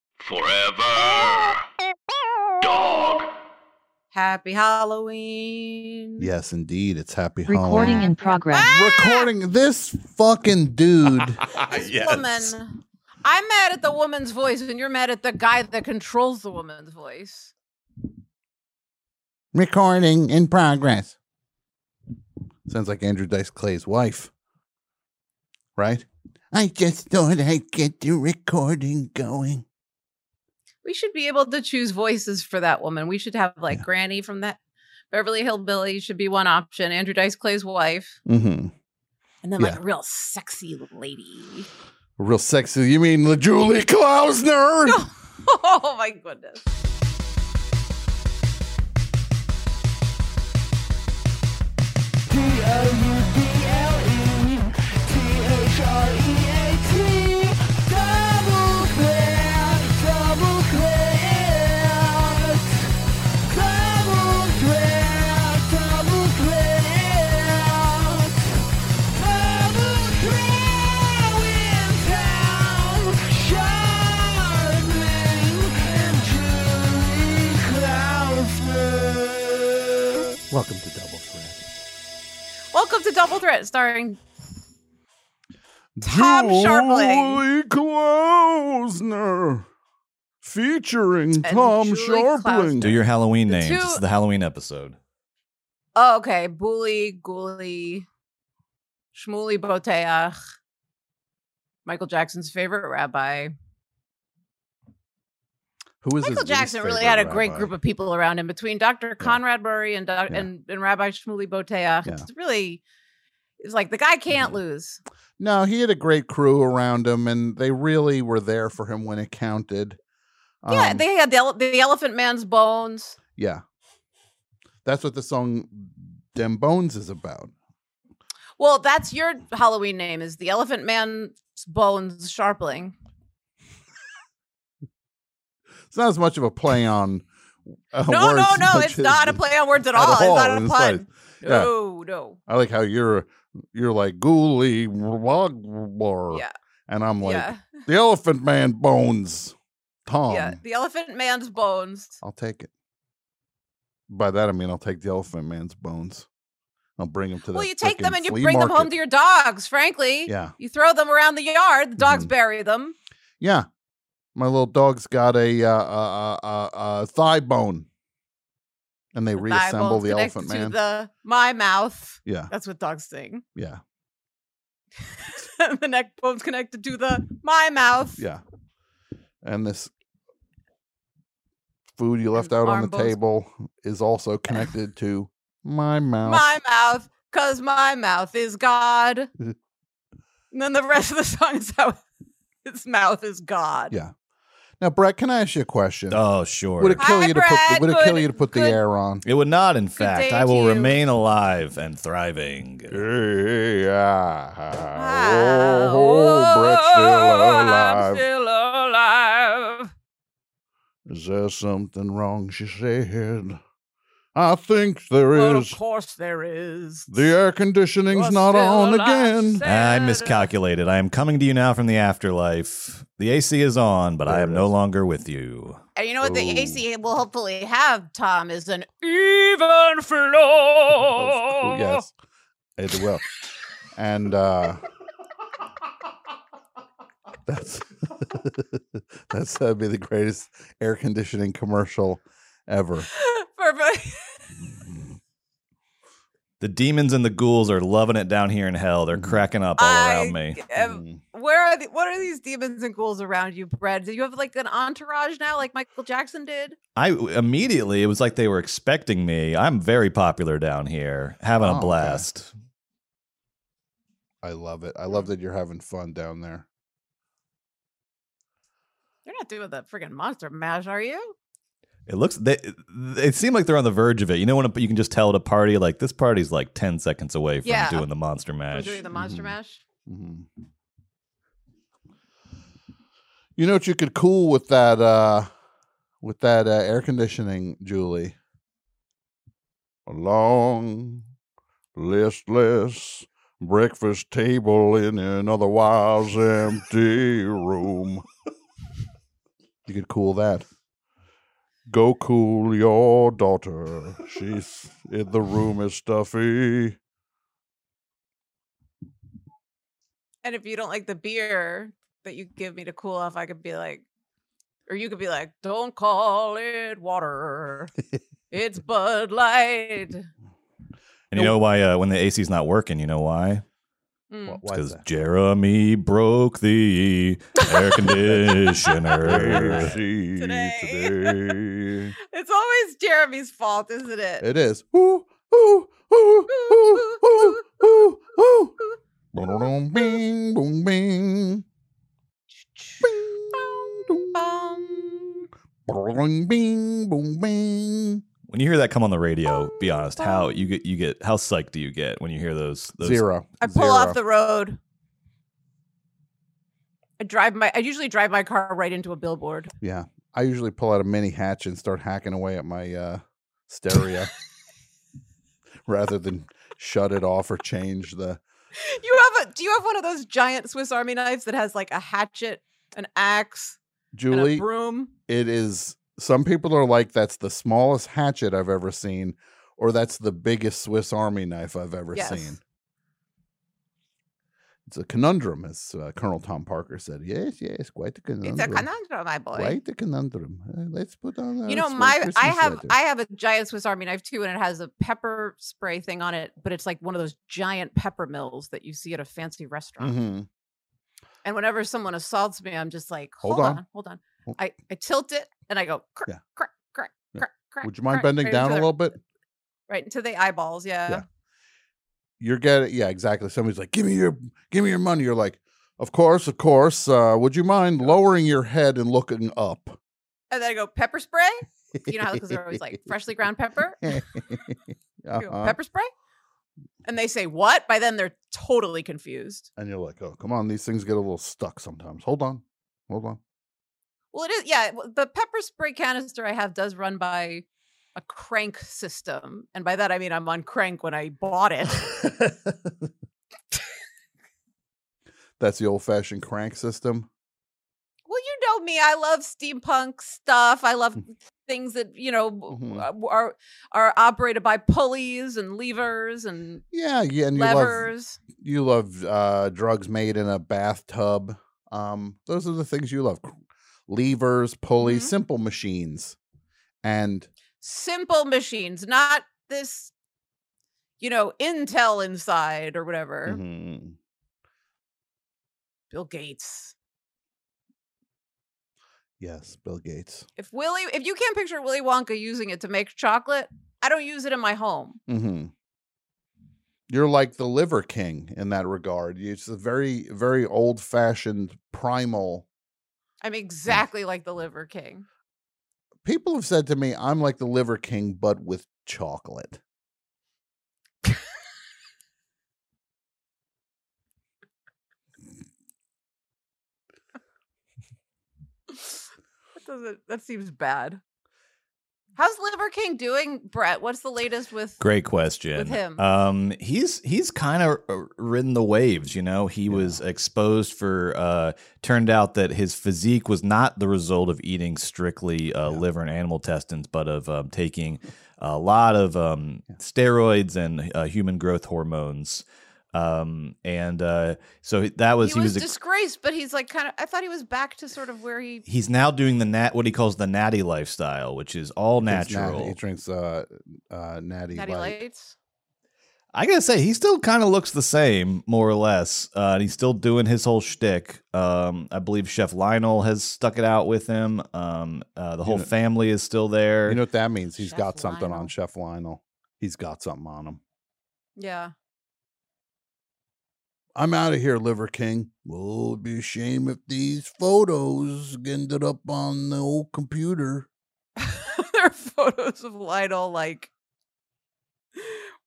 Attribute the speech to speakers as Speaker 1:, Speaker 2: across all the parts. Speaker 1: Forever. Dog.
Speaker 2: Happy Halloween.
Speaker 3: Yes, indeed. It's happy
Speaker 4: Recording
Speaker 3: Halloween.
Speaker 4: in progress.
Speaker 3: Recording this fucking dude.
Speaker 2: This woman. I'm mad at the woman's voice, and you're mad at the guy that controls the woman's voice.
Speaker 3: Recording in progress. Sounds like Andrew Dice Clay's wife. Right? I just thought I'd get the recording going.
Speaker 2: We should be able to choose voices for that woman. We should have like
Speaker 3: Yeah.
Speaker 2: Granny from that Beverly Hillbilly should be one option. Andrew Dice Clay's wife,
Speaker 3: Mm-hmm.
Speaker 2: and then like
Speaker 3: Yeah.
Speaker 2: a real sexy lady.
Speaker 3: Real sexy. You mean the Julie Klausner?
Speaker 2: oh my goodness.
Speaker 3: Welcome to Double Threat.
Speaker 2: Welcome to Double Threat, starring Tom Sharpling.
Speaker 3: Julie Klausner. Featuring Tom
Speaker 2: Julie
Speaker 3: Sharpling.
Speaker 2: Klausner.
Speaker 5: Do your Halloween
Speaker 2: The
Speaker 5: names.
Speaker 2: two-
Speaker 5: This is the Halloween episode.
Speaker 2: oh, okay, Bully, Ghoulie, Shmuley Boteach, Michael Jackson's favorite rabbi.
Speaker 3: Who is
Speaker 2: Michael
Speaker 3: his least
Speaker 2: Jackson really
Speaker 3: favorite
Speaker 2: had a great
Speaker 3: rabbi?
Speaker 2: group of people around him between Dr. Conrad Murray and, doc-
Speaker 3: Yeah.
Speaker 2: and and Rabbi Shmuley Boteach.
Speaker 3: Yeah. Mm-hmm.
Speaker 2: It's really it's like the guy can't lose.
Speaker 3: No, he had a great crew around him, and they really were there for him when it counted.
Speaker 2: yeah,
Speaker 3: Um,
Speaker 2: they had the, ele- the Elephant Man's bones.
Speaker 3: yeah. That's what the song "Dem Bones" is about.
Speaker 2: Well, that's your Halloween name is the Elephant Man's bones Sharpling.
Speaker 3: It's not as much of a play on. Uh,
Speaker 2: No,
Speaker 3: words
Speaker 2: no, no,
Speaker 3: much
Speaker 2: it's not a
Speaker 3: as-
Speaker 2: play on words at,
Speaker 3: at
Speaker 2: all.
Speaker 3: all,
Speaker 2: It's not a
Speaker 3: it's
Speaker 2: pun.
Speaker 3: like- yeah.
Speaker 2: No, no.
Speaker 3: I like how you're you're like ghouly wog
Speaker 2: Yeah.
Speaker 3: and I'm like
Speaker 2: yeah.
Speaker 3: the Elephant Man Bones, Tom.
Speaker 2: yeah. The Elephant Man's bones.
Speaker 3: I'll take it. By that I mean I'll take the Elephant Man's bones. I'll bring him to the.
Speaker 2: Well, you take them
Speaker 3: frickin'
Speaker 2: and you
Speaker 3: flea
Speaker 2: bring them home
Speaker 3: market.
Speaker 2: to your dogs, frankly.
Speaker 3: Yeah.
Speaker 2: You throw them around the yard, the dogs
Speaker 3: Mhm.
Speaker 2: bury them.
Speaker 3: Yeah, my little dog's got a uh, uh, uh, uh, uh, thigh bone, and they
Speaker 2: thigh
Speaker 3: reassemble
Speaker 2: bones
Speaker 3: the
Speaker 2: connected
Speaker 3: elephant
Speaker 2: to
Speaker 3: man.
Speaker 2: The my mouth.
Speaker 3: yeah,
Speaker 2: That's what dogs sing.
Speaker 3: yeah,
Speaker 2: the neck bones connected to the my mouth.
Speaker 3: yeah. And this food you left
Speaker 2: And
Speaker 3: out
Speaker 2: arm
Speaker 3: on the
Speaker 2: bones.
Speaker 3: table is also connected to my mouth.
Speaker 2: My mouth, cause my mouth is God. and then the rest of the song is how his mouth is God.
Speaker 3: Yeah. now, Brett, can I ask you a question?
Speaker 5: Oh, sure.
Speaker 3: would it kill
Speaker 2: Hi,
Speaker 3: you to put the,
Speaker 2: Brett.
Speaker 3: would it kill
Speaker 2: Good-
Speaker 3: you to put the
Speaker 2: good-
Speaker 3: air on?
Speaker 5: It would not, in
Speaker 2: day
Speaker 5: fact. I
Speaker 2: to
Speaker 5: will
Speaker 2: you.
Speaker 5: remain alive and thriving.
Speaker 3: Yeah.
Speaker 2: Wow.
Speaker 3: Oh, Brett's still alive.
Speaker 2: I'm still alive.
Speaker 3: Is there something wrong? She said. I think there
Speaker 2: But
Speaker 3: is.
Speaker 2: of course there is.
Speaker 3: The air conditioning's
Speaker 2: You're
Speaker 3: not
Speaker 2: still
Speaker 3: on
Speaker 2: alive,
Speaker 3: again.
Speaker 2: Santa.
Speaker 5: I miscalculated. I am coming to you now from the afterlife. The AC is on, but I
Speaker 3: There
Speaker 5: am
Speaker 3: it
Speaker 5: no
Speaker 3: is.
Speaker 5: longer with you.
Speaker 2: And you know what the
Speaker 3: Ooh.
Speaker 2: AC will hopefully have, Tom, is an even flow.
Speaker 3: Of course, yes, it will. and uh, that's that's that'd be the greatest air conditioning commercial ever.
Speaker 2: Perfect.
Speaker 5: The demons and the ghouls are loving it down here in hell. They're cracking up all around
Speaker 2: I-
Speaker 5: me.
Speaker 2: um,
Speaker 3: Mm.
Speaker 2: where are the, what are these demons and ghouls around you, Brad? Do you have like an entourage now, like Michael Jackson did?
Speaker 5: I immediately, it was like they were expecting me. I'm very popular down here, having
Speaker 3: Oh,
Speaker 5: a
Speaker 3: okay.
Speaker 5: blast.
Speaker 3: I love it. I love that you're having fun down there.
Speaker 2: You're not doing the freaking monster mash, are you?
Speaker 5: It looks they it seemed like they're on the verge of it. You know when you can just tell at a party like this party's like 10 seconds away from
Speaker 2: Yeah.
Speaker 5: doing the monster
Speaker 2: From
Speaker 5: mash.
Speaker 2: doing the monster
Speaker 3: Mhm.
Speaker 2: mash.
Speaker 3: Mhm. You know what you could cool with that uh with that uh, air conditioning, Julie. A long, listless breakfast table in an otherwise empty room. You could cool that. Go cool your daughter. She's in the room is stuffy.
Speaker 2: And if you don't like the beer that you give me to cool off, I could be like, or you could be like, don't call it water. It's Bud Light.
Speaker 5: And you know why uh, when the AC's not working, you know why?
Speaker 2: Mm.
Speaker 5: Because Jeremy broke the air conditioner.
Speaker 3: AC
Speaker 2: Today.
Speaker 3: today.
Speaker 2: It's always Jeremy's fault, isn't it?
Speaker 3: It is. Ooh, ooh, ooh, ooh, ooh, ooh, ooh. Boom, bing, boom, bing. Bing, dong,
Speaker 2: Um,
Speaker 3: boing, bing, boom, bing.
Speaker 5: when you hear that come on the radio, be honest, how you get you get how psyched do you get when you hear those, those
Speaker 3: Zero.
Speaker 2: I pull off
Speaker 3: Zero.
Speaker 2: the road. I drive my. I usually drive my car right into a billboard.
Speaker 3: Yeah. I usually pull out a mini hatch and start hacking away at my uh, stereo rather than shut it off or change the.
Speaker 2: You have a. Do you have one of those giant Swiss Army knives that has like a hatchet, an axe, and a
Speaker 3: Julie,
Speaker 2: broom?
Speaker 3: it is. Some people are like, that's the smallest hatchet I've ever seen, or that's the biggest Swiss Army knife I've ever
Speaker 2: Yes.
Speaker 3: seen. It's a conundrum, as uh, Colonel Tom Parker said. Yes, yes, quite a conundrum.
Speaker 2: It's a conundrum, my boy.
Speaker 3: Quite a conundrum. Uh, let's put on.
Speaker 2: You
Speaker 3: our
Speaker 2: know,
Speaker 3: sweat-
Speaker 2: my I
Speaker 3: Christmas
Speaker 2: have
Speaker 3: sweater.
Speaker 2: I have a giant Swiss Army knife too, and it has a pepper spray thing on it, but it's like one of those giant pepper mills that you see at a fancy restaurant.
Speaker 3: Mhm.
Speaker 2: And whenever someone assaults me, I'm just like,
Speaker 3: Hold
Speaker 2: hold,
Speaker 3: on.
Speaker 2: on. hold on.
Speaker 3: Hold-
Speaker 2: I, I tilt it and I go, crack,
Speaker 3: Yeah.
Speaker 2: crack, crack,
Speaker 3: Yeah.
Speaker 2: crack, crack.
Speaker 3: Would you mind
Speaker 2: crack,
Speaker 3: bending
Speaker 2: right into
Speaker 3: down a
Speaker 2: the-
Speaker 3: little bit?
Speaker 2: Right into the eyeballs. Yeah.
Speaker 3: Yeah. you're getting yeah exactly somebody's like give me your give me your money you're like of course of course uh, would you mind lowering your head and looking up
Speaker 2: And then I go, pepper spray. You know how, because they're always like, freshly ground pepper. You
Speaker 3: uh
Speaker 2: go, pepper spray. And they say, what? By then they're totally confused.
Speaker 3: and you're like oh come on these things get a little stuck sometimes hold on hold on
Speaker 2: Well, it is. Yeah. w- The pepper spray canister I have does run by a crank system. And by that, I mean, I'm on crank when I bought it.
Speaker 3: that's the old-fashioned crank system
Speaker 2: Well, you know me. I love steampunk stuff. I love
Speaker 3: Mm.
Speaker 2: things that you know w-
Speaker 3: Mhm.
Speaker 2: uh, w- are are operated by pulleys and levers and
Speaker 3: yeah yeah and you love
Speaker 2: levers.
Speaker 3: you love uh, drugs made in a bathtub um, those are the things you love Cr- levers pulleys
Speaker 2: Mhm.
Speaker 3: simple machines and
Speaker 2: Simple machines, not this, you know, Intel inside or whatever.
Speaker 3: Mhm.
Speaker 2: Bill Gates.
Speaker 3: yes bill gates
Speaker 2: If Willy, if you can't picture Willy Wonka using it to make chocolate, I don't use it in my home.
Speaker 3: Mm-hmm. You're like the liver king in that regard. It's a very, very old fashioned primal.
Speaker 2: I'm
Speaker 3: Mm.
Speaker 2: exactly like the Liver King.
Speaker 3: People have said to me, I'm like the liver king, but with chocolate.
Speaker 2: That doesn't. That seems bad. How's Liver King doing, Brett? What's the latest with?
Speaker 5: Great question.
Speaker 2: With him.
Speaker 5: Um, he's he's kind of uh, ridden the waves. You know, he
Speaker 3: Yeah.
Speaker 5: was exposed for. Uh, turned out that his physique was not the result of eating strictly uh,
Speaker 3: Yeah.
Speaker 5: liver and animal intestines, but of um, taking a lot of um,
Speaker 3: Yeah.
Speaker 5: steroids and uh, human growth hormones. Um, and uh, so that was
Speaker 2: he was,
Speaker 5: ex-
Speaker 2: disgraced, but he's like kind of. I thought he was back to sort of where he.
Speaker 5: he's now doing the nat what he calls the natty lifestyle, which is all
Speaker 3: Drinks nat-
Speaker 5: natural.
Speaker 3: he drinks uh, uh, natty,
Speaker 2: Natty
Speaker 3: light.
Speaker 2: lights.
Speaker 5: I gotta say, he still kind of looks the same, more or less. Uh, and he's still doing his whole shtick. Um, I believe Chef Lionel has stuck it out with him. Um, uh, the
Speaker 3: You
Speaker 5: whole
Speaker 3: know-
Speaker 5: family is still there.
Speaker 3: You know what that means? He's
Speaker 2: Chef
Speaker 3: got something on
Speaker 2: Lionel.
Speaker 3: Chef Lionel. He's got something on him.
Speaker 2: Yeah.
Speaker 3: I'm out of here, Liver King. Well, it'd be a shame if these photos ended up on the old computer.
Speaker 2: there are photos of Lionel like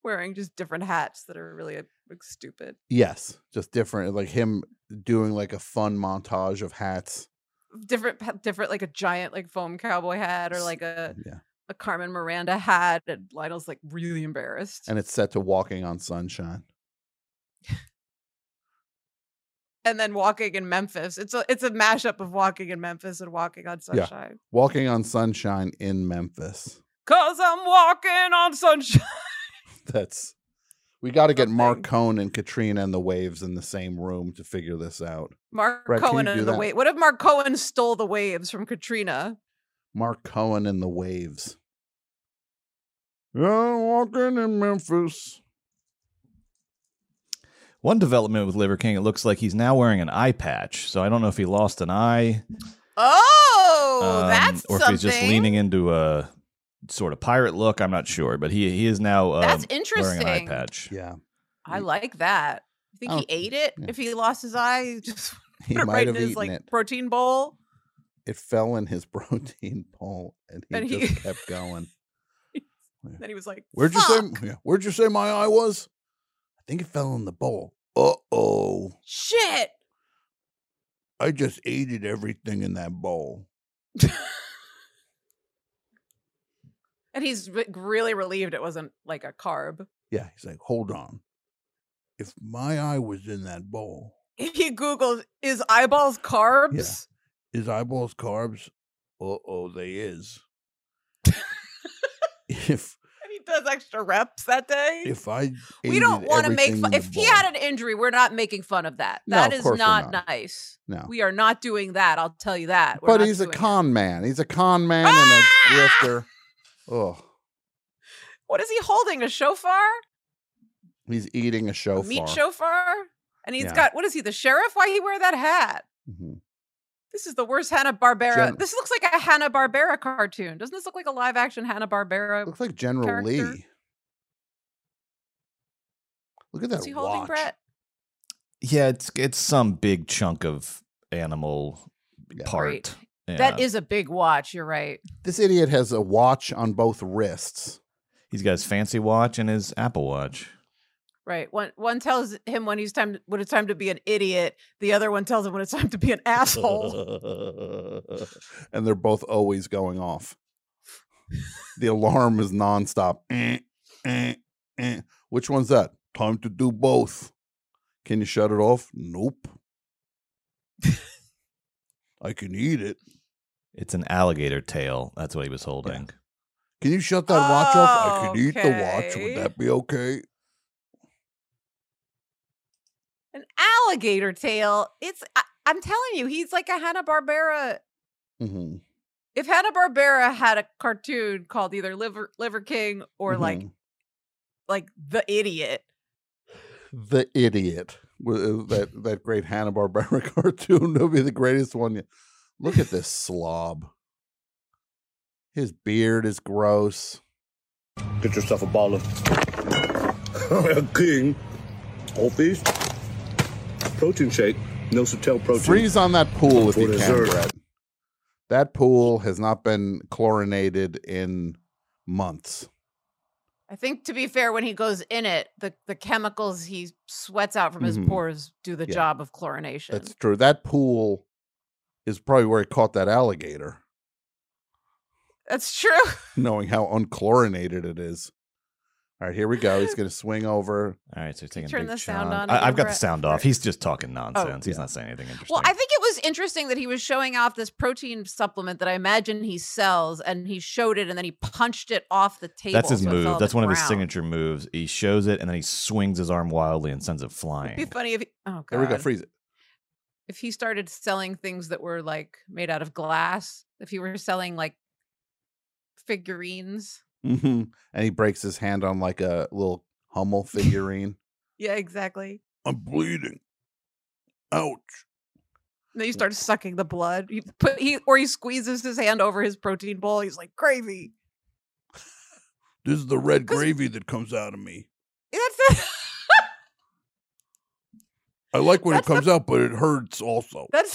Speaker 2: wearing just different hats that are really like, stupid.
Speaker 3: Yes, just different. Like him doing like a fun montage of hats.
Speaker 2: Different, pa- different, like a giant like foam cowboy hat or like a,
Speaker 3: Yeah.
Speaker 2: a Carmen Miranda hat. And Lionel's like really embarrassed.
Speaker 3: And it's set to walking on sunshine.
Speaker 2: and then walking in Memphis. It's a it's a mashup of walking in Memphis and walking on sunshine.
Speaker 3: Walking on Sunshine in Memphis.
Speaker 2: Cause I'm walking on sunshine.
Speaker 3: That's we got to get Mark
Speaker 2: Something.
Speaker 3: Cohn and Katrina and the Waves in the same room to figure this out.
Speaker 2: Mark
Speaker 3: Brett, can
Speaker 2: Cohen
Speaker 3: you do
Speaker 2: and the
Speaker 3: that?
Speaker 2: wave. What if Mark Cohen stole the waves from Katrina?
Speaker 3: Mark Cohen and the Waves. Yeah, walking in Memphis.
Speaker 5: One development with Liver King, it looks like he's now wearing an eye patch. So I don't know if he lost an eye,
Speaker 2: Oh,
Speaker 5: um,
Speaker 2: that's
Speaker 5: or if
Speaker 2: something.
Speaker 5: he's just leaning into a sort of pirate look. I'm not sure, but he he is now um,
Speaker 2: that's
Speaker 5: wearing
Speaker 2: interesting.
Speaker 5: an eye patch.
Speaker 3: Yeah,
Speaker 2: I like that. You think
Speaker 3: I
Speaker 2: he ate it?
Speaker 3: Oh, yeah.
Speaker 2: If he lost his eye, he just
Speaker 3: he
Speaker 2: put it
Speaker 3: might
Speaker 2: right in
Speaker 3: have
Speaker 2: his
Speaker 3: eaten
Speaker 2: like
Speaker 3: it.
Speaker 2: protein bowl.
Speaker 3: It fell in his protein bowl, and he
Speaker 2: And he-
Speaker 3: just kept going.
Speaker 2: Then he was like,
Speaker 3: Where'd you say?
Speaker 2: "Fuck,
Speaker 3: yeah, where'd you say my eye was? I think it fell in the bowl. Uh oh!
Speaker 2: Shit.
Speaker 3: I just ate it, everything in that bowl.
Speaker 2: And he's re- really relieved it wasn't like a carb.
Speaker 3: Yeah, he's like, hold on. If my eye was in that bowl,
Speaker 2: He Googles, is eyeballs carbs?
Speaker 3: is eyeballs carbs? Uh oh, they is. if
Speaker 2: And he does extra reps that day.
Speaker 3: if I
Speaker 2: we don't
Speaker 3: aided
Speaker 2: want to make
Speaker 3: everything
Speaker 2: fun.
Speaker 3: in
Speaker 2: If
Speaker 3: the
Speaker 2: he
Speaker 3: bowl-
Speaker 2: had an injury, we're not making fun of that.
Speaker 3: No,
Speaker 2: That
Speaker 3: of
Speaker 2: is
Speaker 3: course we're
Speaker 2: not,
Speaker 3: not.
Speaker 2: nice.
Speaker 3: no,
Speaker 2: We are not doing that. I'll tell you that. We're
Speaker 3: but
Speaker 2: not
Speaker 3: he's a
Speaker 2: doing it.
Speaker 3: con man. He's a con man
Speaker 2: Ah!
Speaker 3: and a grifter. Oh,
Speaker 2: What is he holding? A shofar?
Speaker 3: he's eating a
Speaker 2: A
Speaker 3: shofar.
Speaker 2: meat shofar? And he's
Speaker 3: Yeah.
Speaker 2: got what is he? The sheriff? Why he wear that hat?
Speaker 3: Mhm.
Speaker 2: This is the worst Hanna Barbera.
Speaker 3: Gen-
Speaker 2: this looks like a Hanna Barbera cartoon. Doesn't this look like a live action Hanna Barbera?
Speaker 3: Looks like General
Speaker 2: Character.
Speaker 3: Lee. Look at that
Speaker 2: Is he holding
Speaker 3: watch.
Speaker 2: Brett?
Speaker 5: Yeah, it's it's some big chunk of animal
Speaker 3: Yeah.
Speaker 5: part.
Speaker 2: Great.
Speaker 5: Yeah.
Speaker 2: That is a big watch. You're right.
Speaker 3: This idiot has a watch on both wrists.
Speaker 5: He's got his fancy watch and his Apple Watch.
Speaker 2: Right. One one tells him when he's time when it's time to be an idiot. The other one tells him when it's time to be an asshole.
Speaker 3: and they're both always going off. the alarm is nonstop. Eh, eh, eh. Which one's that? Time to do both. Can you shut it off? Nope. I can eat it.
Speaker 5: It's an alligator tail. That's what he was holding.
Speaker 3: Can you shut that watch off? I can eat the watch.
Speaker 2: Okay.
Speaker 3: Would that be okay?
Speaker 2: an alligator tail. It's I, I'm telling you, he's like a Hanna Barbera.
Speaker 3: Mhm,
Speaker 2: If Hanna Barbera had a cartoon called either Liver Liver King or like
Speaker 3: mhm.
Speaker 2: like the idiot,
Speaker 3: the idiot Wa- that that great Hanna Barbera cartoon would be the greatest one. yet. Look at this slob. His beard is gross.
Speaker 6: Get yourself a bottle of King Whole Feast protein shake, no Sotel protein.
Speaker 3: Freeze on that pool if
Speaker 6: For
Speaker 3: you can,
Speaker 6: dessert.
Speaker 3: Brett. That pool has not been chlorinated in months.
Speaker 2: I think to be fair, when he goes in it, the the chemicals he sweats out from his
Speaker 3: Mhm.
Speaker 2: pores do the
Speaker 3: Yeah.
Speaker 2: job of chlorination.
Speaker 3: That's true. That pool is probably where he caught that alligator,
Speaker 2: That's true.
Speaker 3: knowing how unchlorinated it is. All right, here we go. He's going to swing over.
Speaker 5: All right, so he's
Speaker 2: Can
Speaker 5: taking
Speaker 2: you
Speaker 5: a
Speaker 2: turn
Speaker 5: big
Speaker 2: the sound
Speaker 5: chunk.
Speaker 2: on
Speaker 5: I,
Speaker 2: again,
Speaker 5: have got the
Speaker 2: Brett?
Speaker 5: sound off. He's just talking nonsense. He's
Speaker 3: yeah.
Speaker 5: not saying anything interesting.
Speaker 2: Oh, Well, I think it was interesting that he was showing off this protein supplement that I imagine he sells, and he showed it, and then he punched it off the table.
Speaker 5: that's his
Speaker 2: so it fell
Speaker 5: move.
Speaker 2: on
Speaker 5: That's
Speaker 2: the
Speaker 5: one of his
Speaker 2: ground.
Speaker 5: signature moves. He shows it and then he swings his arm wildly and sends it
Speaker 2: It'd be
Speaker 5: flying.
Speaker 2: funny if he, oh god,
Speaker 3: There we go. Freeze it.
Speaker 2: if he started selling things that were like made out of glass, if he were selling like figurines.
Speaker 3: hmm And he breaks his hand on like a little Hummel figurine.
Speaker 2: Yeah, exactly.
Speaker 3: I'm bleeding. Ouch.
Speaker 2: And then you start sucking the blood. He put he or he squeezes his hand over his protein bowl. He's like gravy.
Speaker 3: This is the red
Speaker 2: 'Cause-
Speaker 3: gravy that comes out of me.
Speaker 2: That's it.
Speaker 3: I like when
Speaker 2: That's
Speaker 3: it comes out, but it hurts also.
Speaker 2: That's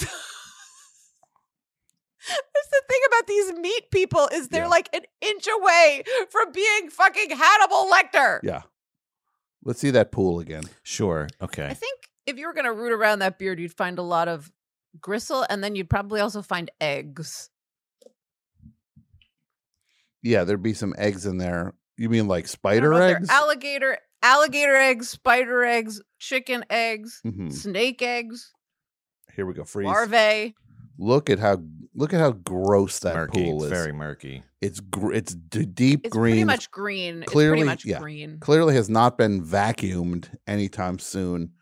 Speaker 2: That's the thing about these meat people is they're
Speaker 3: Yeah.
Speaker 2: like an inch away from being fucking Hannibal Lecter.
Speaker 3: yeah. Let's see that pool again.
Speaker 5: Sure.
Speaker 2: I
Speaker 5: Okay.
Speaker 2: think if you were gonna root around that beard, you'd find a lot of gristle, and then you'd probably also find eggs.
Speaker 3: Yeah, there'd be some eggs in there. You mean like
Speaker 2: I don't
Speaker 3: spider
Speaker 2: know if they're
Speaker 3: eggs?
Speaker 2: alligator, alligator eggs, spider eggs, chicken eggs,
Speaker 3: Mhm.
Speaker 2: snake eggs.
Speaker 5: Here we go. Freeze.
Speaker 2: Larvae.
Speaker 3: Look at how look at how gross that
Speaker 5: murky.
Speaker 3: pool is.
Speaker 5: Very murky.
Speaker 3: It's gr- it's d- deep
Speaker 2: It's
Speaker 3: green.
Speaker 2: pretty much green. it's
Speaker 3: Clearly-
Speaker 2: pretty much
Speaker 3: yeah.
Speaker 2: green.
Speaker 3: clearly has not been vacuumed anytime soon.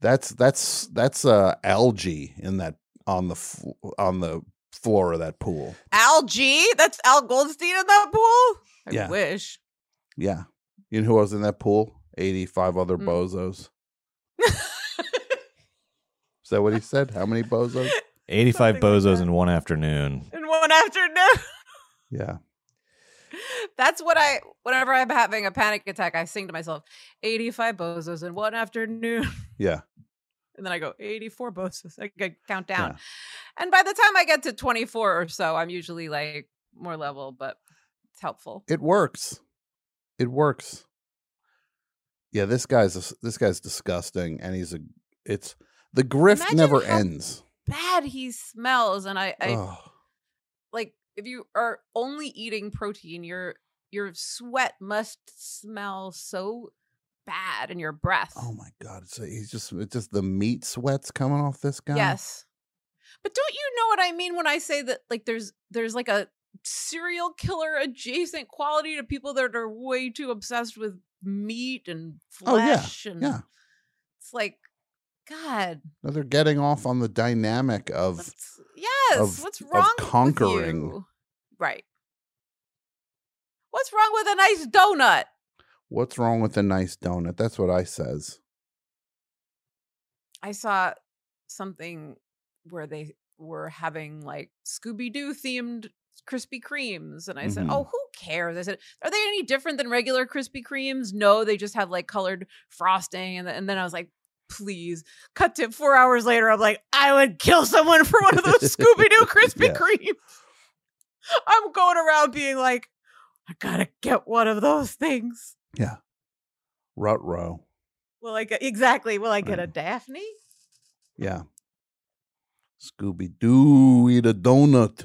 Speaker 3: That's that's that's uh, algae in that on the f- on the floor of that pool.
Speaker 2: Algae? That's Al Goldstein in that pool? I
Speaker 3: Yeah.
Speaker 2: wish.
Speaker 3: Yeah, you know who was in that pool? Eighty-five other
Speaker 2: Mm.
Speaker 3: bozos. Is that what he said? How many bozos?
Speaker 5: 85
Speaker 2: Something like
Speaker 5: bozos
Speaker 2: that.
Speaker 5: in one afternoon.
Speaker 2: In one afternoon.
Speaker 3: Yeah,
Speaker 2: That's what I whenever I'm having a panic attack, I sing to myself, 85 bozos in one afternoon.
Speaker 3: yeah.
Speaker 2: And then I go, 84 bozos. I could count down.
Speaker 3: Yeah.
Speaker 2: And by the time I get to 24 or so, I'm usually like more level, but it's helpful.
Speaker 3: It works. It works. Yeah, this guy's a s this guy's disgusting, and he's a. It's the grift
Speaker 2: Imagine
Speaker 3: never
Speaker 2: how-
Speaker 3: ends.
Speaker 2: Bad he smells. And I, I
Speaker 3: Ugh.
Speaker 2: like if you are only eating protein your your sweat must smell so bad in your breath
Speaker 3: Oh my god! It's he's just it's just the meat sweats coming off this guy.
Speaker 2: yes but don't you know what i mean when i say that like there's there's like a serial killer adjacent quality to people that are way too obsessed with meat and
Speaker 3: Oh, yeah.
Speaker 2: flesh and
Speaker 3: Yeah.
Speaker 2: it's like god
Speaker 3: No, they're getting off
Speaker 2: Mm-hmm.
Speaker 3: on the dynamic of
Speaker 2: what's, yes
Speaker 3: of-
Speaker 2: what's
Speaker 3: of
Speaker 2: wrong
Speaker 3: conquering.
Speaker 2: with you? right what's wrong with a nice donut
Speaker 3: what's wrong with a nice donut. That's what I says.
Speaker 2: I saw something where they were having like Scooby Doo themed Krispy Kremes. And I said,
Speaker 3: Mhm.
Speaker 2: Oh, who cares? I said, Are they any different than regular Krispy Kremes? No, they just have like colored frosting. And, th- and then I was like, Please cut to four hours later. I'm like, I would kill someone for one of those Scooby Doo Krispy
Speaker 3: Yeah.
Speaker 2: Kremes. I'm going around being like, I gotta get one of those things.
Speaker 3: Rut row.
Speaker 2: Will I get exactly? Will I get a
Speaker 3: Right.
Speaker 2: Daphne?
Speaker 3: Yeah. Scooby Doo eat a donut.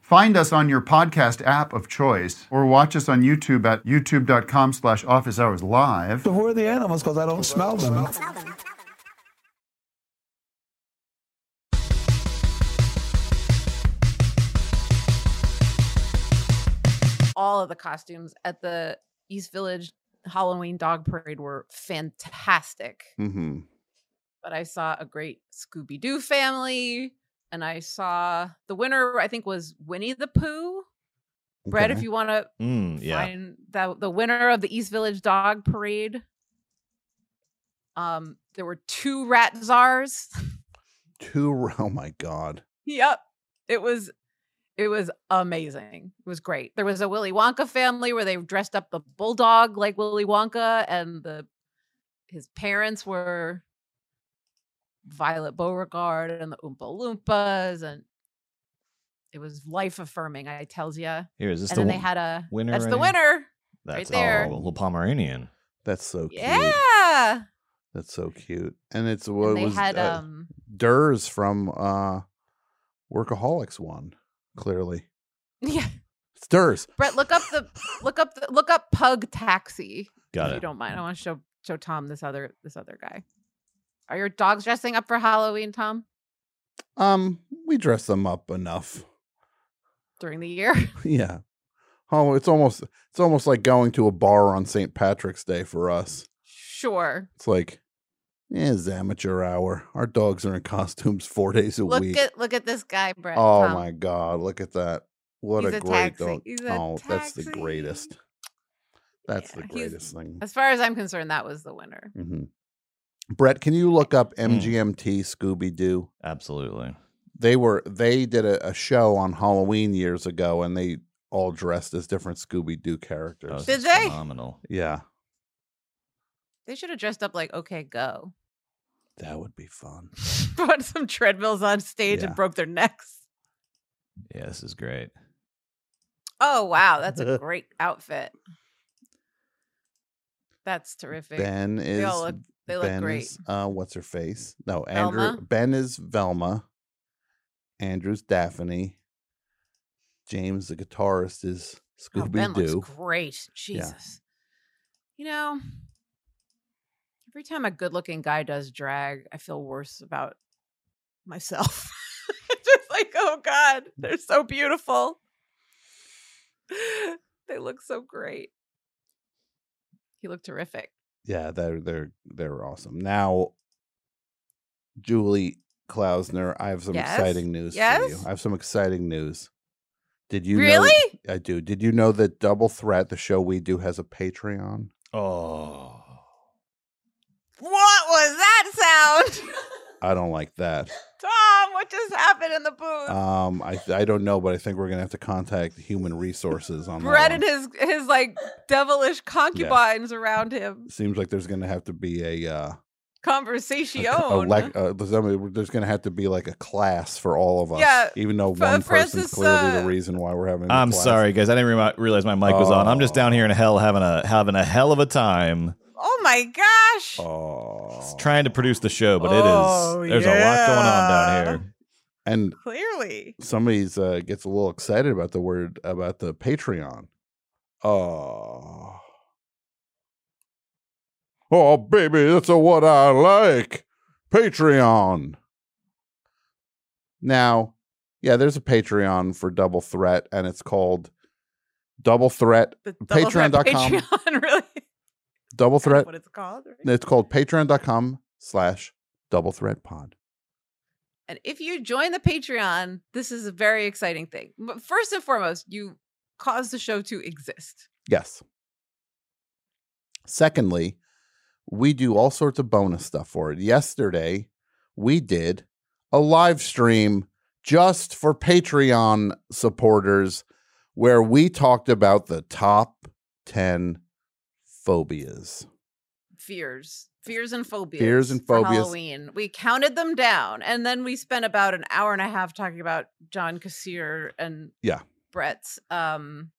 Speaker 7: Find us on your podcast app of choice or watch us on YouTube at youtube.com slash office hours live.
Speaker 8: Who are the animals? Because I don't smell them.
Speaker 2: all of the costumes at the East Village Halloween dog parade were fantastic.
Speaker 3: Mm-hmm.
Speaker 2: But I saw a great Scooby Doo family, and I saw the winner, I think, was Winnie the Pooh. Brett, if you want to
Speaker 5: Mm, yeah.
Speaker 2: find the, the winner of the East Village dog parade, um, there were two rat czars.
Speaker 3: two. ra- Oh my god.
Speaker 2: yep. It was it was amazing. It was great. There was a Willy Wonka family where they dressed up the bulldog like Willy Wonka and the his parents were Violet Beauregard and the Oompa Loompas and it was life affirming, I tells ya.
Speaker 5: Here is this
Speaker 2: And
Speaker 5: the
Speaker 2: then they
Speaker 5: one-
Speaker 2: had a
Speaker 5: winner
Speaker 2: that's
Speaker 5: right
Speaker 2: the
Speaker 5: here?
Speaker 2: winner.
Speaker 5: That's
Speaker 2: there.
Speaker 5: all little Pomeranian.
Speaker 3: That's so cute.
Speaker 2: Yeah.
Speaker 3: That's so cute. And it's what
Speaker 2: And they
Speaker 3: was
Speaker 2: had
Speaker 3: uh,
Speaker 2: um
Speaker 3: Durs from uh Workaholics one, clearly.
Speaker 2: yeah.
Speaker 3: It's Durs.
Speaker 2: Brett, look up the look up the look up Pug Taxi.
Speaker 5: Got
Speaker 2: if you
Speaker 5: it.
Speaker 2: don't mind. I want to show show Tom this other this other guy. Are your dogs dressing up for Halloween, Tom?
Speaker 3: Um, we dress them up enough.
Speaker 2: During the year?
Speaker 3: Yeah. Oh, it's almost it's almost like going to a bar on St. Patrick's Day for us.
Speaker 2: sure.
Speaker 3: It's like eh, it's amateur hour. Our dogs are in costumes four days a
Speaker 2: Look
Speaker 3: week.
Speaker 2: at look at this guy, Brett.
Speaker 3: oh
Speaker 2: Tom.
Speaker 3: my god, look at that. What
Speaker 2: He's
Speaker 3: a
Speaker 2: a
Speaker 3: great
Speaker 2: taxi.
Speaker 3: dog.
Speaker 2: He's a
Speaker 3: oh, that's the
Speaker 2: taxi.
Speaker 3: greatest. That's
Speaker 2: Yeah,
Speaker 3: the
Speaker 2: he's-
Speaker 3: greatest thing.
Speaker 2: As far as I'm concerned, that was the winner.
Speaker 3: hmm Brett, can you look
Speaker 2: Mm.
Speaker 3: up MGMT Scooby Doo?
Speaker 5: Absolutely.
Speaker 3: They were they did a, a show on Halloween years ago and they all dressed as different Scooby Doo characters.
Speaker 5: That was
Speaker 2: Did
Speaker 5: just
Speaker 2: they?
Speaker 5: Oh, phenomenal.
Speaker 3: yeah.
Speaker 2: They should have dressed up like okay, go.
Speaker 3: That would be fun.
Speaker 2: Brought some treadmills on stage
Speaker 3: Yeah.
Speaker 2: and broke their necks.
Speaker 5: Yeah, this is great.
Speaker 2: Oh wow, that's a great outfit. That's terrific.
Speaker 3: Ben is
Speaker 2: they all look they look
Speaker 3: ben
Speaker 2: great.
Speaker 3: Is, uh, what's her face? No, Andrew.
Speaker 2: Velma?
Speaker 3: Ben is Velma. Andrew's Daphne. James, the guitarist, is
Speaker 2: Oh,
Speaker 3: Scooby
Speaker 2: ben looks
Speaker 3: Doo.
Speaker 2: great. Jesus. You know, every time a good looking guy does drag, I feel worse about myself. Just like, oh God, they're so beautiful. they look so great. He looked terrific.
Speaker 3: yeah, they're they're they're awesome. Now, Julie Klausner, I have some
Speaker 2: Yes?
Speaker 3: exciting news for you.
Speaker 2: Yes?
Speaker 3: I have some exciting news. Did you know-
Speaker 2: really?
Speaker 3: I do. Did you know that Double Threat, the show we do, has a Patreon?
Speaker 5: Oh.
Speaker 2: What was that sound?
Speaker 3: I don't like that.
Speaker 2: Tom, what just happened in the booth?
Speaker 3: Um, I I don't know, but I think we're gonna have to contact human resources on
Speaker 2: Brett
Speaker 3: that.
Speaker 2: and
Speaker 3: one.
Speaker 2: his his like devilish concubines around him.
Speaker 3: Seems like there's gonna have to be a uh, a,
Speaker 2: Conversation.
Speaker 3: a lec- uh, there's gonna- there's gonna have to be like a class for all of us.
Speaker 2: Yeah,
Speaker 3: even though
Speaker 2: Fr-
Speaker 3: one person's
Speaker 2: Francis,
Speaker 3: clearly the
Speaker 2: uh,
Speaker 3: reason why we're having. the
Speaker 5: I'm
Speaker 3: class.
Speaker 5: sorry, guys. I didn't re- realize my mic was on. I'm just
Speaker 3: Oh.
Speaker 5: down here in hell having a having a hell of a time
Speaker 2: Oh my gosh.
Speaker 3: Oh,
Speaker 5: trying to produce the show, but
Speaker 2: Oh,
Speaker 5: it is there's a lot going on down here.
Speaker 3: and
Speaker 2: Clearly.
Speaker 3: somebody's uh, gets a little excited about the word about the Patreon. Oh, oh, baby, that's a what I like. Patreon. Now, yeah, there's a Patreon for Double Threat, and it's called Double Threat.
Speaker 2: The double threat
Speaker 3: Patreon.com.
Speaker 2: Patreon, really?
Speaker 3: Double
Speaker 2: That's
Speaker 3: Threat.
Speaker 2: what it's called. right?
Speaker 3: It's called Patreon.com slash Double Threat Pod.
Speaker 2: And if you join the Patreon, this is a very exciting thing. But first and foremost, you cause the show to exist.
Speaker 3: Yes. Secondly, we do all sorts of bonus stuff for it. Yesterday, we did a live stream just for Patreon supporters where we talked about the top 10 phobias.
Speaker 2: Fears. Fears and phobias.
Speaker 3: Fears and
Speaker 2: for
Speaker 3: phobias.
Speaker 2: Halloween. We counted them down. And then we spent about an hour and a half talking about John Kassir and
Speaker 3: Yeah.
Speaker 2: Brett's um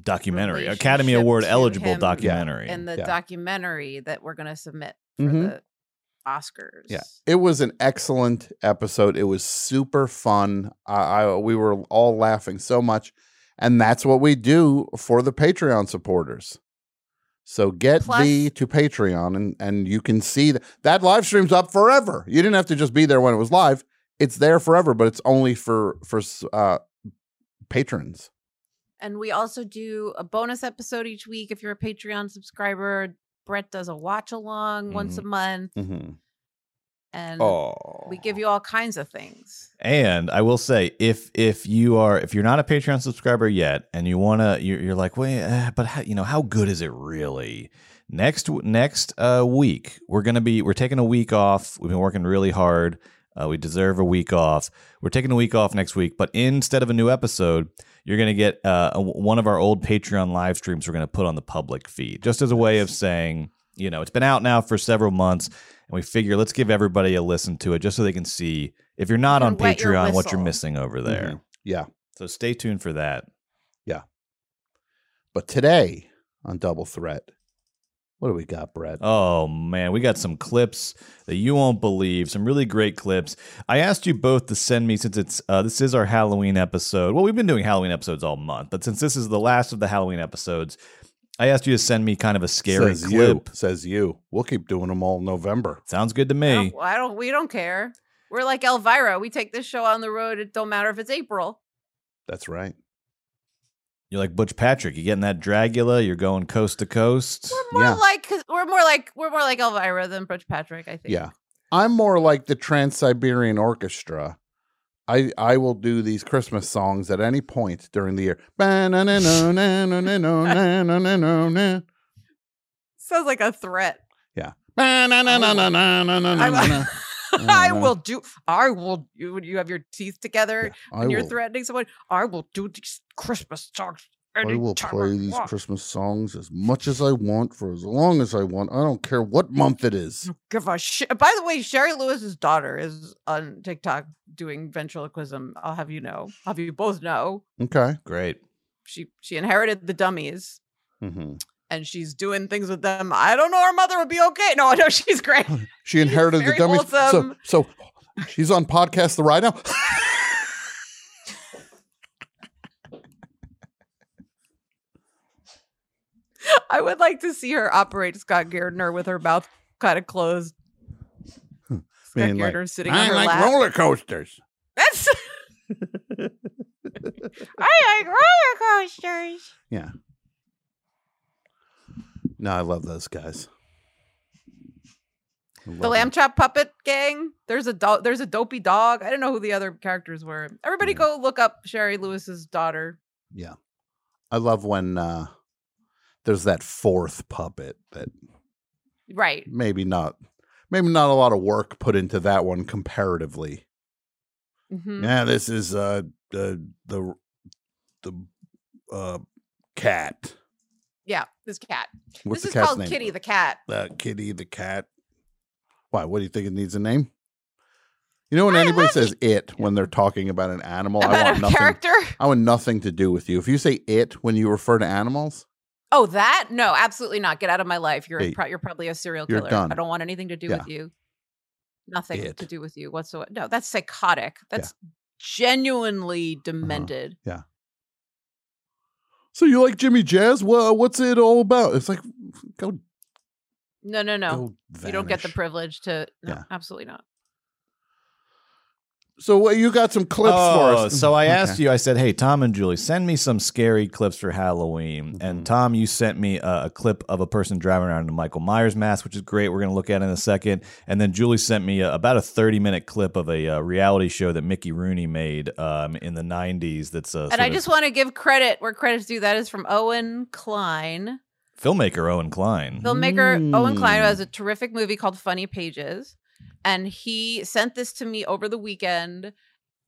Speaker 5: Documentary,
Speaker 2: Relationship
Speaker 5: Academy Award
Speaker 2: to
Speaker 5: eligible
Speaker 2: him
Speaker 5: documentary.
Speaker 2: and the
Speaker 3: Yeah.
Speaker 2: documentary that we're gonna submit for
Speaker 3: Mhm.
Speaker 2: the Oscars.
Speaker 3: Yeah, it was an excellent episode. It was super fun. I, I we were all laughing so much, and that's what we do for the Patreon supporters. So get
Speaker 2: Plus-
Speaker 3: thee to Patreon, and and you can see th- that live stream's up forever. You didn't have to just be there when it was live. It's there forever, but it's only for for s- uh, patrons.
Speaker 2: And we also do a bonus episode each week. If you're a Patreon subscriber, Brett does a watch along once a month,
Speaker 3: Mm-hmm.
Speaker 2: and
Speaker 3: Oh,
Speaker 2: we give you all kinds of things.
Speaker 5: And I will say, if if you are if you're not a Patreon subscriber yet, and you wanna you're, you're like, wait, uh, but how, you know how good is it really? Next w- next uh, week, we're gonna be we're taking a week off. We've been working really hard. Uh, we deserve a week off. We're taking a week off next week, but instead of a new episode, you're gonna get uh, a, one of our old Patreon live streams. We're gonna put on the public feed, just as a way of saying, you know, it's been out now for several months, and we figure let's give everybody a listen to it, just so they can see if you're not
Speaker 2: You
Speaker 5: on
Speaker 2: can wet your
Speaker 5: Patreon, what you're
Speaker 2: whistle. Mm-hmm.
Speaker 5: missing over there.
Speaker 3: Mhm. Yeah.
Speaker 5: So stay tuned for that.
Speaker 3: But today on Double Threat, what do we got, Brett?
Speaker 5: Oh man, we got some clips that you won't believe. Some really great clips. I asked you both to send me since it's uh, this is our Halloween episode. Well, we've been doing Halloween episodes all month, but since this is the last of the Halloween episodes, I asked you to send me kind of a scary
Speaker 3: says
Speaker 5: clip.
Speaker 3: you. Says you. We'll keep doing them all November.
Speaker 5: Sounds good to
Speaker 2: I
Speaker 5: me.
Speaker 2: don't, I don't. We don't care. We're like Elvira. We take this show on the road. It don't matter if it's April.
Speaker 3: That's right.
Speaker 5: You're like Butch Patrick. You're getting that Dragula. You're going coast to coast.
Speaker 2: We're more
Speaker 3: Yeah.
Speaker 2: like we're more like we're more like Elvira than Butch Patrick. I think.
Speaker 3: Yeah. I'm more like the Trans Siberian Orchestra. I I will do these Christmas songs at any point during the year. Ba-na-na-na-na-na-na-na-na-na-na.
Speaker 2: Sounds like a threat.
Speaker 3: Ba-na-na-na-na-na-na-na-na-na.
Speaker 2: I will do. I will. You, you have your teeth together.
Speaker 3: Yeah, I
Speaker 2: when you're
Speaker 3: will-
Speaker 2: threatening someone, I will do these Christmas songs
Speaker 3: I will
Speaker 2: anytime
Speaker 3: play these
Speaker 2: want.
Speaker 3: Christmas songs as much as I want for as long as I want. I don't care what month it is.
Speaker 2: Give a shit. By the way, Sherry Lewis's daughter is on TikTok doing ventriloquism. I'll have you know. Have you both know?
Speaker 3: Okay.
Speaker 5: Great.
Speaker 2: She she inherited the dummies
Speaker 3: hmm
Speaker 2: and she's doing things with them. I don't know. Her mother would be okay. No, I know she's great.
Speaker 3: She inherited the
Speaker 2: very
Speaker 3: dummies.
Speaker 2: wholesome.
Speaker 3: So, so she's on podcast the ride now.
Speaker 2: I would like to see her operate Scott Gardner with her mouth kind of closed. Scott
Speaker 3: Meaning, like,
Speaker 2: Gardner sitting on
Speaker 3: I
Speaker 2: her
Speaker 3: like
Speaker 2: lap.
Speaker 3: roller coasters.
Speaker 2: That's. I like roller coasters.
Speaker 3: Yeah. No, I love those guys. I love
Speaker 2: The lamb chop puppet gang. There's a do- there's a dopey dog. I don't know who the other characters were. Everybody, go look up Sherry Lewis's daughter.
Speaker 3: I love when uh, there's that fourth puppet that
Speaker 2: Right.
Speaker 3: maybe not, maybe not a lot of work put into that one comparatively.
Speaker 2: hmm
Speaker 3: Yeah, this is uh, the the the uh, cat.
Speaker 2: Yeah. This cat.
Speaker 3: What's
Speaker 2: this is
Speaker 3: the cat's
Speaker 2: called
Speaker 3: name?
Speaker 2: Kitty the cat.
Speaker 3: Uh, Kitty the cat. Why? What do you think it needs a name? You know when
Speaker 2: I
Speaker 3: anybody
Speaker 2: love
Speaker 3: says it when they're talking about an animal, Oh, I
Speaker 2: About
Speaker 3: want
Speaker 2: a
Speaker 3: nothing.
Speaker 2: character.
Speaker 3: I want nothing to do with you. If you say it when you refer to animals,
Speaker 2: Oh, that? No, absolutely not. Get out of my life. You're
Speaker 3: Hey,
Speaker 2: pro- you're probably a serial
Speaker 3: you're
Speaker 2: killer.
Speaker 3: done.
Speaker 2: I don't want anything to do
Speaker 3: Yeah.
Speaker 2: with you. Nothing
Speaker 3: It.
Speaker 2: to do with you whatsoever. No, that's psychotic. That's genuinely
Speaker 3: Uh-huh.
Speaker 2: demented.
Speaker 3: so you like Jimmy Jazz? Well, what's it all about? It's like go.
Speaker 2: No, no, no.
Speaker 3: go
Speaker 2: You don't get the
Speaker 3: vanish.
Speaker 2: privilege to. No,
Speaker 3: Yeah.
Speaker 2: absolutely not.
Speaker 3: So what? You got some clips for
Speaker 5: oh,
Speaker 3: us? Mm-hmm.
Speaker 5: so I asked
Speaker 3: Okay.
Speaker 5: you. I said, "Hey, Tom and Julie, send me some scary clips for Halloween."
Speaker 3: Mhm.
Speaker 5: And Tom, you sent me a, a clip of a person driving around in a Michael Myers mask, which is great. We're going to look at in a second. And then Julie sent me a, about a thirty-minute clip of a uh, reality show that Mickey Rooney made um, in the '90s. That's a
Speaker 2: and I just want to give credit where credit's due. That is from Owen Klein,
Speaker 5: filmmaker Owen Klein.
Speaker 2: filmmaker Owen Klein, who
Speaker 3: Mm.
Speaker 2: has a terrific movie called Funny Pages. And he sent this to me over the weekend,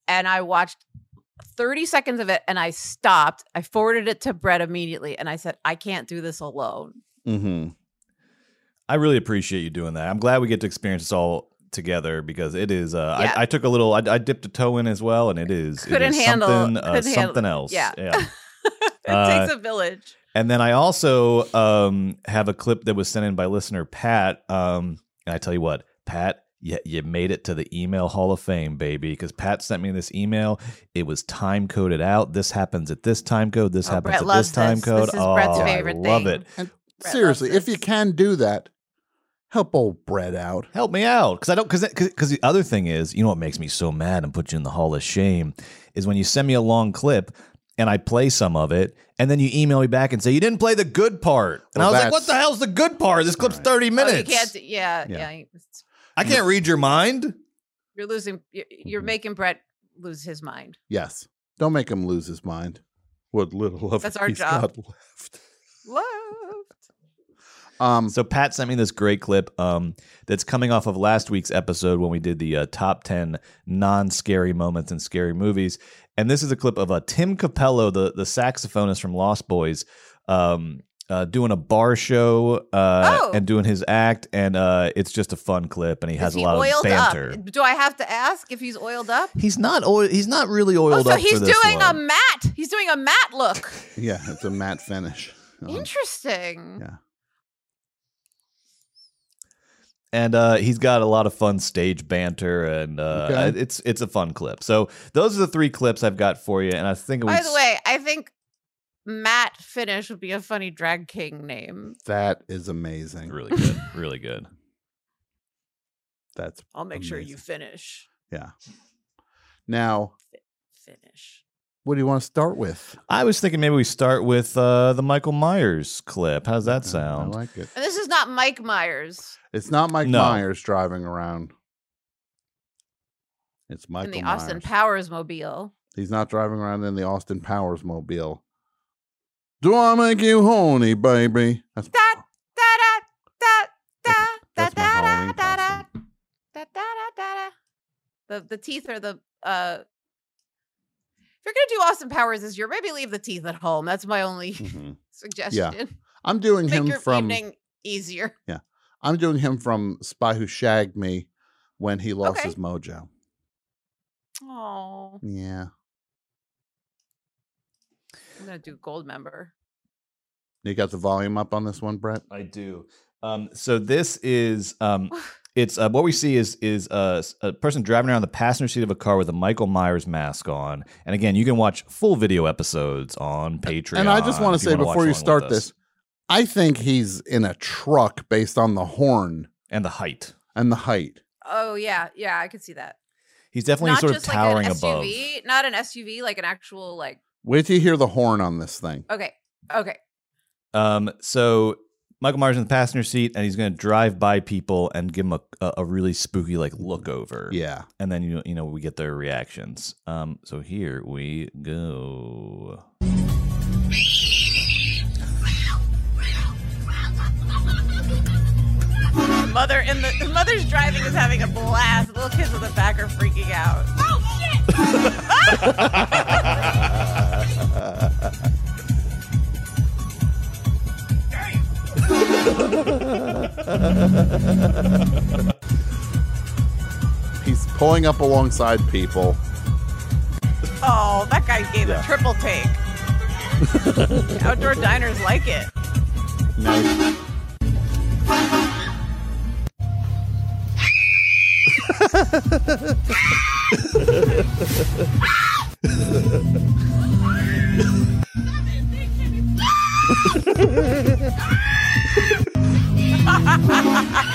Speaker 2: and I watched 30 seconds of it and I stopped. I forwarded it to Brett immediately and I said, I can't do this alone.
Speaker 3: Mm-hmm.
Speaker 5: I really appreciate you doing that. I'm glad we get to experience this all together because it is. Uh,
Speaker 2: Yeah.
Speaker 5: I, I took a little. I, I dipped a toe in as well, and it is. it
Speaker 2: Couldn't
Speaker 5: is
Speaker 2: handle-
Speaker 5: something, uh,
Speaker 2: couldn't handle-
Speaker 5: something else.
Speaker 2: yeah.
Speaker 5: yeah.
Speaker 2: it
Speaker 5: Uh,
Speaker 2: takes a village.
Speaker 5: And then I also um, have a clip that was sent in by listener Pat. Um, and I tell you what, Pat, you, you made it to the email Hall of Fame, baby, because Pat sent me this email. It was time coded out. This happens at this time code. This
Speaker 2: Oh,
Speaker 5: happens
Speaker 2: Brett
Speaker 5: at
Speaker 2: loves
Speaker 5: this time
Speaker 2: this.
Speaker 5: code.
Speaker 2: This is
Speaker 5: oh,
Speaker 2: Brett's
Speaker 5: I
Speaker 2: favorite
Speaker 5: love
Speaker 2: thing.
Speaker 5: it.
Speaker 2: Brett
Speaker 3: Seriously,
Speaker 2: loves
Speaker 3: if you
Speaker 2: this.
Speaker 3: can do that, help old Brett out.
Speaker 5: help me out because i don't because because the other thing is you know what makes me so mad and put you in the hall of shame is when you send me a long clip and i play some of it and then you email me back and say you didn't play the good part and
Speaker 3: Well,
Speaker 5: i was like
Speaker 3: that's-
Speaker 5: what the hell's the good part this clip's 30
Speaker 2: Oh,
Speaker 5: minutes
Speaker 2: you can't, do- yeah,
Speaker 3: Yeah.
Speaker 2: yeah. it's-
Speaker 5: i can't read your mind
Speaker 2: You're losing, you- you're
Speaker 5: Mm-hmm.
Speaker 2: making Brett lose his mind.
Speaker 3: Yes. Don't make him lose his mind. What little of
Speaker 2: That's
Speaker 3: it
Speaker 2: our
Speaker 3: he's
Speaker 2: job.
Speaker 3: got left.
Speaker 2: Love.
Speaker 3: Um,
Speaker 5: so pat sent me this great clip um, that's coming off of last week's episode when we did the uh, top 10 non-scary moments in scary movies and this is a clip of uh, tim capello the, the saxophonist from lost boys um, uh, doing a bar show uh,
Speaker 2: Oh.
Speaker 5: and doing his act and uh, it's just a fun clip and he has
Speaker 2: Is he
Speaker 5: a lot of
Speaker 2: oiled
Speaker 5: banter
Speaker 2: up? Do I have to ask if he's oiled up?
Speaker 5: he's not oil- he's not really oiled
Speaker 2: oh, so
Speaker 5: up
Speaker 2: he's
Speaker 5: for this
Speaker 2: doing
Speaker 5: one.
Speaker 2: a matte. He's doing a matte look.
Speaker 3: yeah, it's a matte finish. Um,
Speaker 2: Interesting.
Speaker 3: yeah.
Speaker 5: and uh, he's got a lot of fun stage banter, and uh,
Speaker 3: Okay.
Speaker 5: it's it's a fun clip. So those are the three clips I've got for you, and I think we
Speaker 2: By the way, I think Matt Finish would be a funny drag king name.
Speaker 3: that is amazing.
Speaker 5: really good, really good.
Speaker 3: That's
Speaker 2: I'll make sure you
Speaker 3: Amazing.
Speaker 2: finish.
Speaker 3: now.
Speaker 2: Finish.
Speaker 3: What do you want to start with?
Speaker 5: I was thinking maybe we start with uh, the Michael Myers clip. How's that
Speaker 3: Uh,
Speaker 5: sound?
Speaker 3: I like it.
Speaker 2: And this is not Mike Myers
Speaker 3: It's not Mike
Speaker 5: No.
Speaker 3: Myers driving around. It's Michael
Speaker 2: in the Austin
Speaker 3: Myers.
Speaker 2: Powers mobile.
Speaker 3: He's not driving around in the Austin Powers mobile. Do I make you horny, baby? That's
Speaker 2: Da da da da da da
Speaker 3: That's- that's my
Speaker 2: da da
Speaker 3: Halloween
Speaker 2: da da
Speaker 3: costume.
Speaker 2: da da da da. The the teeth are the uh. you're gonna do Austin Powers this year, maybe leave the teeth at home. That's my only
Speaker 3: Mhm.
Speaker 2: suggestion.
Speaker 3: I'm doing
Speaker 2: Make
Speaker 3: him
Speaker 2: your
Speaker 3: from
Speaker 2: evening easier.
Speaker 3: I'm doing him from Spy Who Shagged Me when he lost
Speaker 2: Okay.
Speaker 3: his mojo.
Speaker 2: Oh,
Speaker 3: Yeah.
Speaker 2: I'm gonna do gold member.
Speaker 3: You got the volume up on this one, Brett?
Speaker 5: I do. Um, so this is um, it's uh, what we see is is uh, s- a person driving around the passenger seat of a car with a Michael Myers mask on. And again, you can watch full video episodes on Patreon.
Speaker 3: And I just want
Speaker 5: if
Speaker 3: to say
Speaker 5: wanna watch
Speaker 3: before you
Speaker 5: along with
Speaker 3: start
Speaker 5: us.
Speaker 3: this, I think he's in a truck based on the horn
Speaker 5: and the height,
Speaker 3: and the height.
Speaker 2: Oh yeah, yeah, I could see that.
Speaker 5: he's definitely
Speaker 2: not
Speaker 5: sort of
Speaker 2: just
Speaker 5: towering
Speaker 2: like an
Speaker 5: above.
Speaker 2: SUV, not an SUV, like an actual like.
Speaker 3: Wait till you hear the horn on this thing.
Speaker 2: Okay, okay,
Speaker 5: Um, so Michael Myers in the passenger seat, and he's going to drive by people and give them a, a a really spooky like look over.
Speaker 3: Yeah.
Speaker 5: and then you you know we get their reactions. Um, so here we go.
Speaker 2: The mother in the, the mother's driving is having a blast. The little kids in the back are freaking out.
Speaker 3: He's pulling up alongside people.
Speaker 2: Oh, that guy gave a triple take. Outdoor diners like it.
Speaker 3: Now-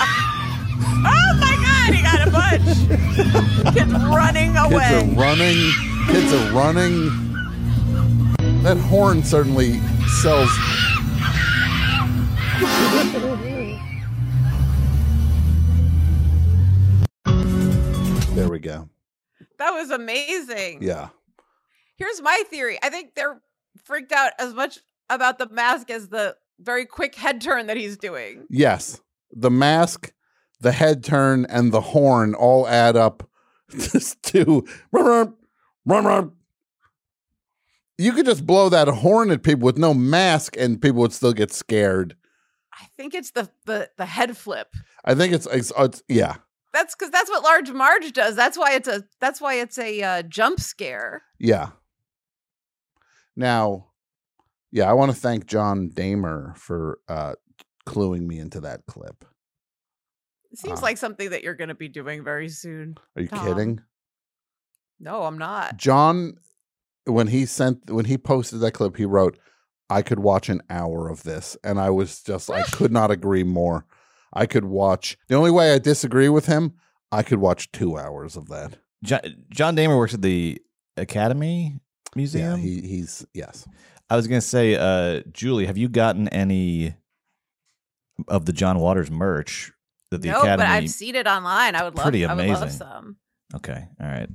Speaker 2: Oh my god, he got a bunch. Kids running
Speaker 3: kids are
Speaker 2: away.
Speaker 3: running. Kids are running. That horn certainly sells. there we go.
Speaker 2: That was amazing.
Speaker 3: Yeah.
Speaker 2: Here's my theory. I think they're freaked out as much about the mask as the very quick head turn that he's doing.
Speaker 3: Yes. The mask, the head turn, and the horn all add up just to rum, rum, rum, rum. You could just blow that horn at people with no mask and people would still get scared.
Speaker 2: I think it's the the, the head flip.
Speaker 3: I think it's, it's, uh, it's yeah.
Speaker 2: That's because that's what Large Marge does. That's why it's a that's why it's a uh, jump scare.
Speaker 3: Yeah. Now, yeah, I want to thank John Damer for uh cluing me into that clip.
Speaker 2: It seems
Speaker 3: Ah.
Speaker 2: like something that you're going to be doing very soon.
Speaker 3: Are you
Speaker 2: Tom.
Speaker 3: kidding?
Speaker 2: No, I'm not.
Speaker 3: John when he sent when he posted that clip, he wrote, "I could watch an hour of this." And I was just I could not agree more. I could watch. The only way I disagree with him, I could watch 2 hours of that.
Speaker 5: John, John Damer works at the Academy
Speaker 3: Yeah,
Speaker 5: Museum.
Speaker 3: he, he's yes.
Speaker 5: I was gonna say, uh, Julie, have you gotten any of the John Waters merch that the
Speaker 2: no,
Speaker 5: Academy?
Speaker 2: but I've seen it online. I would love.
Speaker 5: Pretty
Speaker 2: I would love
Speaker 5: amazing.
Speaker 2: some.
Speaker 5: okay, all right.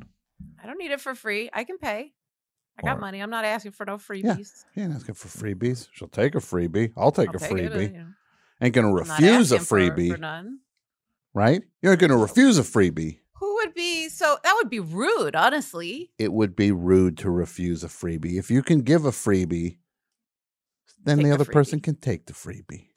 Speaker 2: I don't need it for free. I can pay. I got
Speaker 5: Or-
Speaker 2: money. I'm not asking for no freebies.
Speaker 3: He ain't asking for freebies. She'll take a freebie. I'll take
Speaker 2: I'll
Speaker 3: a
Speaker 2: take it, uh,
Speaker 3: freebie.
Speaker 2: you know.
Speaker 3: Ain't gonna
Speaker 2: I'm not
Speaker 3: refuse a
Speaker 2: asking for-
Speaker 3: freebie.
Speaker 2: for none.
Speaker 3: right? You're not going to refuse a freebie.
Speaker 2: Who would be so? That would be rude, honestly.
Speaker 3: It would be rude to refuse a freebie. If you can give a freebie, then
Speaker 2: Take
Speaker 3: the
Speaker 2: the
Speaker 3: other person
Speaker 2: freebie.
Speaker 3: can take the freebie.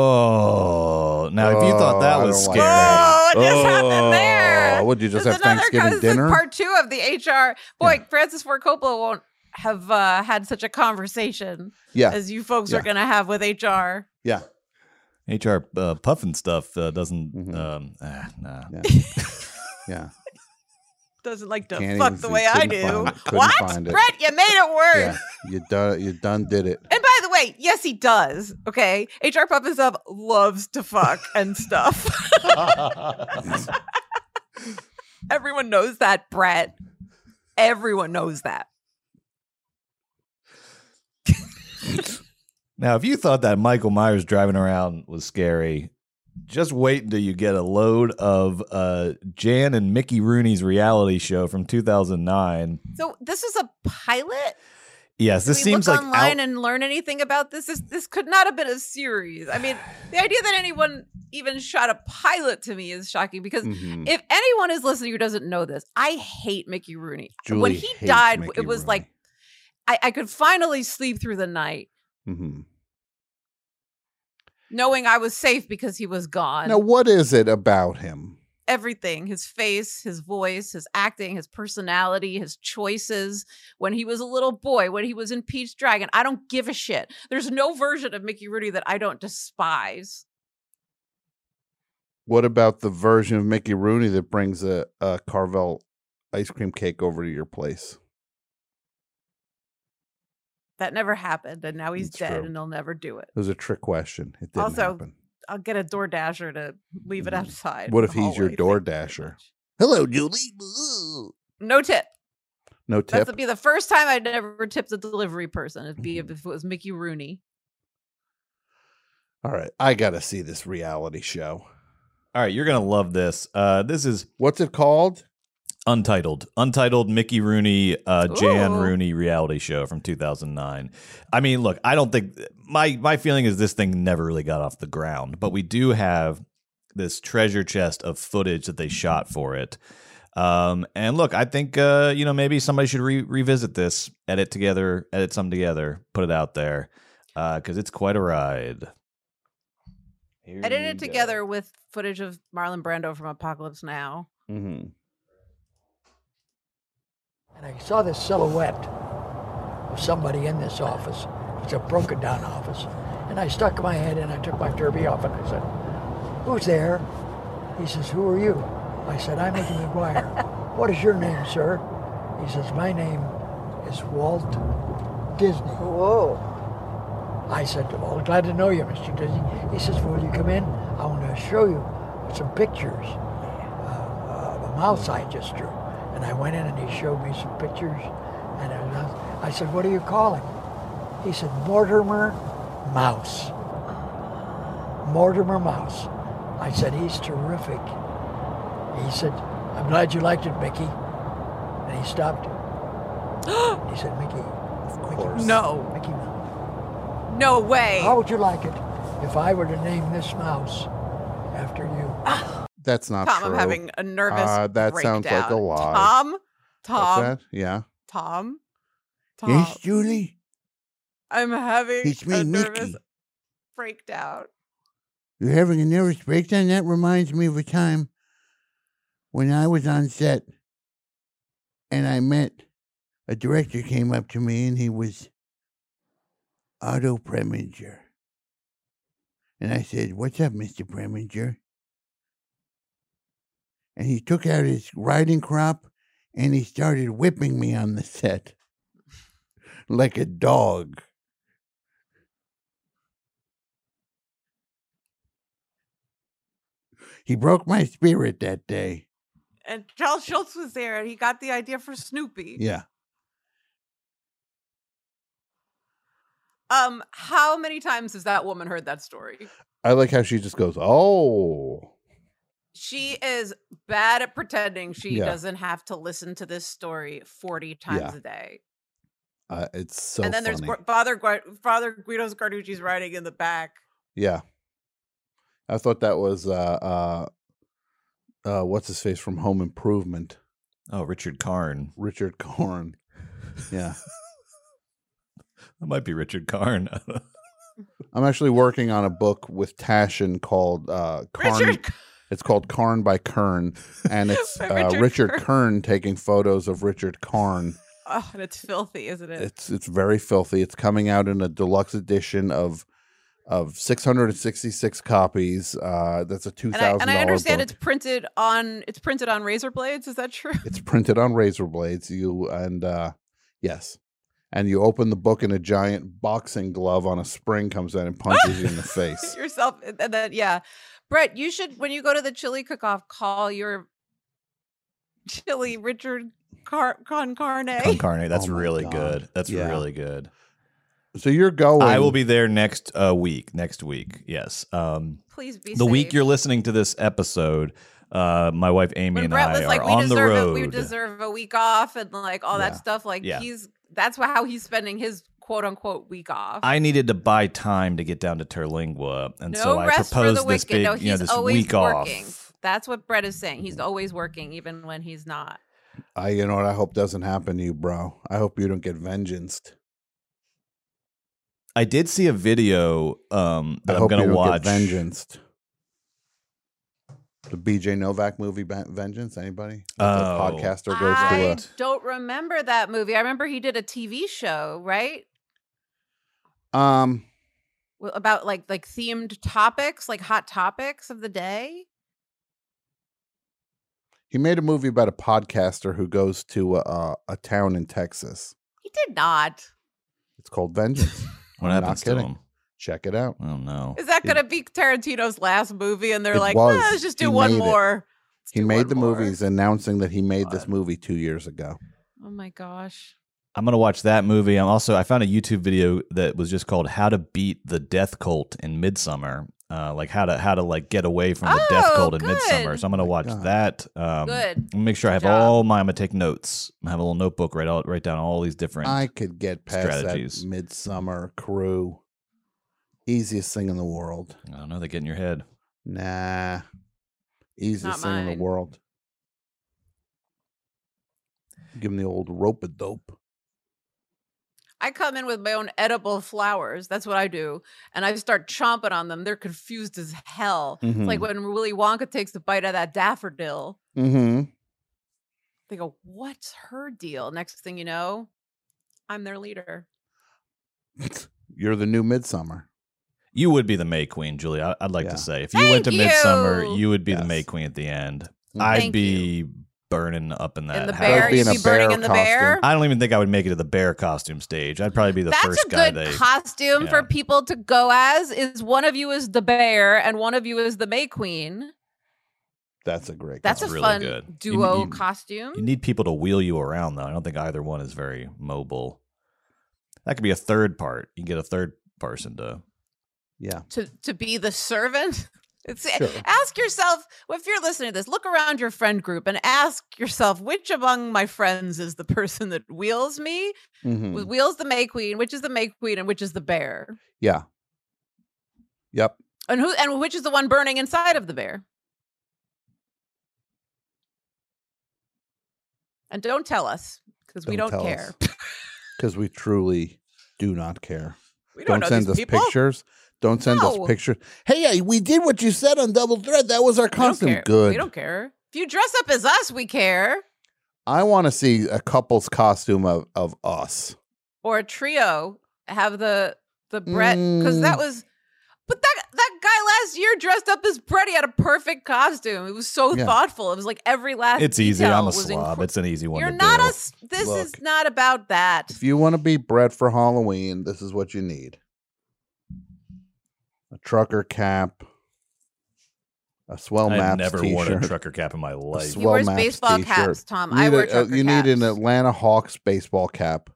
Speaker 5: Oh, now if you thought that
Speaker 3: Oh, I
Speaker 5: was
Speaker 3: don't
Speaker 5: scary,
Speaker 3: like that.
Speaker 2: Oh, it just happened there.
Speaker 3: Oh, would you just
Speaker 2: This
Speaker 3: have
Speaker 2: is another
Speaker 3: Thanksgiving
Speaker 2: cause it's
Speaker 3: dinner?
Speaker 2: Like part two of the HR. Boy, Francis Ford Coppola won't have uh, had such a conversation
Speaker 3: yeah,
Speaker 2: as you folks
Speaker 3: Yeah.
Speaker 2: are going to have with HR.
Speaker 3: yeah.
Speaker 5: HR uh, puffin stuff uh, doesn't.
Speaker 3: Mhm.
Speaker 5: Um, ah, nah.
Speaker 3: Yeah. Yeah.
Speaker 2: Doesn't like to
Speaker 3: Can't
Speaker 2: fuck
Speaker 3: even
Speaker 2: the
Speaker 3: see-
Speaker 2: way I
Speaker 3: couldn't
Speaker 2: do.
Speaker 3: find it, couldn't
Speaker 2: What,
Speaker 3: find it.
Speaker 2: Brett? You made it worse.
Speaker 3: Yeah. You done you done did it.
Speaker 2: And by the way, yes, he does. Okay, HR Puffin Stuff loves to fuck and stuff. Everyone knows that, Brett. Everyone knows that.
Speaker 5: Now, if you thought that Michael Myers driving around was scary, just wait until you get a load of uh, Jan and Mickey Rooney's reality show from 2009.
Speaker 2: So this is a pilot.
Speaker 5: Yes,
Speaker 2: Did
Speaker 5: this
Speaker 2: we
Speaker 5: seems
Speaker 2: look
Speaker 5: like
Speaker 2: online
Speaker 5: out-
Speaker 2: and learn anything about this. This this could not have been a series. I mean, the idea that anyone even shot a pilot to me is shocking because
Speaker 3: Mhm.
Speaker 2: if anyone is listening who doesn't know this, I hate Mickey Rooney. when
Speaker 3: Julie
Speaker 2: he
Speaker 3: hates
Speaker 2: died,
Speaker 3: Mickey
Speaker 2: it was
Speaker 3: Rooney.
Speaker 2: like I, I could finally sleep through the night
Speaker 3: Mhm.
Speaker 2: knowing I was safe because he was gone.
Speaker 3: Now, what is it about him?
Speaker 2: Everything his face, his voice, his acting, his personality, his choices. When he was a little boy, when he was in Peach Dragon, I don't give a shit. There's no version of Mickey Rooney that I don't despise.
Speaker 3: What about the version of Mickey Rooney that brings a, a Carvel ice cream cake over to your place?
Speaker 2: That never happened, and now he's
Speaker 3: It's
Speaker 2: dead,
Speaker 3: true.
Speaker 2: and he'll never do it.
Speaker 3: It was a trick question. It didn't
Speaker 2: Also,
Speaker 3: happen.
Speaker 2: I'll get a door dasher to leave it
Speaker 3: Mm.
Speaker 2: outside.
Speaker 3: What
Speaker 2: in
Speaker 3: if
Speaker 2: the
Speaker 3: he's your
Speaker 2: hallway. Thank you very
Speaker 3: DoorDasher?
Speaker 2: much.
Speaker 3: Hello, Julie. Ooh.
Speaker 2: No tip.
Speaker 3: No
Speaker 2: That's
Speaker 3: tip.
Speaker 2: That'd be the first time I'd ever tipped a delivery person. It'd be if it
Speaker 3: Mm-hmm.
Speaker 2: was Mickey Rooney.
Speaker 3: All right, I gotta see this reality show.
Speaker 5: All right, you're gonna love this. Uh, this is
Speaker 3: What's it called?
Speaker 5: Untitled, Untitled Mickey Rooney, uh, Jan
Speaker 2: Ooh.
Speaker 5: Rooney reality show from 2009. I mean, look, I don't think my my feeling is this thing never really got off the ground, but we do have this treasure chest of footage that they shot for it. Um, and look, I think uh, you know maybe somebody should re- revisit this, edit together, edit some together, put it out there because it's quite a ride. Here
Speaker 2: I did it
Speaker 5: we go.
Speaker 2: together with footage of Marlon Brando from Apocalypse Now.
Speaker 3: Mm-hmm.
Speaker 9: And I saw this silhouette of somebody in this office. It's a broken down office. And I stuck my head in, I took my derby off, and I said, Who's there? He says, Who are you? I said, I'm Mickey McGuire. what is your name, sir? He says, My name is Walt Disney. Whoa. I said, Well, glad to know you, Mr. Disney. He says, Will you come in? I want to show you some pictures uh, of a mouse I just drew. And I went in and he showed me some pictures. And I, was- I said, What do you call him? He said, Mortimer Mouse. Mortimer Mouse. I said, He's terrific. He said, I'm glad you liked it, Mickey. And he stopped. he said, Mickey, Mickey,
Speaker 2: No.
Speaker 9: Mickey Mouse.
Speaker 2: No way.
Speaker 3: Oh,
Speaker 9: How would you like it if I were to name this mouse after you?
Speaker 3: That's not
Speaker 2: Tom,
Speaker 3: true.
Speaker 2: I'm having a nervous
Speaker 3: Uh, that sounds like a
Speaker 2: breakdown.
Speaker 3: lie.
Speaker 2: Tom,
Speaker 3: What's
Speaker 2: Tom,
Speaker 3: that? Yeah.
Speaker 2: Tom, Tom.
Speaker 3: Julie.
Speaker 2: I'm having
Speaker 3: It's me,
Speaker 2: a nervous
Speaker 3: Mickey.
Speaker 2: breakdown.
Speaker 3: You're having a nervous breakdown? That reminds me of a time when I was on set and I met a director came up to me and he was Otto Preminger. And I said, What's up, Mr. Preminger? And he took out his riding crop and he started whipping me on the set like a dog. He broke my spirit that day.
Speaker 2: And Charles Schultz was there, and he got the idea for Snoopy.
Speaker 3: Yeah.
Speaker 2: Um, how many times has that woman heard that story?
Speaker 3: I like how she just goes, "Oh,
Speaker 2: She is bad at pretending she
Speaker 3: Mm. Yeah.
Speaker 2: doesn't have to listen to this story 40 times
Speaker 3: Yeah.
Speaker 2: a day.
Speaker 3: uh, it's so."
Speaker 2: and then there's
Speaker 3: funny."
Speaker 2: Gu- Father, Gu- Father Guido's Carducci's writing in the back.
Speaker 3: yeah. I thought that was uh, uh, uh, what's his face from Home Improvement,
Speaker 5: Oh, Richard Karn.
Speaker 3: Richard Corn. Yeah,
Speaker 5: That might be Richard Karn.
Speaker 3: I'm actually working on a book with Tashin called uh, Karn.
Speaker 2: Richard, Car-
Speaker 3: It's called Karn by Kern, and it's uh,
Speaker 2: By
Speaker 3: Richard,
Speaker 2: Richard
Speaker 3: Kern.
Speaker 2: Kern.
Speaker 3: taking photos of Richard Karn.
Speaker 2: oh, and it's filthy, isn't it?
Speaker 3: It's it's very filthy. It's coming out in a deluxe edition of of 666 copies. Uh, that's a two
Speaker 2: and I,
Speaker 3: thousand.
Speaker 2: and I understand it's printed on it's printed on razor blades. Is that true?
Speaker 3: it's printed on razor blades you and uh yes and you open the book and a giant boxing glove on a spring comes out and punches you in the face
Speaker 2: Yourself, and then yeah, Brett, you should when you go to the chili cook-off, call your chili Richard Car- Concarne.
Speaker 5: Concarnate. That's
Speaker 3: Oh my
Speaker 5: really
Speaker 3: God.
Speaker 5: good. That's
Speaker 3: Yeah.
Speaker 5: really good.
Speaker 3: so you're going
Speaker 5: I will be there next uh, week. Next week, yes. Um,
Speaker 2: Please be
Speaker 5: the week
Speaker 2: safe.
Speaker 5: you're listening to this episode, uh, my wife Amy
Speaker 2: when
Speaker 5: and
Speaker 2: Brett
Speaker 5: I
Speaker 2: was
Speaker 5: are
Speaker 2: like,
Speaker 5: on the
Speaker 2: "We deserve
Speaker 5: road.
Speaker 2: it. We deserve a week off," and like all
Speaker 5: Yeah.
Speaker 2: that stuff. Like
Speaker 5: Yeah.
Speaker 2: he's that's wha- how he's spending his quote unquote week off.
Speaker 5: I needed to buy time to get down to Terlingua, and
Speaker 2: no
Speaker 5: so I
Speaker 2: rest for the
Speaker 5: proposed this
Speaker 2: wicked.
Speaker 5: big,
Speaker 2: no, he's
Speaker 5: you know, this
Speaker 2: always
Speaker 5: week
Speaker 2: working.
Speaker 5: off.
Speaker 2: That's what Brett is saying. He's always working, even when he's not.
Speaker 3: I, you know what? I hope doesn't happen to you, bro. I hope you don't get vengeanced.
Speaker 5: I did see a video um, that
Speaker 3: I
Speaker 5: I'm
Speaker 3: hope you
Speaker 5: going to
Speaker 3: don't
Speaker 5: watch.
Speaker 3: Get vengeanced. The BJ Novak movie, Ba- Vengeance. Anybody? The
Speaker 5: Oh.
Speaker 3: podcaster goes
Speaker 2: I
Speaker 3: to
Speaker 2: don't remember that movie. I remember he did a TV show, right?
Speaker 3: a um.
Speaker 2: Well, About like like themed topics, like hot topics of the day.
Speaker 3: He made a movie about a podcaster who goes to a, a, a town in Texas.
Speaker 2: He did not.
Speaker 3: It's called Vengeance.
Speaker 5: What
Speaker 3: I'm not
Speaker 5: happens to
Speaker 3: kidding.
Speaker 5: him?
Speaker 3: Check it out.
Speaker 5: I don't know.
Speaker 2: Is that
Speaker 3: It-
Speaker 2: going to be Tarantino's last movie? And they're
Speaker 3: It
Speaker 2: like,
Speaker 3: was.
Speaker 2: "Ah, let's just do
Speaker 3: He
Speaker 2: one
Speaker 3: made it.
Speaker 2: more. Let's
Speaker 3: He
Speaker 2: do
Speaker 3: made
Speaker 2: one
Speaker 3: the
Speaker 2: more."
Speaker 3: movie. He's announcing that he made this
Speaker 2: God.
Speaker 3: movie two years ago.
Speaker 2: Oh my gosh.
Speaker 5: I'm gonna watch that movie. I'm also I found a YouTube video that was just called "How to Beat the Death Cult in Midsummer," uh, like how to how to like get away from the Death
Speaker 2: Oh,
Speaker 5: Cult in Midsummer.
Speaker 2: good.
Speaker 5: So I'm gonna watch
Speaker 3: God.
Speaker 5: that. Um,
Speaker 2: Good.
Speaker 5: Make sure I have
Speaker 2: Good job.
Speaker 5: all my. I'm gonna take notes. I have a little notebook. Write out. Write down all these different.
Speaker 3: I could get past
Speaker 5: Strategies.
Speaker 3: that midsummer crew. Easiest thing in the world.
Speaker 5: I don't know. They get in your head.
Speaker 3: Nah. Easiest thing in
Speaker 2: mine.
Speaker 3: the world. Give him the old rope a dope.
Speaker 2: I come in with my own edible flowers. That's what I do. And I start chomping on them. They're confused as hell. It's like
Speaker 5: Mm-hmm.
Speaker 2: when Willy Wonka takes a bite of that daffodil.
Speaker 3: Mm-hmm.
Speaker 2: They go, What's her deal? Next thing you know, I'm their leader.
Speaker 3: You're the new midsummer.
Speaker 5: You would be the May Queen, Julie. I, I'd like
Speaker 3: Yeah.
Speaker 5: to say if you went
Speaker 2: Thank
Speaker 5: to Midsummer,
Speaker 2: you.
Speaker 5: you would be the
Speaker 3: Yes.
Speaker 5: May Queen at the end.
Speaker 3: Mm.
Speaker 5: I'd
Speaker 2: Thank
Speaker 5: be burning up in that.
Speaker 2: In the
Speaker 5: house.
Speaker 2: bear,
Speaker 3: be in
Speaker 2: you'd
Speaker 3: a
Speaker 2: be burning
Speaker 3: bear
Speaker 2: in the
Speaker 3: costume.
Speaker 2: bear.
Speaker 5: I don't even think I would make it to the bear costume stage. I'd probably be the
Speaker 2: That's
Speaker 5: first
Speaker 2: a
Speaker 5: guy
Speaker 2: good
Speaker 5: they
Speaker 2: costume
Speaker 5: yeah.
Speaker 2: for people to go as is one of you is the bear and one of you is the May Queen.
Speaker 3: That's a great
Speaker 2: That's,
Speaker 5: That's
Speaker 2: a
Speaker 5: really
Speaker 2: fun
Speaker 5: good. You-
Speaker 2: duo
Speaker 5: you-
Speaker 2: costume.
Speaker 5: You need people to wheel you around, though. I don't think either one is very mobile. That could be a third part. You can get a third person to.
Speaker 3: Yeah.
Speaker 2: to to be the servant it's,
Speaker 3: Sure.
Speaker 2: ask yourself if you're listening to this look around your friend group and ask yourself which among my friends is the person that wheels me
Speaker 3: Mhm.
Speaker 2: wheels the may queen which is the may queen and which is the bear
Speaker 3: Yeah. Yep.
Speaker 2: and who and which is the one burning inside of the bear and don't tell us because we don't
Speaker 3: Don't tell
Speaker 2: care
Speaker 3: Because we truly do not care.
Speaker 2: we don't,
Speaker 3: Don't,
Speaker 2: know
Speaker 3: send
Speaker 2: these
Speaker 3: us
Speaker 2: people
Speaker 3: pictures. Don't send
Speaker 2: No.
Speaker 3: us pictures. Hey, I- we did what you said on Double Thread. That was our
Speaker 2: we don't
Speaker 3: costume.
Speaker 2: care
Speaker 3: Good.
Speaker 2: we don't care if you dress up as us we care
Speaker 3: I want to see a couple's costume of, of us.
Speaker 2: or a trio have the the Brett because that
Speaker 3: Mm.
Speaker 2: was but that that guy last year dressed up as Brett. He had a perfect costume. It was so
Speaker 3: Yeah.
Speaker 2: thoughtful. It was like every last.
Speaker 5: It's easy.
Speaker 2: detail
Speaker 5: I'm a
Speaker 2: was
Speaker 5: slob.
Speaker 2: incre-
Speaker 5: it's an easy one.
Speaker 2: You're
Speaker 5: to
Speaker 2: not
Speaker 5: do.
Speaker 2: a. s- This is
Speaker 3: Look.
Speaker 2: not about that.
Speaker 3: If you want to be Brett for Halloween, this is what you need a trucker cap, a swell
Speaker 5: I've
Speaker 3: maps
Speaker 5: never
Speaker 3: t-shirt.
Speaker 5: worn a trucker cap in my life.
Speaker 2: He
Speaker 3: Swell
Speaker 2: wears
Speaker 3: Maps
Speaker 2: baseball
Speaker 3: t-shirt.
Speaker 2: caps, Tom.
Speaker 3: You
Speaker 2: I
Speaker 3: need
Speaker 2: wear
Speaker 3: a- uh,
Speaker 2: trucker
Speaker 3: You need an
Speaker 2: caps.
Speaker 3: Atlanta Hawks baseball cap.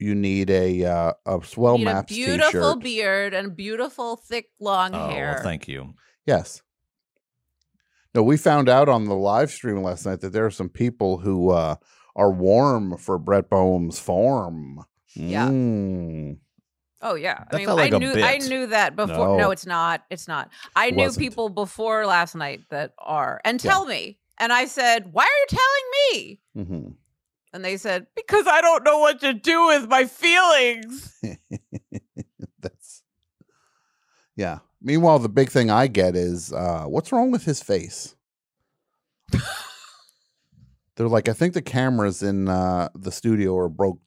Speaker 3: You need a uh, a swell
Speaker 2: You need a
Speaker 3: maps
Speaker 2: beautiful
Speaker 3: t-shirt.
Speaker 2: beard and beautiful thick long
Speaker 5: oh,
Speaker 2: hair.
Speaker 5: well, thank you.
Speaker 3: Yes. No, we found out on the live stream last night that there are some people who uh, are warm for Brett Boehm's form.
Speaker 2: Yeah.
Speaker 3: Mm.
Speaker 2: Oh yeah,
Speaker 5: That
Speaker 2: I mean,
Speaker 5: felt like
Speaker 2: I
Speaker 5: a
Speaker 2: knew I
Speaker 5: bit.
Speaker 2: knew that before. No.
Speaker 3: No.
Speaker 2: it's not. It's not. I
Speaker 3: It
Speaker 2: knew
Speaker 3: wasn't.
Speaker 2: people before last night that are and
Speaker 3: Yeah.
Speaker 2: tell me, and I said, "Why are you telling me?"
Speaker 3: Mhm.
Speaker 2: And they said, "Because I don't know what to do with my feelings."
Speaker 3: That's yeah. Meanwhile, the big thing I get is uh, what's wrong with his face? They're like, I think the cameras in uh, the studio are broke.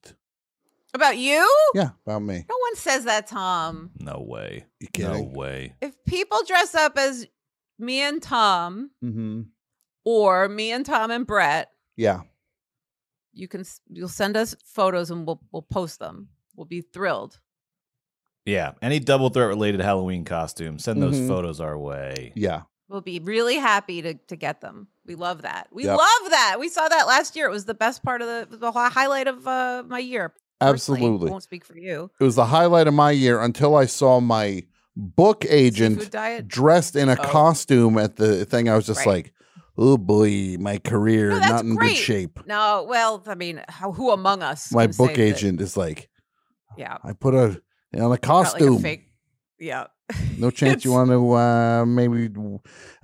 Speaker 2: About you?
Speaker 3: Yeah, about me.
Speaker 2: No one says that, Tom.
Speaker 5: No way.
Speaker 3: You
Speaker 5: No
Speaker 3: kidding?
Speaker 5: way.
Speaker 2: If people dress up as me and Tom
Speaker 3: Mm-hmm.
Speaker 2: or me and Tom and Brett,
Speaker 3: Yeah,
Speaker 2: you can s- you'll send us photos and we'll we'll post them. We'll be thrilled.
Speaker 5: Yeah. Any double threat related Halloween costume, send those
Speaker 3: Mhm.
Speaker 5: photos our way.
Speaker 3: yeah.
Speaker 2: We'll be really happy to, to get them. We love that. We
Speaker 3: Yep.
Speaker 2: love that. We saw that last year. It was the best part of the, the hi- highlight of uh, my year. personally.
Speaker 3: Absolutely.
Speaker 2: I won't speak for you.
Speaker 3: It was the highlight of my year until I saw my book agent
Speaker 2: Seafood diet.
Speaker 3: dressed in a
Speaker 2: Oh.
Speaker 3: costume at the thing. I was just
Speaker 2: Right.
Speaker 3: like, oh boy, my career
Speaker 2: No, that's
Speaker 3: not in
Speaker 2: great.
Speaker 3: good shape.
Speaker 2: No, well, I mean, how, who among us?
Speaker 3: My
Speaker 2: can say
Speaker 3: book
Speaker 2: that-
Speaker 3: agent is like,
Speaker 2: Yeah.
Speaker 3: I put a on a
Speaker 2: not like
Speaker 3: costume.
Speaker 2: a fake. Yeah.
Speaker 3: No chance you
Speaker 2: It's-
Speaker 3: want to uh, maybe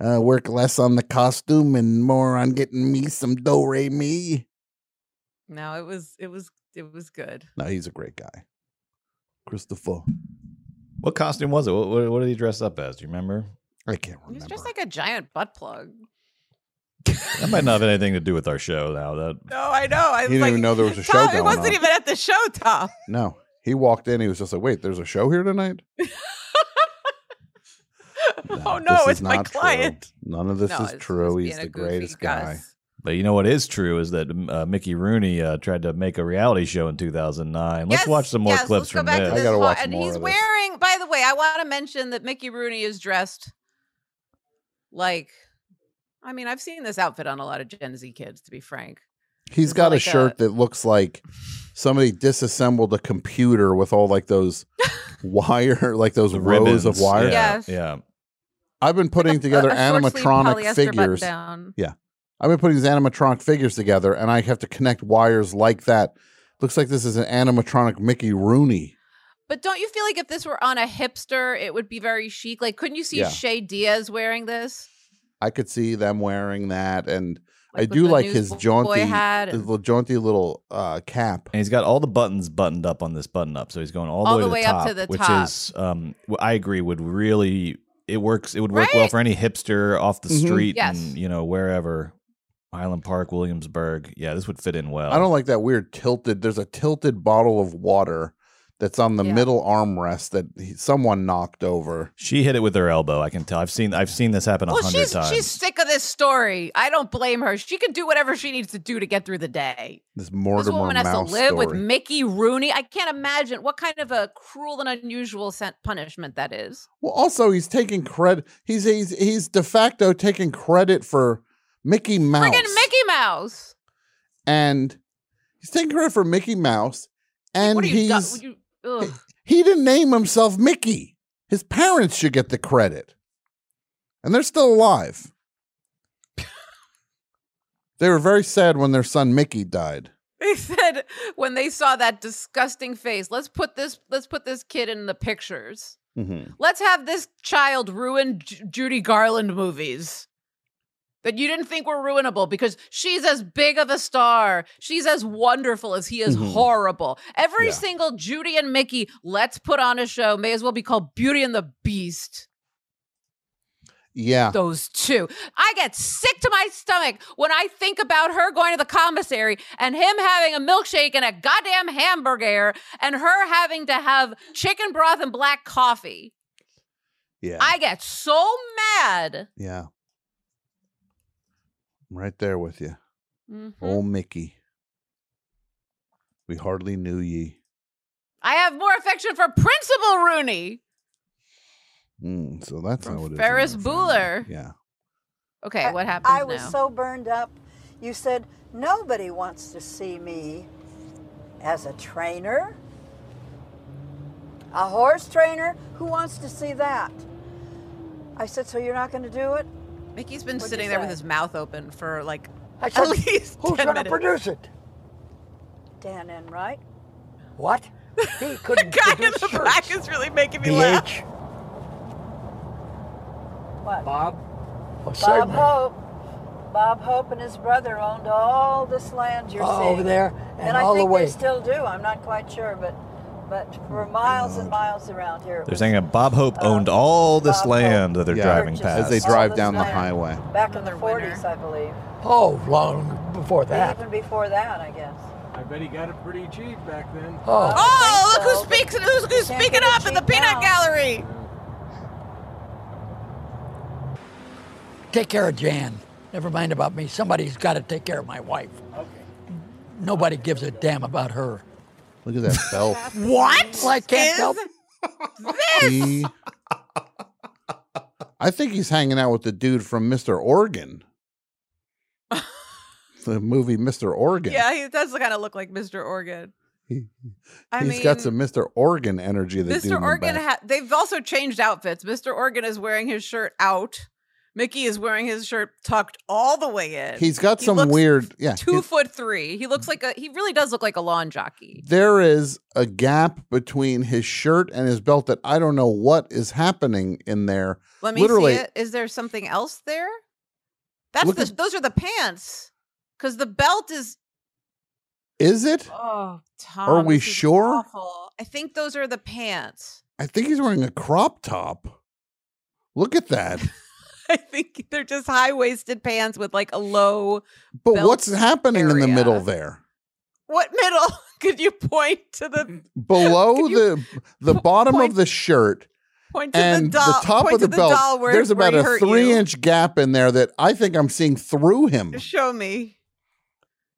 Speaker 3: uh, work less on the costume and more on getting me some do re me.
Speaker 2: No, it was it was it was good.
Speaker 3: No, he's a great guy, Christopher.
Speaker 5: What costume was it? What, what, what did he dress up as? Do you remember?
Speaker 3: I can't
Speaker 2: He was
Speaker 3: remember.
Speaker 2: just like a giant butt plug.
Speaker 5: That might not have anything to do with our show now. That
Speaker 2: No, I know. I
Speaker 3: He
Speaker 2: was
Speaker 3: didn't
Speaker 2: like,
Speaker 3: even know there was a show
Speaker 2: Tom,
Speaker 3: going
Speaker 2: It wasn't
Speaker 3: on.
Speaker 2: even at the show, Tom.
Speaker 3: no, he walked in. He was just like, "Wait, there's a show here tonight."
Speaker 2: oh no,
Speaker 3: this is
Speaker 2: it's my
Speaker 3: not true.
Speaker 2: client.
Speaker 3: None of this
Speaker 2: no,
Speaker 3: is
Speaker 2: it's
Speaker 3: true.
Speaker 2: just
Speaker 3: He's
Speaker 2: being
Speaker 3: the
Speaker 2: a goofy
Speaker 3: greatest guy.
Speaker 2: Gus.
Speaker 5: But you know what is true is that um, uh, Mickey Rooney uh, tried to make a reality show in 2009. Let's
Speaker 2: Yes,
Speaker 5: watch some more
Speaker 2: yes,
Speaker 5: clips
Speaker 2: let's go
Speaker 5: from
Speaker 2: back
Speaker 5: this.
Speaker 2: To
Speaker 3: I
Speaker 2: this
Speaker 3: gotta
Speaker 2: hot-
Speaker 3: watch
Speaker 2: and
Speaker 3: more
Speaker 2: he's
Speaker 3: of this.
Speaker 2: wearing. By the way, I want to mention that Mickey Rooney is dressed like. I mean, I've seen this outfit on a lot of Gen Z kids. To be frank,
Speaker 3: He's
Speaker 2: Is it
Speaker 3: got a
Speaker 2: like
Speaker 3: shirt
Speaker 2: a-
Speaker 3: that looks like somebody disassembled a computer with all like those wire, like those
Speaker 5: The
Speaker 3: rows of
Speaker 5: ribbons.
Speaker 3: wire.
Speaker 5: Yeah,
Speaker 2: Yes.
Speaker 5: yeah.
Speaker 3: I've been putting together
Speaker 2: a, a short sleeve
Speaker 3: animatronic
Speaker 2: polyester
Speaker 3: figures.
Speaker 2: button-down.
Speaker 3: I've been putting these animatronic figures together, and I have to connect wires like that. Looks like this is an animatronic Mickey Rooney.
Speaker 2: But don't you feel like if this were on a hipster, it would be very chic? Like, couldn't you see
Speaker 3: Yeah.
Speaker 2: Shay Diaz wearing this?
Speaker 3: I could see them wearing that, and I
Speaker 2: with
Speaker 3: do
Speaker 2: the
Speaker 3: like his
Speaker 2: newsboy
Speaker 3: jaunty,
Speaker 2: hat
Speaker 3: his
Speaker 2: and-
Speaker 3: little jaunty little uh, cap.
Speaker 5: And he's got all the buttons buttoned up on this button up, so he's going all the way, to the top,
Speaker 2: up to the
Speaker 5: which
Speaker 2: top.
Speaker 5: is, um, wh- I agree, would really it works. It would work well
Speaker 2: Right?
Speaker 5: for any hipster off the
Speaker 3: Mhm.
Speaker 5: street
Speaker 2: Yes.
Speaker 5: and you know wherever, Highland Park, Williamsburg. Yeah, this would fit in well.
Speaker 3: I don't like that weird tilted. There's a tilted bottle of water that's on the
Speaker 2: Yeah.
Speaker 3: middle armrest that he, someone knocked over.
Speaker 5: She hit it with her elbow. I can tell. I've seen. I've seen this happen a
Speaker 2: Well,
Speaker 5: hundred
Speaker 2: she's
Speaker 5: times.
Speaker 2: she's sick of this story. I don't blame her. She can do whatever she needs to do to get through the day.
Speaker 3: This Mortimer
Speaker 2: this woman has to
Speaker 3: Mouse
Speaker 2: live with
Speaker 3: story.
Speaker 2: Mickey Rooney. I can't imagine what kind of a cruel and unusual sent punishment that is.
Speaker 3: Well, also he's taking credit. He's he's he's de facto taking credit for Mickey Mouse.
Speaker 2: Friggin' Mickey Mouse.
Speaker 3: and he's taking credit for Mickey Mouse. And
Speaker 2: what are you, done?
Speaker 3: he's
Speaker 2: you ugh.
Speaker 3: he didn't name himself Mickey. His parents should get the credit, and they're still alive. they were very sad when their son Mickey died.
Speaker 2: They said when they saw that disgusting face, let's put this let's put this kid in the pictures.
Speaker 3: Mm-hmm.
Speaker 2: Let's have this child ruin J- Judy Garland movies that you didn't think were ruinable because she's as big of a star. She's as wonderful as he is
Speaker 3: Mhm.
Speaker 2: horrible. Every
Speaker 3: Yeah.
Speaker 2: single Judy and Mickey, let's put on a show, may as well be called Beauty and the Beast.
Speaker 3: Yeah,
Speaker 2: Those two. I get sick to my stomach when I think about her going to the commissary and him having a milkshake and a goddamn hamburger and her having to have chicken broth and black coffee.
Speaker 3: yeah,
Speaker 2: I get so mad.
Speaker 3: yeah. I'm right there with you,
Speaker 2: Mhm.
Speaker 3: old Mickey. We hardly knew ye.
Speaker 2: I have more affection for Principal Rooney.
Speaker 3: Mm, so that's
Speaker 2: From
Speaker 3: how it is. in
Speaker 2: Ferris
Speaker 3: our family.
Speaker 2: Bueller.
Speaker 3: Yeah.
Speaker 2: Okay, what happened
Speaker 10: I was
Speaker 2: now?
Speaker 10: so burned up. You said, nobody wants to see me as a trainer. A horse trainer? Who wants to see that? I said, so you're not going to do it?
Speaker 2: Mickey's been
Speaker 10: What'd
Speaker 2: sitting
Speaker 10: you
Speaker 2: there with
Speaker 10: say?
Speaker 2: his mouth open for like
Speaker 9: I
Speaker 2: at
Speaker 9: said,
Speaker 2: least
Speaker 9: who's
Speaker 2: 10
Speaker 9: going to
Speaker 2: minutes.
Speaker 9: produce it?
Speaker 10: Dan Enright.
Speaker 9: What? He couldn't
Speaker 2: Guy in
Speaker 9: produce
Speaker 2: the
Speaker 9: shirts.
Speaker 2: back is really making me laugh.
Speaker 9: BH,
Speaker 10: What?
Speaker 9: Bob. Oh,
Speaker 10: Bob
Speaker 9: certainly.
Speaker 10: Hope. Bob Hope and his brother owned all this land you're
Speaker 9: Oh,
Speaker 10: seeing.
Speaker 9: over there and,
Speaker 10: And I
Speaker 9: all the
Speaker 10: think
Speaker 9: way.
Speaker 10: they still do. I'm not quite sure, but but for miles and miles around here. it
Speaker 5: They're
Speaker 10: was
Speaker 5: saying that Bob Hope owned
Speaker 10: Uh,
Speaker 5: all this
Speaker 10: Bob Hope
Speaker 5: land that they're
Speaker 3: Yeah.
Speaker 5: driving
Speaker 10: purchased
Speaker 5: past.
Speaker 3: As they
Speaker 10: all
Speaker 3: drive
Speaker 10: this
Speaker 3: down the
Speaker 10: land
Speaker 3: highway.
Speaker 10: Back in the
Speaker 2: Another winner.
Speaker 10: 40s, I believe.
Speaker 9: oh, long before that.
Speaker 10: Even before that, I guess.
Speaker 11: I bet he got it pretty cheap back then.
Speaker 9: Oh,
Speaker 2: Oh,
Speaker 10: think so,
Speaker 2: look who
Speaker 10: but
Speaker 2: speaks! Who's, who's
Speaker 10: can't
Speaker 2: speaking
Speaker 10: get a
Speaker 2: up in the
Speaker 10: cheap
Speaker 2: peanut
Speaker 10: now.
Speaker 2: gallery?
Speaker 9: take care of Jan. Never mind about me. Somebody's got to take care of my wife. Okay. Nobody gives a damn about her.
Speaker 3: Look at that belt.
Speaker 9: What? Well, I can't help.
Speaker 3: He- I think he's hanging out with the dude from Mr. Oregon. the movie Mr. Oregon.
Speaker 2: Yeah, he does kind of look like Mr. Organ.
Speaker 3: He-
Speaker 2: I
Speaker 3: He's
Speaker 2: mean,
Speaker 3: got some Mr. Oregon energy. The dude in
Speaker 2: Mr.
Speaker 3: the
Speaker 2: Organ.
Speaker 3: back.
Speaker 2: Ha- they've also changed outfits. Mr. Organ is wearing his shirt out. Mickey is wearing his shirt tucked all the way in.
Speaker 3: He's got
Speaker 2: He
Speaker 3: some
Speaker 2: looks
Speaker 3: weird. Yeah.
Speaker 2: Two
Speaker 3: he's-
Speaker 2: foot three. He looks like a. He really does look like a lawn jockey.
Speaker 3: there is a gap between his shirt and his belt that I don't know what is happening in there.
Speaker 2: Let me
Speaker 3: Literally,
Speaker 2: see it. Is there something else there? That's
Speaker 3: Look
Speaker 2: the, those are the pants. Because the belt is.
Speaker 3: Is it?
Speaker 2: Oh, Tom.
Speaker 3: we
Speaker 2: this is
Speaker 3: sure?
Speaker 2: awful. I think those are the pants.
Speaker 3: I think he's wearing a crop top. Look at that.
Speaker 2: I think they're just high waisted pants with like a low.
Speaker 3: But
Speaker 2: belt
Speaker 3: what's happening in the
Speaker 2: area.
Speaker 3: middle there?
Speaker 2: What middle? Could you point to
Speaker 3: Mm.
Speaker 2: the
Speaker 3: Below
Speaker 2: Could you
Speaker 3: the the
Speaker 2: po-
Speaker 3: bottom
Speaker 2: point-
Speaker 3: of the shirt
Speaker 2: point to
Speaker 3: and
Speaker 2: the doll?
Speaker 3: top
Speaker 2: point
Speaker 3: of the,
Speaker 2: to
Speaker 3: belt,
Speaker 2: doll where,
Speaker 3: there's
Speaker 2: where
Speaker 3: about
Speaker 2: he
Speaker 3: a
Speaker 2: hurt
Speaker 3: three
Speaker 2: you.
Speaker 3: inch gap in there that I think I'm seeing through him.
Speaker 2: Show me.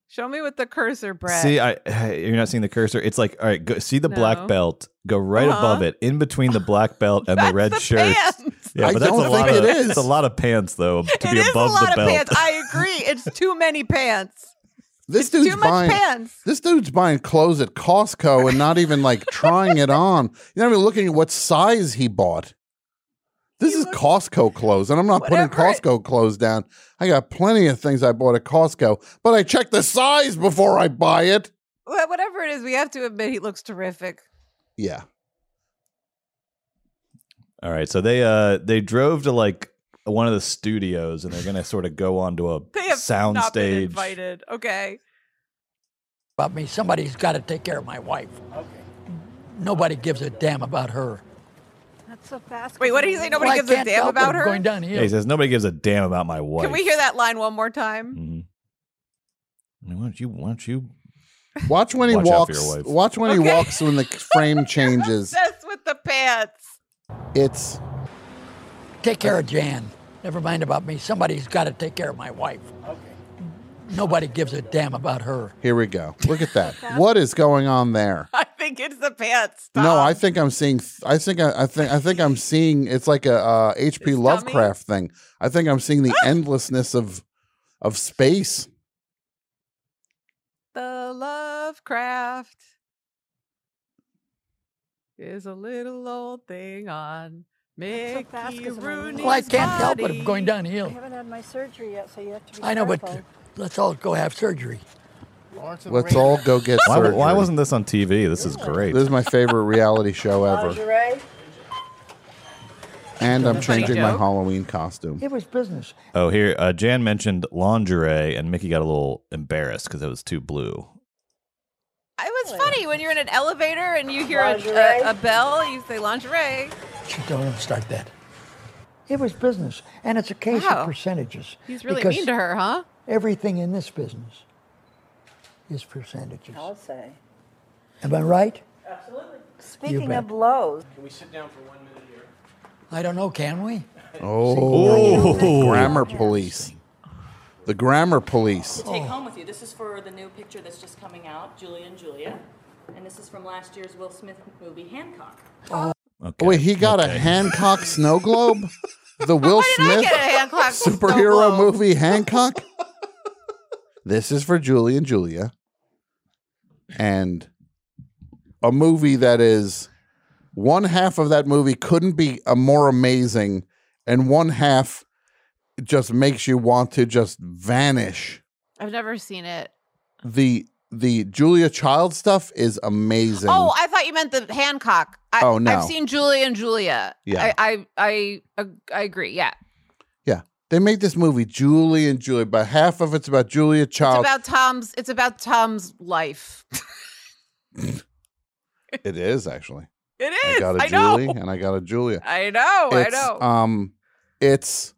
Speaker 2: Show me with the cursor, Brad.
Speaker 5: See, I you're not seeing the cursor. It's like all right, go, see the
Speaker 2: No.
Speaker 5: black belt, go right
Speaker 2: Uh-huh.
Speaker 5: above it, in between the black belt and the
Speaker 2: That's
Speaker 5: red
Speaker 2: the
Speaker 5: shirt.
Speaker 2: pants.
Speaker 5: Yeah,
Speaker 3: I
Speaker 5: but that's
Speaker 3: don't
Speaker 5: a lot
Speaker 3: think
Speaker 5: of
Speaker 3: it is.
Speaker 5: it's a lot of pants though to
Speaker 2: It
Speaker 5: be
Speaker 2: is a
Speaker 5: above
Speaker 2: lot
Speaker 5: the
Speaker 2: of
Speaker 5: belt.
Speaker 2: pants. I agree. It's too many pants.
Speaker 3: This
Speaker 2: Too
Speaker 3: dude's
Speaker 2: much
Speaker 3: buying
Speaker 2: pants.
Speaker 3: this dude's buying clothes at Costco and not even like trying it on. You're not even looking at what size he bought. This is Costco clothes, and I'm not putting
Speaker 2: Whatever it-
Speaker 3: Costco clothes down. I got plenty of things I bought at Costco, but I check the size before I buy it.
Speaker 2: Well, whatever it is, we have to admit he looks terrific.
Speaker 3: Yeah.
Speaker 5: All right, so they uh they drove to like one of the studios and they're gonna sort of go onto a
Speaker 2: They have
Speaker 5: sound
Speaker 2: not been
Speaker 5: stage.
Speaker 2: invited. Okay.
Speaker 9: about me. Somebody's got to take care of my wife. Nobody gives a damn about her.
Speaker 10: That's so fast.
Speaker 2: Wait, what did he say? Nobody
Speaker 9: Well, I
Speaker 2: gives a
Speaker 9: can't
Speaker 2: damn
Speaker 9: help
Speaker 2: about
Speaker 9: it
Speaker 2: her.
Speaker 9: Going down
Speaker 5: Yeah,
Speaker 9: here.
Speaker 5: he says nobody gives a damn about my wife.
Speaker 2: Can we hear that line one more time?
Speaker 5: Mhm. Why don't you? Why don't you?
Speaker 3: Watch when he
Speaker 5: Watch out for
Speaker 3: walks.
Speaker 5: your wife.
Speaker 3: Watch when he
Speaker 2: Okay.
Speaker 3: walks when the frame changes.
Speaker 2: Obsessed with the pants.
Speaker 3: It's
Speaker 9: Take care of Jan. Never mind about me. Somebody's got to take care of my wife. Nobody gives a damn about her.
Speaker 3: here we go. Look at that. what is going on there?
Speaker 2: I think it's the pants.
Speaker 3: No,
Speaker 2: Tom.
Speaker 3: I think I'm seeing. th- I think I, I think I think I'm seeing. It's like a uh, H.P. Lovecraft thing. I think I'm seeing the endlessness of of space.
Speaker 2: the Lovecraft is a little old thing on
Speaker 10: so fast
Speaker 2: Mickey
Speaker 10: 'cause I'm running.
Speaker 2: Rooney's
Speaker 10: Well,
Speaker 9: Well, I can't help it. I'm
Speaker 2: body.
Speaker 9: going
Speaker 10: I
Speaker 9: downhill.
Speaker 10: haven't had my surgery yet, so you have to be
Speaker 9: I know, but
Speaker 10: careful.
Speaker 9: let's all go have surgery.
Speaker 3: Let's all go get
Speaker 5: Why,
Speaker 3: surgery.
Speaker 5: why wasn't this on TV? This is great.
Speaker 3: This is my favorite reality show ever,
Speaker 10: Lingerie?
Speaker 3: and I'm
Speaker 2: funny
Speaker 3: changing my
Speaker 2: joke?
Speaker 3: Halloween costume.
Speaker 9: It was business.
Speaker 5: Oh, here uh, Jan mentioned lingerie, and Mickey got a little embarrassed because it was too blue.
Speaker 2: It was funny when you're in an elevator and you hear
Speaker 10: Lingerie?
Speaker 2: a, a, a bell, you say lingerie.
Speaker 9: She told him to start that. It was business, and it's a case
Speaker 2: Wow.
Speaker 9: of percentages.
Speaker 2: He's really
Speaker 9: because
Speaker 2: mean to her, huh?
Speaker 9: Everything in this business is percentages.
Speaker 10: I'll say.
Speaker 9: Am I right?
Speaker 10: Speaking
Speaker 9: bet.
Speaker 10: of lows,
Speaker 9: I don't know. Can we?
Speaker 3: Oh, grammar police! The grammar police.
Speaker 4: take home with you. This is for the new picture that's just coming out, Julia and Julia. And this is from last year's Will Smith movie, Hancock.
Speaker 5: Okay.
Speaker 3: Oh, Wait, he got a Hancock snow globe. The Will
Speaker 2: Why did I
Speaker 3: Smith
Speaker 2: get a hand clap?
Speaker 3: superhero movie Hancock. this is for Julie and Julia. And a movie that is one half of that movie couldn't be a more amazing, and one half just makes you want to just vanish.
Speaker 2: I've never seen it.
Speaker 3: The the Julia Child stuff is amazing.
Speaker 2: Oh, I thought you meant the Hancock. I,
Speaker 3: Oh, no.
Speaker 2: I've seen Julia and Julia.
Speaker 3: Yeah.
Speaker 2: I I I, I agree. Yeah.
Speaker 3: yeah. They made this movie, Julie and Julia, but half of it's about Julia
Speaker 2: It's
Speaker 3: Child.
Speaker 2: about Tom's it's about Tom's life.
Speaker 3: it is actually.
Speaker 2: It
Speaker 3: I
Speaker 2: is.
Speaker 3: got a
Speaker 2: I,
Speaker 3: Julie
Speaker 2: know.
Speaker 3: and I got a Julia.
Speaker 2: I know. I
Speaker 3: it's,
Speaker 2: know.
Speaker 3: Um, it's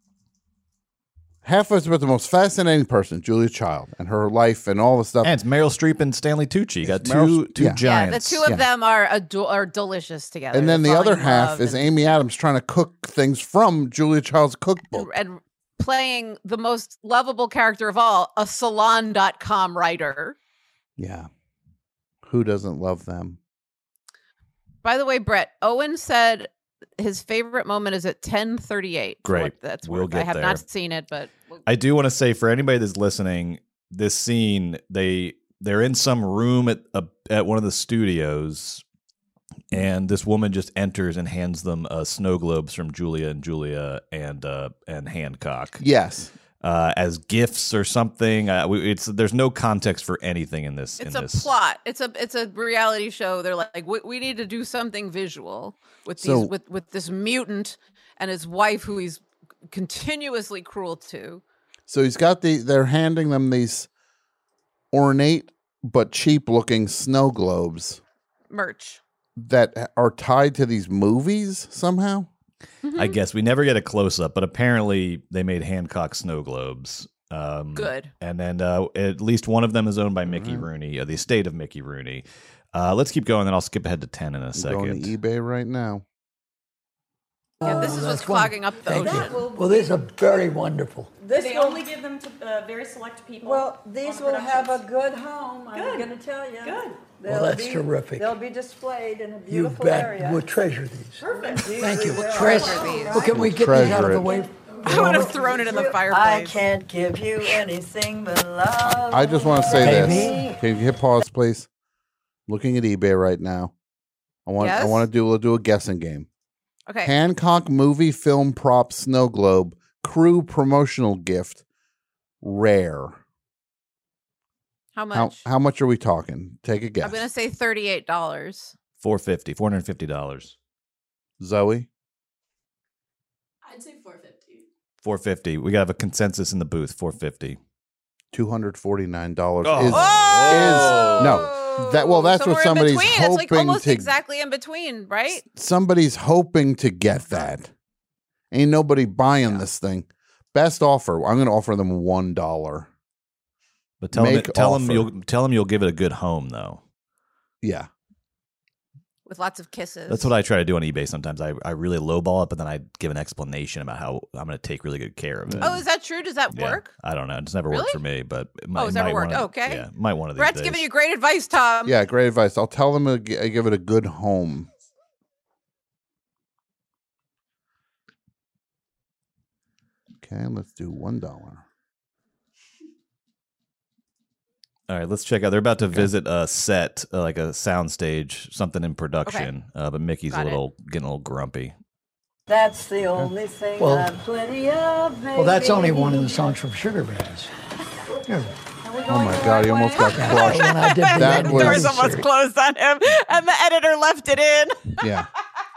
Speaker 3: half of it's about the most fascinating person, Julia Child, and her life and all the stuff.
Speaker 5: And it's Meryl Streep and Stanley Tucci. You got
Speaker 3: It's Meryl
Speaker 5: two
Speaker 3: Streep-
Speaker 5: two
Speaker 3: yeah. Yeah, the
Speaker 2: yeah,
Speaker 5: giants.
Speaker 2: the two of
Speaker 3: Yeah.
Speaker 2: them are ado- are delicious together.
Speaker 3: And then
Speaker 2: They
Speaker 3: the
Speaker 2: fall
Speaker 3: other
Speaker 2: in
Speaker 3: half
Speaker 2: love
Speaker 3: is
Speaker 2: and,
Speaker 3: Amy Adams trying to cook things from Julia Child's cookbook.
Speaker 2: and playing the most lovable character of all, a salon.com writer.
Speaker 3: Yeah. Who doesn't love them?
Speaker 2: By the way, Brett Owen said his favorite moment is at 10:38. So
Speaker 5: Great.
Speaker 2: what That's
Speaker 5: We'll
Speaker 2: worth. I
Speaker 5: get
Speaker 2: have
Speaker 5: there.
Speaker 2: not seen it, but we'll-
Speaker 5: I do want to say for anybody that's listening, this uh, scene they they're in some room at a, at one of the studios, and this woman just enters and hands them uh, snow globes from Julia and Julia and uh, and Hancock.
Speaker 3: Yes.
Speaker 5: Uh, as gifts or something, uh, we, it's there's no context for anything in this.
Speaker 2: It's
Speaker 5: in
Speaker 2: a
Speaker 5: this.
Speaker 2: plot. It's a it's a reality show. They're like, we, we need to do something visual with these
Speaker 3: So-
Speaker 2: with with this mutant and his wife, who he's continuously cruel to.
Speaker 3: So he's got the they're handing them these ornate but cheap looking snow globes
Speaker 2: Merch.
Speaker 3: that are tied to these movies somehow.
Speaker 5: I
Speaker 2: Hmm.
Speaker 5: guess we never get a close up, but apparently they made Hancock snow globes. Um,
Speaker 2: Good.
Speaker 5: And then uh, at least one of them is owned by Mickey
Speaker 3: Mm-hmm.
Speaker 5: Rooney, uh, the estate of Mickey Rooney. Uh, let's keep going, then I'll skip ahead to ten in a
Speaker 3: I'm Going
Speaker 5: second.
Speaker 3: to eBay right now.
Speaker 2: Yeah, this
Speaker 10: Oh,
Speaker 2: is what's clogging up the
Speaker 9: Thank you.
Speaker 2: ocean.
Speaker 9: Well, this is very wonderful.
Speaker 10: This
Speaker 4: they
Speaker 10: will-
Speaker 4: only give them to uh, very select people.
Speaker 10: Well,
Speaker 4: on
Speaker 10: these
Speaker 4: the
Speaker 10: will have a
Speaker 4: productions.
Speaker 10: good home, I'm
Speaker 4: Good.
Speaker 10: gonna tell you.
Speaker 4: Good.
Speaker 9: Well,
Speaker 10: They'll
Speaker 9: that's
Speaker 10: be-
Speaker 9: terrific.
Speaker 10: They'll be displayed in a
Speaker 9: You
Speaker 10: beautiful area.
Speaker 9: bet. We'll treasure these.
Speaker 4: Perfect.
Speaker 9: Thank you.
Speaker 10: We'll
Speaker 9: Chris,
Speaker 10: treasure these.
Speaker 9: well, can we get these
Speaker 3: Treasure
Speaker 9: out of
Speaker 3: it.
Speaker 9: the way?
Speaker 2: I would have thrown it in the
Speaker 10: I
Speaker 2: fireplace.
Speaker 10: can't give you anything but love.
Speaker 3: I just want to say
Speaker 9: Maybe.
Speaker 3: this. Can you hit pause, please? Looking at eBay right now. I want I
Speaker 2: Yes?
Speaker 3: want to do we'll do a guessing game.
Speaker 2: Okay.
Speaker 3: Hancock movie film prop snow globe crew promotional gift rare.
Speaker 2: How
Speaker 3: How
Speaker 2: much?
Speaker 3: how much are we talking? Take a guess.
Speaker 2: I'm gonna say thirty-eight dollars.
Speaker 5: Four fifty, four hundred fifty dollars,
Speaker 3: Zoe.
Speaker 4: I'd say 450.
Speaker 5: four fifty. We gotta have a consensus in the booth. Four fifty.
Speaker 3: two hundred forty nine dollars
Speaker 5: Oh.
Speaker 3: is is no that well that's what somebody's
Speaker 2: between.
Speaker 3: hoping
Speaker 2: it's like almost
Speaker 3: to
Speaker 2: exactly in between, right?
Speaker 3: somebody's hoping to get that ain't nobody buying this thing best offer I'm gonna offer them one dollar
Speaker 5: But tell them,
Speaker 3: Make
Speaker 5: tell them
Speaker 3: offer.
Speaker 5: you'll tell them you'll give it a good home though.
Speaker 3: yeah
Speaker 2: With lots of kisses.
Speaker 5: That's what I try to do on eBay sometimes. I, I really lowball it, but then I give an explanation about how I'm going to take really good care of it.
Speaker 2: Oh, is that true? Does that
Speaker 5: Yeah.
Speaker 2: work?
Speaker 5: I don't know. It's never worked
Speaker 2: Really?
Speaker 5: for me, but it
Speaker 2: Oh, it's never
Speaker 5: might
Speaker 2: worked.
Speaker 5: one of-
Speaker 2: Okay.
Speaker 5: Yeah, might one of these
Speaker 2: Brett's
Speaker 5: days.
Speaker 2: giving you great advice, Tom.
Speaker 3: yeah great advice I'll tell them I gi- I give it a good home okay let's do one dollar
Speaker 5: All right, let's check out. They're about to visit a set, uh, like a soundstage, something in production. Uh, but Mickey's a
Speaker 2: Got it.
Speaker 5: little getting a little grumpy.
Speaker 10: That's the only thing
Speaker 9: Well-
Speaker 10: I've plenty of. Baby.
Speaker 9: Well, that's only one of the songs from Sugar Babies. Here.
Speaker 3: oh my god he almost got crushed
Speaker 9: When I did the
Speaker 3: That
Speaker 2: the
Speaker 9: Yellow
Speaker 3: was-
Speaker 2: door's
Speaker 9: Babies
Speaker 2: almost
Speaker 9: series.
Speaker 2: closed on him, and the editor left it in.
Speaker 3: yeah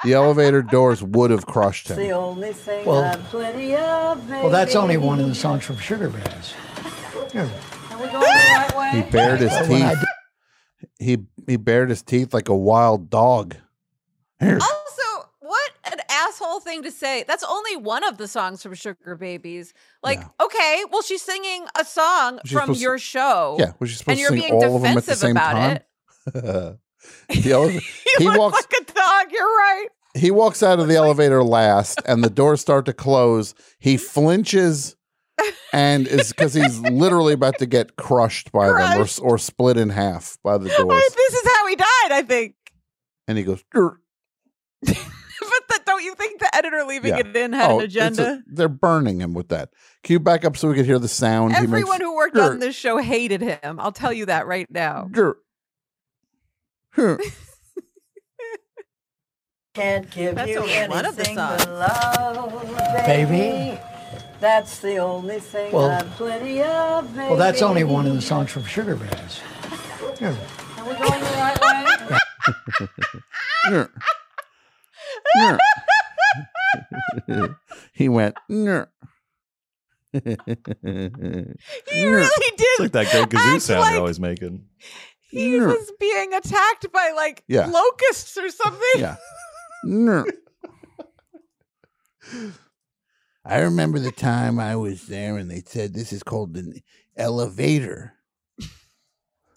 Speaker 3: the elevator doors would have crushed him
Speaker 10: The only thing
Speaker 9: Well-
Speaker 10: I've plenty of. Baby.
Speaker 9: Well, that's only one of the songs from Sugar Babies. Here.
Speaker 10: Are we going the right
Speaker 3: He
Speaker 10: way?
Speaker 3: bared his
Speaker 9: But when I
Speaker 3: teeth. He he bared his teeth like a wild dog. Here,
Speaker 2: Oh. also, what an asshole thing to say. That's only one of the songs from Sugar Babies. Like, okay, well, she's singing a song
Speaker 3: She's
Speaker 2: from
Speaker 3: supposed to-
Speaker 2: your show.
Speaker 3: yeah, was she supposed
Speaker 2: and
Speaker 3: to
Speaker 2: you're
Speaker 3: sing
Speaker 2: being
Speaker 3: all of them at the
Speaker 2: defensive
Speaker 3: same
Speaker 2: about
Speaker 3: time?
Speaker 2: it.
Speaker 3: the ele-
Speaker 2: He,
Speaker 3: he
Speaker 2: looks
Speaker 3: walks
Speaker 2: like a dog. You're right.
Speaker 3: he walks out of the elevator last, and the doors start to close. He flinches, and is because he's literally about to get crushed by them or, s- or split in half by the doors.
Speaker 2: I- this is how he died, I think.
Speaker 3: and he goes, "Grr."
Speaker 2: but the, don't you think the editor leaving
Speaker 3: Yeah.
Speaker 2: it in had
Speaker 3: Oh,
Speaker 2: an
Speaker 3: it's a-
Speaker 2: agenda?
Speaker 3: they're burning him with that. Can you back up so we can hear the sound? he makes?
Speaker 2: Everyone who worked
Speaker 3: Grr.
Speaker 2: on this show hated him. I'll tell you that right now.
Speaker 3: Grr. Huh.
Speaker 10: Can't give
Speaker 2: That's
Speaker 10: you
Speaker 2: only one of the
Speaker 10: anything but
Speaker 2: songs.
Speaker 10: love,
Speaker 9: Baby.
Speaker 10: baby. That's the only thing
Speaker 9: Well-
Speaker 10: I've plenty of. Baby.
Speaker 9: Well, that's only one of the songs from Sugar Babies. Here.
Speaker 10: Are we going the right way?
Speaker 3: Nyeh. Nyeh. he went. Nyeh.
Speaker 2: He really did.
Speaker 5: It's like that great kazoo
Speaker 2: act
Speaker 5: sound
Speaker 2: like
Speaker 5: you're always making.
Speaker 2: He
Speaker 3: Nyeh.
Speaker 2: was being attacked by like
Speaker 3: Mm. Yeah.
Speaker 2: locusts or something.
Speaker 3: yeah. Nyeh. I remember the time I was there and they said this is called an elevator.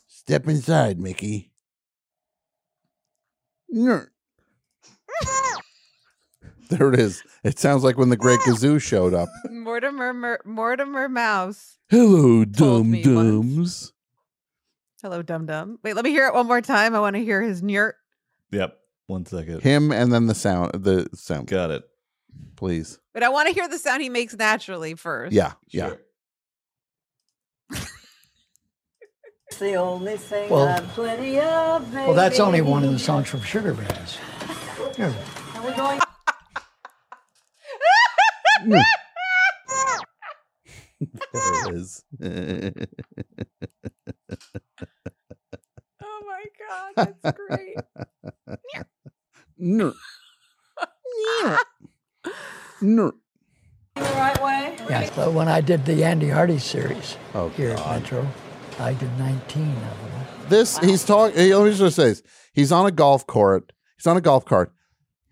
Speaker 3: Step inside, Mickey. Nyeh. There it is. It sounds like when the Great Gazoo showed up.
Speaker 2: Mortimer Mer- Mortimer Mouse.
Speaker 3: Hello,
Speaker 2: Told
Speaker 3: dum
Speaker 2: me
Speaker 3: dums.
Speaker 2: Hello, dum dum. Wait, let me hear it one more time. I want to hear his nyert.
Speaker 5: Yep. One second.
Speaker 3: Him and then the sound, the sound,
Speaker 5: Got it.
Speaker 3: please.
Speaker 2: But I want to hear the sound he makes naturally first.
Speaker 3: Yeah, yeah.
Speaker 10: It's the only thing
Speaker 9: Well-
Speaker 10: I've plenty of. Baby.
Speaker 9: Well, that's only one of the songs from Sugar Babes. Yeah.
Speaker 10: And we're going.
Speaker 3: Mm. There it is.
Speaker 2: Oh my god, that's great.
Speaker 3: No. No.
Speaker 10: the right way.
Speaker 9: Yeah, but when I did the Andy Hardy series
Speaker 3: Oh,
Speaker 9: here at Metro, I did 19 of them.
Speaker 3: This he's talking. Let me just say this. He's on a golf cart. He's on a golf cart.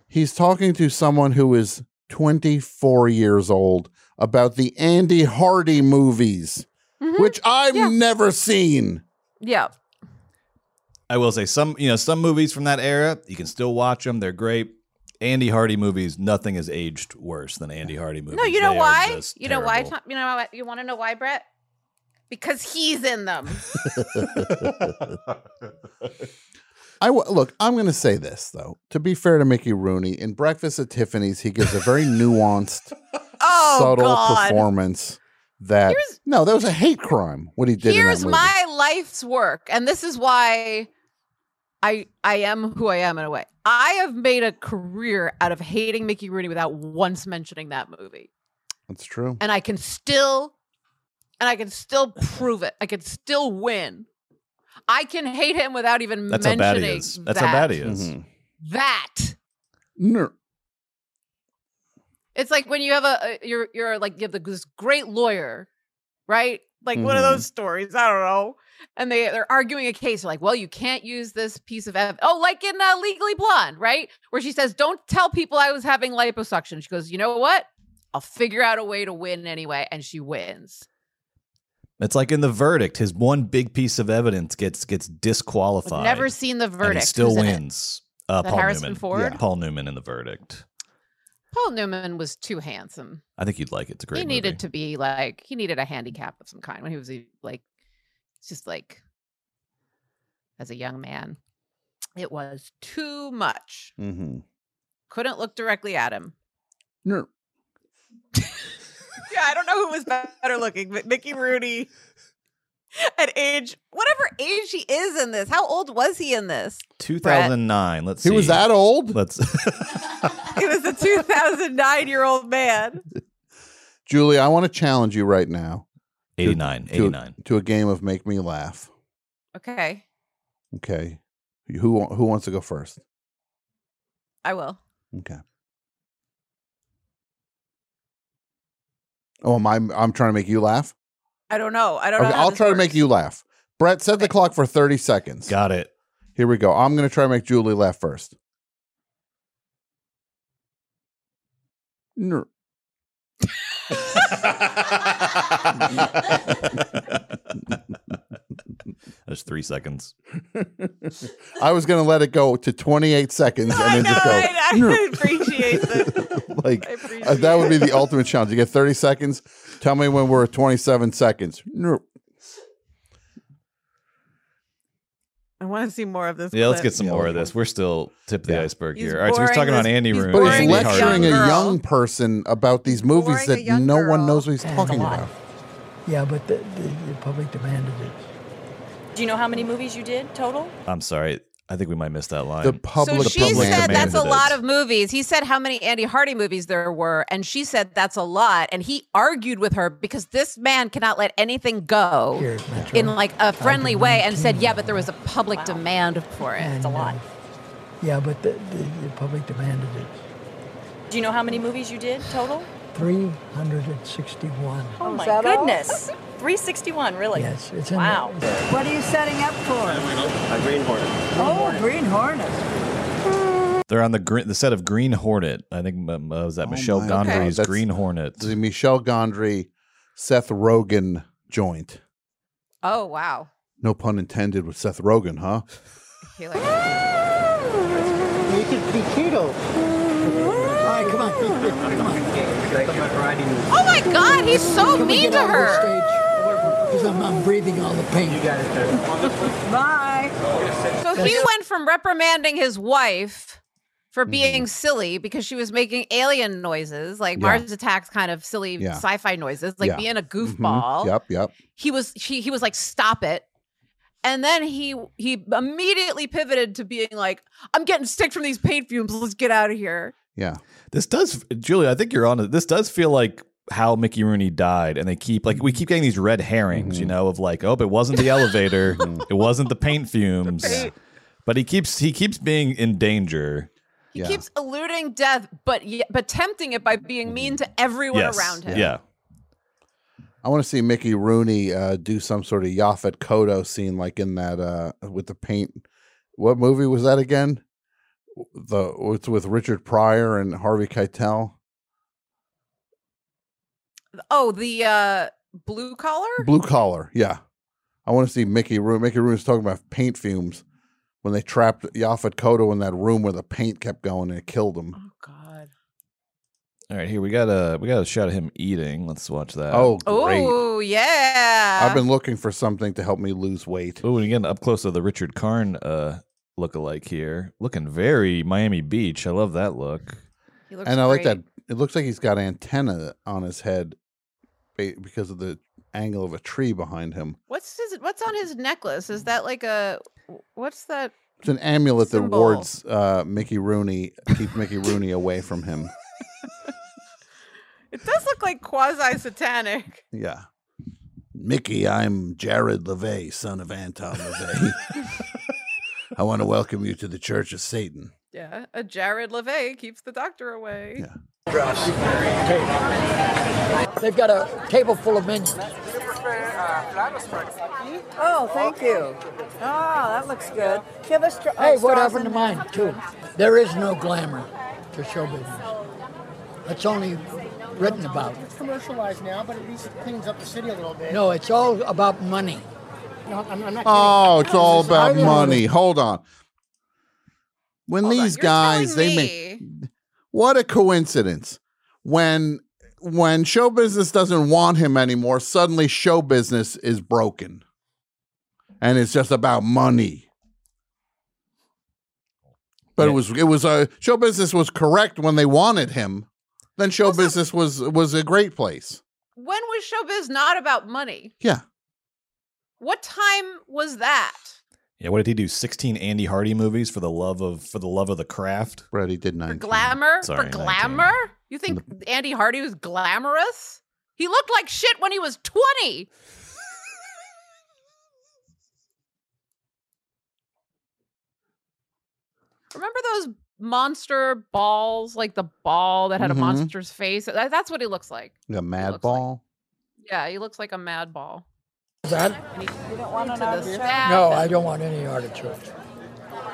Speaker 3: He's talking to someone who is 24 years old about the Andy Hardy movies,
Speaker 2: Mm-hmm.
Speaker 3: which I've never seen.
Speaker 2: Yeah.
Speaker 5: I will say some, you know, some movies from that era, you can still watch them. They're great. Andy Hardy movies, nothing has aged worse than Andy Hardy movies.
Speaker 2: No, you know
Speaker 5: They are
Speaker 2: why?
Speaker 5: just
Speaker 2: You know why?
Speaker 5: terrible.
Speaker 2: Tom, you know why? You want to know why, Brett? Because he's in them.
Speaker 3: I w- look. I'm going to say this though. To be fair to Mickey Rooney, in Breakfast at Tiffany's, he gives a very nuanced,
Speaker 2: Oh
Speaker 3: subtle
Speaker 2: God.
Speaker 3: performance. That
Speaker 2: Here's-
Speaker 3: no, that was a hate crime. What he did. in that
Speaker 2: Here's
Speaker 3: movie.
Speaker 2: my life's work, and this is why I I am who I am in a way. I have made a career out of hating Mickey Rooney without once mentioning that movie,
Speaker 3: That's true.
Speaker 2: and I can still, and I can still prove it. I can still win. I can hate him without even
Speaker 5: That's how
Speaker 2: mentioning
Speaker 5: bad he is. That's
Speaker 2: that.
Speaker 5: how bad he is.
Speaker 3: Mhm.
Speaker 2: That.
Speaker 3: No.
Speaker 2: It's like when you have a, a- you're you're like you have this great lawyer, right? Like one of those
Speaker 5: Mm-hmm.
Speaker 2: stories, I don't know. And they they're arguing a case. They're like, well, you can't use this piece of ev- oh, like in uh, Legally Blonde, right? Where she says, "Don't tell people I was having liposuction." She goes, "You know what? I'll figure out a way to win anyway," and she wins.
Speaker 5: It's like in the verdict, his one big piece of evidence gets gets disqualified.
Speaker 2: I've never seen the
Speaker 5: and
Speaker 2: verdict.
Speaker 5: he still
Speaker 2: Who's in it?
Speaker 5: wins. Uh,
Speaker 2: That
Speaker 5: Paul
Speaker 2: Harrison
Speaker 5: Newman.
Speaker 2: Ford?
Speaker 5: Paul Newman in the verdict.
Speaker 2: Paul Newman was too handsome.
Speaker 5: I think you'd like it. It's a great
Speaker 2: he
Speaker 5: movie.
Speaker 2: needed to be like he needed a handicap of some kind when he was a- like it's just like as a young man it was too much
Speaker 3: Mm-hmm.
Speaker 2: couldn't look directly at him
Speaker 3: No.
Speaker 2: yeah i don't know who was better looking but mickey rooney at age whatever age he is in this how old was he in this
Speaker 5: 2009. Let's see.
Speaker 3: He was that old.
Speaker 5: Let's.
Speaker 2: he was a 2009 year old man
Speaker 3: Julie, I want to challenge you right now
Speaker 5: 89.
Speaker 3: to-
Speaker 5: 89.
Speaker 3: to a game of make me laugh.
Speaker 2: okay
Speaker 3: Okay, who who wants to go first?
Speaker 2: i will
Speaker 3: Okay. Oh, am I? I'm trying to make you laugh.
Speaker 2: i don't know i don't
Speaker 3: Okay,
Speaker 2: know how
Speaker 3: I'll
Speaker 2: this
Speaker 3: try to make
Speaker 2: works.
Speaker 3: you laugh. Brett, set the clock for 30 seconds.
Speaker 5: Got it.
Speaker 3: Here we go. I'm going to try to make Julie laugh first. No.
Speaker 5: That's three seconds.
Speaker 3: I was going to let it go to 28 seconds and
Speaker 2: I
Speaker 3: then
Speaker 2: know.
Speaker 3: just go.
Speaker 2: I, I appreciate that.
Speaker 3: like
Speaker 2: I appreciate
Speaker 3: uh, that would be the ultimate challenge. You get 30 seconds. Tell me when we're at 27 seconds. No.
Speaker 2: I want to see more of this.
Speaker 5: Yeah, let's
Speaker 2: clip.
Speaker 5: get some more of this. We're still tip of the
Speaker 3: Yeah.
Speaker 5: iceberg
Speaker 2: He's
Speaker 5: here. All right, so we're
Speaker 2: boring
Speaker 5: talking about
Speaker 2: this-
Speaker 5: Andy
Speaker 2: he's
Speaker 5: Rooney.
Speaker 3: But
Speaker 2: Boring
Speaker 3: he's
Speaker 5: Andy
Speaker 2: this
Speaker 5: Hardy.
Speaker 3: lecturing a
Speaker 2: young girl.
Speaker 3: young person about these movies
Speaker 2: Boring a
Speaker 3: that
Speaker 2: young
Speaker 3: no one
Speaker 2: girl.
Speaker 3: knows what he's
Speaker 9: And
Speaker 3: talking
Speaker 9: a lot.
Speaker 3: about.
Speaker 9: Yeah, but the, the, the public demanded it.
Speaker 4: Do you know how many movies you did total?
Speaker 5: I'm sorry. I think we might miss that line.
Speaker 3: The public,
Speaker 2: so she
Speaker 3: public
Speaker 2: said
Speaker 5: demand
Speaker 2: that's a
Speaker 5: it is.
Speaker 2: lot of movies. He said how many Andy Hardy movies there were, and she said that's a lot. And he argued with her because this man cannot let anything go
Speaker 9: Here at Metro.
Speaker 2: in like a friendly
Speaker 9: did
Speaker 2: way, and
Speaker 9: 19
Speaker 2: said, "Yeah,
Speaker 9: of
Speaker 2: but there was a public demand for it."
Speaker 9: And,
Speaker 4: It's a lot.
Speaker 9: uh, yeah, but the, the, the public demanded it.
Speaker 4: Do you know how many movies you did total?
Speaker 9: 361.
Speaker 4: Oh
Speaker 10: Is
Speaker 4: my
Speaker 10: that all?
Speaker 4: goodness. 361, really?
Speaker 9: Yes, it's in the-
Speaker 4: Wow.
Speaker 9: it's in-
Speaker 10: What are you setting up for?
Speaker 11: A green hornet.
Speaker 10: Oh, Green Hornet.
Speaker 5: They're on the gre the set of Green Hornet. I think um, uh, was that
Speaker 3: Oh
Speaker 5: Michelle
Speaker 3: my God,
Speaker 5: Gondry's
Speaker 3: that's-
Speaker 5: Green Hornet.
Speaker 3: the Michelle Gondry, Seth Rogen joint.
Speaker 2: Oh wow.
Speaker 3: No pun intended with Seth Rogen, huh?
Speaker 2: He like-
Speaker 9: You could be keto. All right, come on. Come on.
Speaker 2: oh my God, he's so mean to her.
Speaker 9: Because I'm, I'm breathing all the pain. You got it.
Speaker 10: Bye.
Speaker 2: So he went from reprimanding his wife for
Speaker 3: Mm-hmm.
Speaker 2: being silly because she was making alien noises, like
Speaker 3: Yeah.
Speaker 2: Mars Attacks kind of silly
Speaker 3: Yeah.
Speaker 2: sci-fi noises, like
Speaker 3: Yeah.
Speaker 2: being a
Speaker 3: Mhm.
Speaker 2: goofball.
Speaker 3: Yep, yep.
Speaker 2: He was she he was like, stop it. And then he he immediately pivoted to being like, "I'm getting sick from these paint fumes. Let's get out of here."
Speaker 3: Yeah.
Speaker 5: This does, Julia, I think you're on it. This does feel like how Mickey Rooney died. And they keep, like, we keep getting these red herrings, you know, of like, oh, it wasn't the elevator, it wasn't the paint fumes.
Speaker 2: paint.
Speaker 5: But he keeps he keeps being in danger.
Speaker 2: He keeps eluding death, but ye- but tempting it by being
Speaker 3: Mm-hmm.
Speaker 2: mean to everyone
Speaker 5: Yes.
Speaker 2: around him.
Speaker 5: Yeah.
Speaker 3: I want to see Mickey Rooney uh, do some sort of Yaphet Kodo scene, like in that uh, with the paint. What movie was that again? The it's with Richard Pryor and Harvey Keitel.
Speaker 2: Oh, the uh, blue collar.
Speaker 3: Blue collar, yeah. I want to see Mickey Rooney. Mickey Rooney's talking about paint fumes when they trapped Yaphet Kodo in that room where the paint kept going and it killed him.
Speaker 5: All right, here we got a we got a shot of him eating. Let's watch that.
Speaker 3: Oh, great.
Speaker 2: Oh yeah.
Speaker 3: I've been looking for something to help me lose weight.
Speaker 5: Oh, and again, up close to the Richard Karn uh, look-alike here, looking very Miami Beach. I love that look.
Speaker 2: He looks
Speaker 3: And I like that.
Speaker 2: great.
Speaker 3: It looks like he's got antenna on his head ba- because of the angle of a tree behind him.
Speaker 2: What's his? What's on his necklace? Is that like a? What's that?
Speaker 3: It's an amulet that
Speaker 2: Symbol.
Speaker 3: wards uh, Mickey Rooney, keep Mickey Rooney away from him.
Speaker 2: It does look like quasi satanic.
Speaker 3: Yeah. Mickey, I'm Jared LeVay, son of Anton LeVay. I want to welcome you to the Church of Satan.
Speaker 2: Yeah, a Jared LeVay keeps the doctor away. Yeah.
Speaker 9: They've got a table full of menus.
Speaker 10: Oh, thank you. Oh, that looks good. Give us. Tra- oh,
Speaker 9: Hey, what
Speaker 10: straws
Speaker 9: happened to
Speaker 10: in
Speaker 9: mine, too? There is no glamour to show business. It's only written about.
Speaker 12: It's commercialized now, but at least it cleans up the city a little bit.
Speaker 9: No, it's all about money.
Speaker 12: No, I'm, I'm not
Speaker 3: Oh, it's all about
Speaker 9: I don't-
Speaker 3: money. Hold on. When these guys, they make what a coincidence. When when show business doesn't want him anymore, suddenly show business is broken, and it's just about money. But it was it was a show business was correct when they wanted him. Then show business was was a great place.
Speaker 2: When was showbiz not about money?
Speaker 3: Yeah.
Speaker 2: What time was that?
Speaker 5: Yeah, what did he do? Sixteen Andy Hardy movies for the love of for the love of the craft.
Speaker 3: Brett, he did nine.
Speaker 2: Glamour
Speaker 5: Sorry,
Speaker 2: for
Speaker 5: 19.
Speaker 2: glamour? You think Andy Hardy was glamorous? He looked like shit when he was 20. Remember those monster balls, like the ball that had
Speaker 3: Mhm.
Speaker 2: a monster's face? That- that's what he looks like.
Speaker 3: The mad ball.
Speaker 2: Yeah, he looks like a mad ball.
Speaker 9: Is that?
Speaker 2: And he,
Speaker 10: want
Speaker 2: to
Speaker 10: an
Speaker 2: the
Speaker 10: artichoke?
Speaker 2: staff
Speaker 9: No,
Speaker 2: and-
Speaker 9: I don't want any artichokes.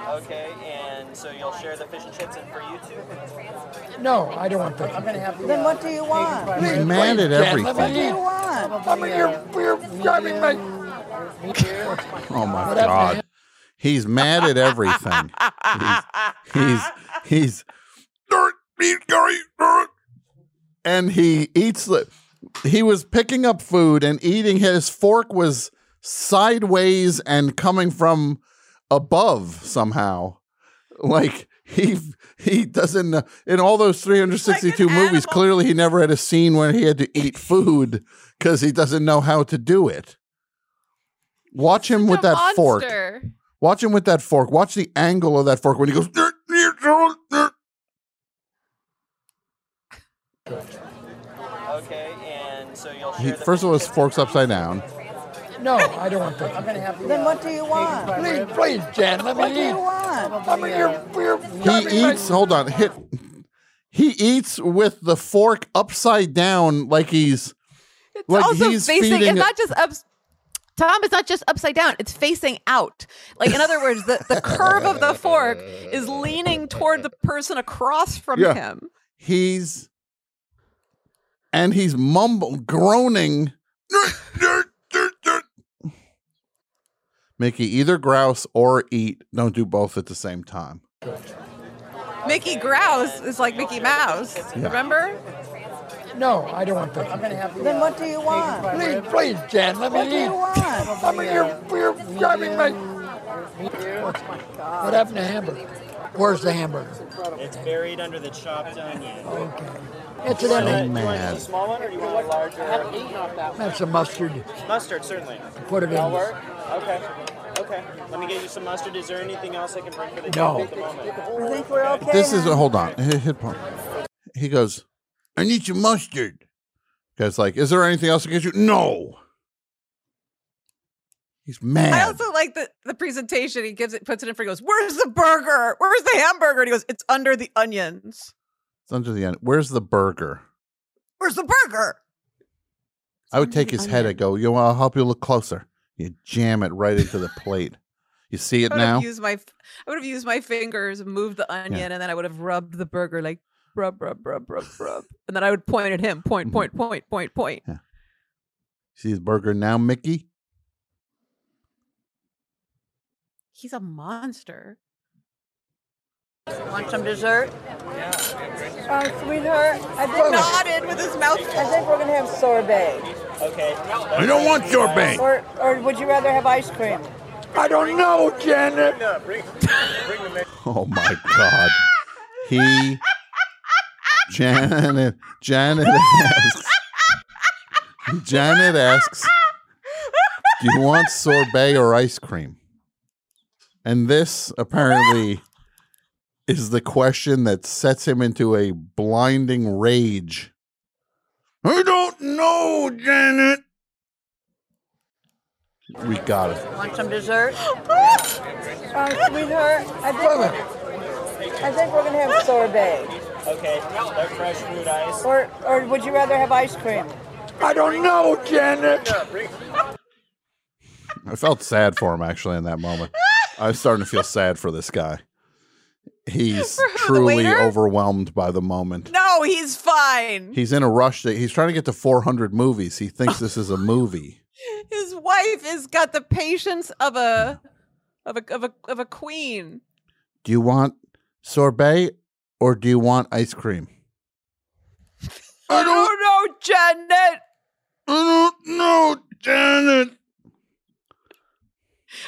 Speaker 13: Okay, and so you'll share the fish and chips, and for you two.
Speaker 9: No, I don't want that. I'm gonna have
Speaker 10: Then what do you want?
Speaker 3: He's mad at
Speaker 10: What do
Speaker 3: everything.
Speaker 10: you want?
Speaker 9: I mean, you're, you're grabbing my.
Speaker 3: Oh my
Speaker 9: What happened to
Speaker 3: god.
Speaker 9: him?
Speaker 3: He's mad at everything. he's he's, he's "Dirt, meat, curry, dirt." and he eats the he was picking up food and eating his fork was sideways and coming from above somehow. Like he he doesn't know- in all those 362 movies clearly he never had a scene where he had to eat food cuz he doesn't know how to do it. Watch him with that fork.
Speaker 2: Monster.
Speaker 3: Watch him with that fork. Watch the angle of that fork when he goes. "Dirt, dirt, dirt, dirt."
Speaker 13: Okay, and so you'll
Speaker 3: He,
Speaker 13: share the
Speaker 3: first of all, his fork's upside down.
Speaker 9: No, I don't want that. I'm gonna have
Speaker 10: Then what do you want?
Speaker 9: Please, please, Jan, let
Speaker 10: What do
Speaker 9: me
Speaker 10: you
Speaker 9: eat.
Speaker 10: want?
Speaker 9: I mean, you're, you're grabbing
Speaker 3: He
Speaker 9: my-
Speaker 3: eats. Hold on. Hit. He eats with the fork upside down, like he's like
Speaker 2: also
Speaker 3: he's
Speaker 2: facing
Speaker 3: feeding.
Speaker 2: it's
Speaker 3: it-
Speaker 2: not just up tom it's not just upside down it's facing out like in other words the, the curve of the fork is leaning toward the person across from
Speaker 3: Yeah.
Speaker 2: him
Speaker 3: he's and he's mumble groaning. "Dirt, dirt, dirt, dirt." Mickey, either grouse or eat. Don't do both at the same time.
Speaker 2: mickey grouse is like mickey mouse
Speaker 3: Yeah.
Speaker 2: remember
Speaker 9: No, I don't want that. I'm gonna have
Speaker 10: Then what do you want?
Speaker 9: Please, please, Jan, let
Speaker 10: What do
Speaker 9: me
Speaker 10: you
Speaker 9: eat.
Speaker 10: want?
Speaker 9: I mean, you're, you're grabbing my. What happened to hamburger? Where's the hamburger?
Speaker 13: It's buried under the chopped onion. Okay.
Speaker 9: Incidentally,
Speaker 13: a small one or do you want a larger?
Speaker 9: that's a mustard.
Speaker 13: Mustard, certainly.
Speaker 9: Put it in.
Speaker 13: That'll work? Okay. Okay. Let me get you some mustard. Is there anything else I can bring for the
Speaker 3: No.
Speaker 13: table at the moment?
Speaker 10: I think we're okay.
Speaker 3: this is
Speaker 10: huh?
Speaker 3: a hold on. Hit, hit pause. He goes, I need your mustard. Guy's like, is there anything else I can get you? No. He's mad.
Speaker 14: I also like the, the presentation. He gives it, puts it in for. He goes, "Where's the burger? Where's the hamburger?" And he goes, "It's under the onions.
Speaker 3: it's under the end. Where's the burger?
Speaker 14: Where's the burger?"
Speaker 3: I would take his head and go, you know, I'll help you look closer. You jam it right into the plate. You see it
Speaker 14: I would have
Speaker 3: now?
Speaker 14: used my I would have used my fingers, and moved the onion, and then I would have rubbed the burger like rub, rub, rub, rub, rub, and then I would point at him, point, point, point, point, point.
Speaker 3: See his burger now, Mickey?
Speaker 14: He's a monster.
Speaker 10: Want some dessert? Uh, sweetheart, I think
Speaker 14: nodded with his mouth.
Speaker 10: I think we're gonna have sorbet.
Speaker 13: Okay.
Speaker 10: I
Speaker 3: don't want sorbet.
Speaker 10: Or, or would you rather have ice cream?
Speaker 3: I don't know, Janet. Oh my God. He, Janet, Janet asks, Janet asks, do you want sorbet or ice cream? And this apparently is the question that sets him into a blinding rage. I don't know, Janet. We got it.
Speaker 10: Want some dessert? uh, sweetheart, I think I think we're gonna have sorbet.
Speaker 13: Okay. No fresh fruit ice.
Speaker 10: Or, or would you rather have ice cream?
Speaker 3: I don't know, Janet. I felt sad for him actually in that moment. I was starting to feel sad for this guy. He's
Speaker 14: For who, the
Speaker 3: truly
Speaker 14: waiter?
Speaker 3: overwhelmed by the moment.
Speaker 14: No, he's fine.
Speaker 3: He's in a rush. To, he's trying to get to 400 movies. He thinks this is a movie.
Speaker 14: His wife has got the patience of a of a of a of a queen.
Speaker 3: Do you want sorbet or do you want ice cream?
Speaker 14: I don't know, Oh, Janet.
Speaker 3: I don't know, Janet.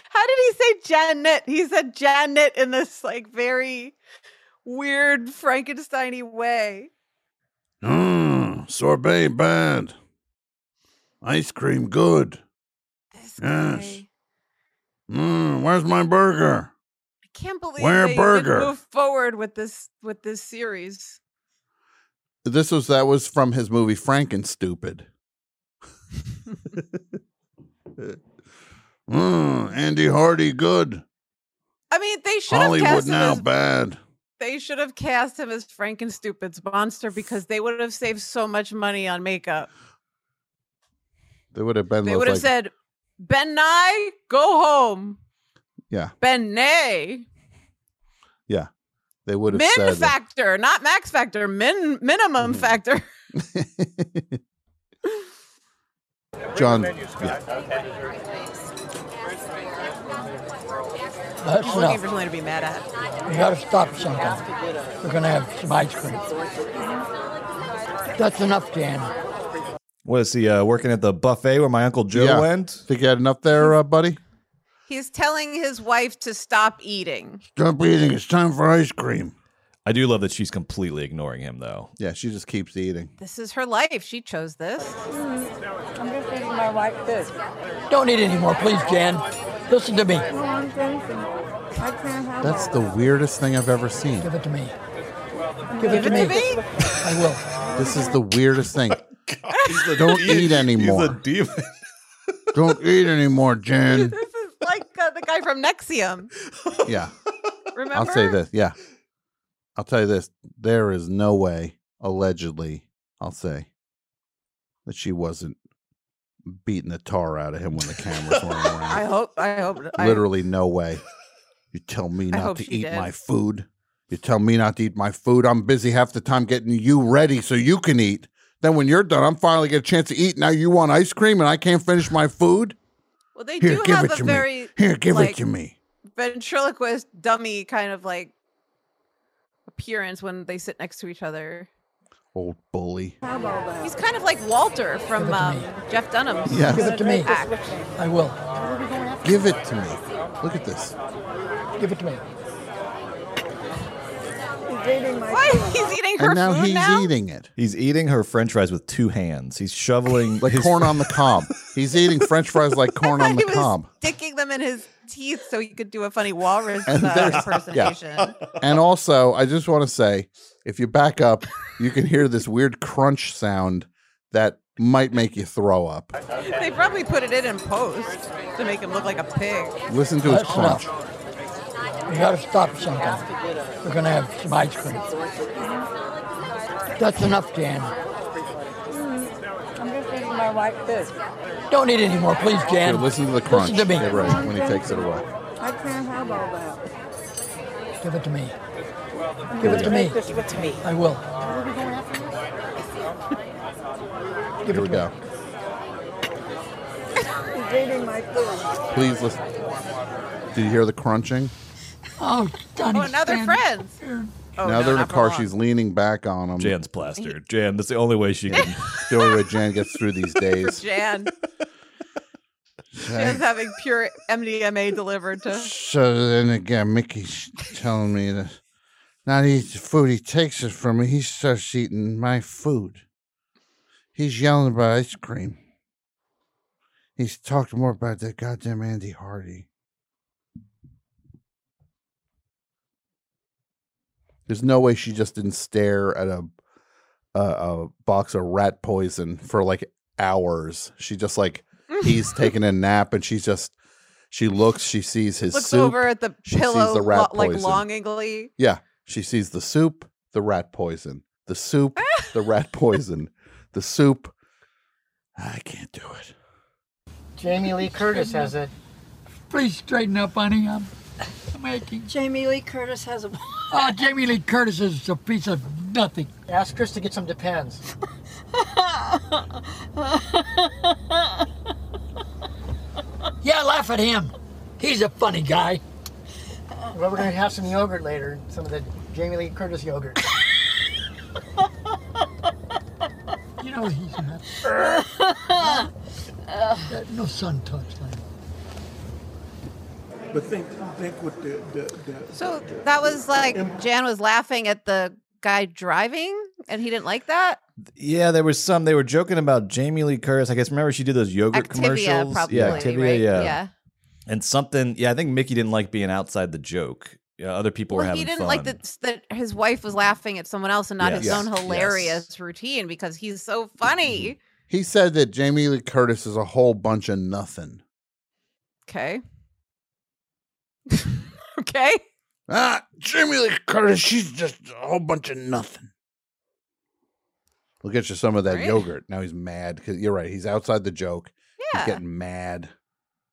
Speaker 14: How did he say Janet? He said Janet in this like very weird Frankensteiny way.
Speaker 3: Mm, sorbet bad. Ice cream good. Yes. Mm, where's my burger?
Speaker 14: I can't believe
Speaker 3: Where
Speaker 14: they didn't
Speaker 3: burger?
Speaker 14: move forward with this with this series.
Speaker 3: This was that was from his movie Frankenstupid. mm, Andy Hardy good.
Speaker 14: I mean, they should have
Speaker 3: Hollywood
Speaker 14: cast
Speaker 3: now
Speaker 14: him as,
Speaker 3: bad.
Speaker 14: they should have cast him as Frankenstupid's monster because they would have saved so much money on makeup.
Speaker 3: They would have been
Speaker 14: They
Speaker 3: those,
Speaker 14: would have
Speaker 3: like-
Speaker 14: said, "Ben Nye, go home.
Speaker 3: Yeah,
Speaker 14: Ben Nay,
Speaker 3: yeah. They would have
Speaker 14: min
Speaker 3: said
Speaker 14: factor, not max factor, min minimum
Speaker 3: Mm-hmm.
Speaker 14: factor."
Speaker 3: John
Speaker 9: That's
Speaker 14: He's
Speaker 9: enough.
Speaker 14: looking for something to be mad at.
Speaker 9: We gotta stop sometime. We're gonna have some ice cream. That's enough, Jan.
Speaker 5: What is he uh, working at the buffet where my uncle Joe
Speaker 3: Yeah.
Speaker 5: went?
Speaker 3: Think you had enough there, uh, buddy?
Speaker 14: He's telling his wife to stop eating.
Speaker 3: Stop eating. It's time for ice cream.
Speaker 5: I do love that she's completely ignoring him though.
Speaker 3: Yeah, she just keeps eating.
Speaker 14: This is her life. She chose this.
Speaker 10: I'm just eating my white food.
Speaker 9: Don't eat anymore, please, Jan. Listen to me.
Speaker 10: I'm drinking. I can't have
Speaker 3: That's the weirdest thing I've ever seen.
Speaker 9: Give it to me.
Speaker 10: Give
Speaker 9: it to me.
Speaker 10: I
Speaker 9: will.
Speaker 3: This is the weirdest thing. Don't eat anymore. Don't eat anymore, Jan.
Speaker 14: This is like uh, the guy from Nexium.
Speaker 3: Yeah.
Speaker 14: Remember?
Speaker 3: I'll say this. Yeah. I'll tell you this. There is no way, allegedly, I'll say, that she wasn't beating the tar out of him when the cameras weren't around.
Speaker 14: I hope. I hope. I-
Speaker 3: Literally, no way. You tell me
Speaker 14: I
Speaker 3: not
Speaker 14: hope
Speaker 3: to
Speaker 14: she
Speaker 3: eat
Speaker 14: did.
Speaker 3: my food. You tell me not to eat my food. I'm busy half the time getting you ready so you can eat. Then when you're done, I'm finally get a chance to eat. Now you want ice cream and I can't finish my food?
Speaker 14: well, they
Speaker 3: Here,
Speaker 14: do
Speaker 3: give
Speaker 14: have
Speaker 3: it
Speaker 14: a
Speaker 3: to me.
Speaker 14: very
Speaker 3: Here, give
Speaker 14: like,
Speaker 3: it to me.
Speaker 14: ventriloquist dummy kind of like appearance when they sit next to each other.
Speaker 3: Old bully.
Speaker 14: He's kind of like Walter from um, Jeff Dunham's.
Speaker 3: Yes. Give it to me.
Speaker 14: act.
Speaker 9: I will.
Speaker 3: Give it to me. Look at this.
Speaker 9: Give it to me.
Speaker 14: Why he's eating her
Speaker 3: And now
Speaker 14: food
Speaker 3: he's
Speaker 14: now?
Speaker 3: eating it.
Speaker 5: He's eating her French fries with two hands. He's shoveling
Speaker 3: Like
Speaker 5: his-
Speaker 3: corn on the cob. He's eating french fries like corn on the
Speaker 14: He was
Speaker 3: cob.
Speaker 14: sticking them in his
Speaker 2: teeth so you could do a funny walrus
Speaker 3: And
Speaker 2: uh,
Speaker 3: there's-
Speaker 2: impersonation.
Speaker 3: and also, I just want to say, if you back up, you can hear this weird crunch sound that might make you throw up.
Speaker 2: They probably put it in in post to make him look like a pig.
Speaker 3: Listen to his
Speaker 9: That's
Speaker 3: crunch.
Speaker 9: We gotta stop sometime. We're gonna have some ice cream. That's enough, Jan.
Speaker 10: I'm just eating my white food.
Speaker 9: Don't eat any more, please, Jan.
Speaker 3: Here, listen to the crunch.
Speaker 9: Listen to me.
Speaker 3: Yeah, right, when he takes it away.
Speaker 10: I can't have all that.
Speaker 9: Give it to me. Give it to me.
Speaker 10: Give it to me.
Speaker 9: I will.
Speaker 3: Here we go.
Speaker 10: He's eating my food.
Speaker 3: Please listen. Do you hear the crunching?
Speaker 9: Oh, Donnie.
Speaker 2: Oh, now they're friends. Oh,
Speaker 3: now
Speaker 2: no,
Speaker 3: they're in a
Speaker 2: not for
Speaker 3: car.
Speaker 2: long.
Speaker 3: She's leaning back on him.
Speaker 5: Jan's plastered. Jan, that's the only way she can.
Speaker 3: the only way Jan gets through these days.
Speaker 2: Jan. Jan's having pure MDMA delivered to.
Speaker 14: So then again, Mickey's telling me to not eat the food. He takes it from me. He starts eating my food. He's yelling about ice cream. He's talking more about that goddamn Andy Hardy.
Speaker 3: There's no way she just didn't stare at a a, a box of rat poison for like hours. She just like he's taking a nap and she's just she looks, she sees his
Speaker 2: Looks
Speaker 3: soup.
Speaker 2: over at the
Speaker 3: she sees
Speaker 2: pillow
Speaker 3: the rat
Speaker 2: lo- like
Speaker 3: poison.
Speaker 2: longingly.
Speaker 3: Yeah, she sees the soup, the rat poison, the soup, the rat poison, the soup. I can't do it.
Speaker 15: Jamie Lee Curtis has a
Speaker 9: Please straighten up, honey. I'm I'm aching.
Speaker 16: Jamie Lee Curtis has a.
Speaker 9: Oh, Jamie Lee Curtis is a piece of nothing.
Speaker 15: Ask Chris to get some Depends.
Speaker 9: Yeah, laugh at him. He's a funny guy.
Speaker 15: Well, we're gonna have some yogurt later. Some of the Jamie Lee Curtis yogurt.
Speaker 9: You know he's not. That- no son touched him.
Speaker 8: But think, think what the, the, the
Speaker 2: So that was like Jan was laughing at the guy driving, and he didn't like that.
Speaker 5: yeah, there was some. They were joking about Jamie Lee Curtis. I guess remember she did those yogurt
Speaker 2: Activia,
Speaker 5: commercials.
Speaker 2: probably.
Speaker 5: yeah, Activia.
Speaker 2: right?
Speaker 5: Yeah. and something. Yeah, I think Mickey didn't like being outside the joke. Yeah, other people were
Speaker 2: Well,
Speaker 5: having
Speaker 2: he didn't
Speaker 5: fun.
Speaker 2: like that, that his wife was laughing at someone else and not his
Speaker 3: Yes.
Speaker 2: own
Speaker 3: Yes.
Speaker 2: hilarious routine because he's so funny.
Speaker 3: He said that Jamie Lee Curtis is a whole bunch of nothing.
Speaker 2: Okay. okay.
Speaker 14: Ah, Jamie Lee Curtis, she's just a whole bunch of nothing.
Speaker 3: We'll get you some of that
Speaker 2: Right.
Speaker 3: yogurt. Now he's mad because you're right. He's outside the joke.
Speaker 2: Yeah.
Speaker 3: He's getting mad.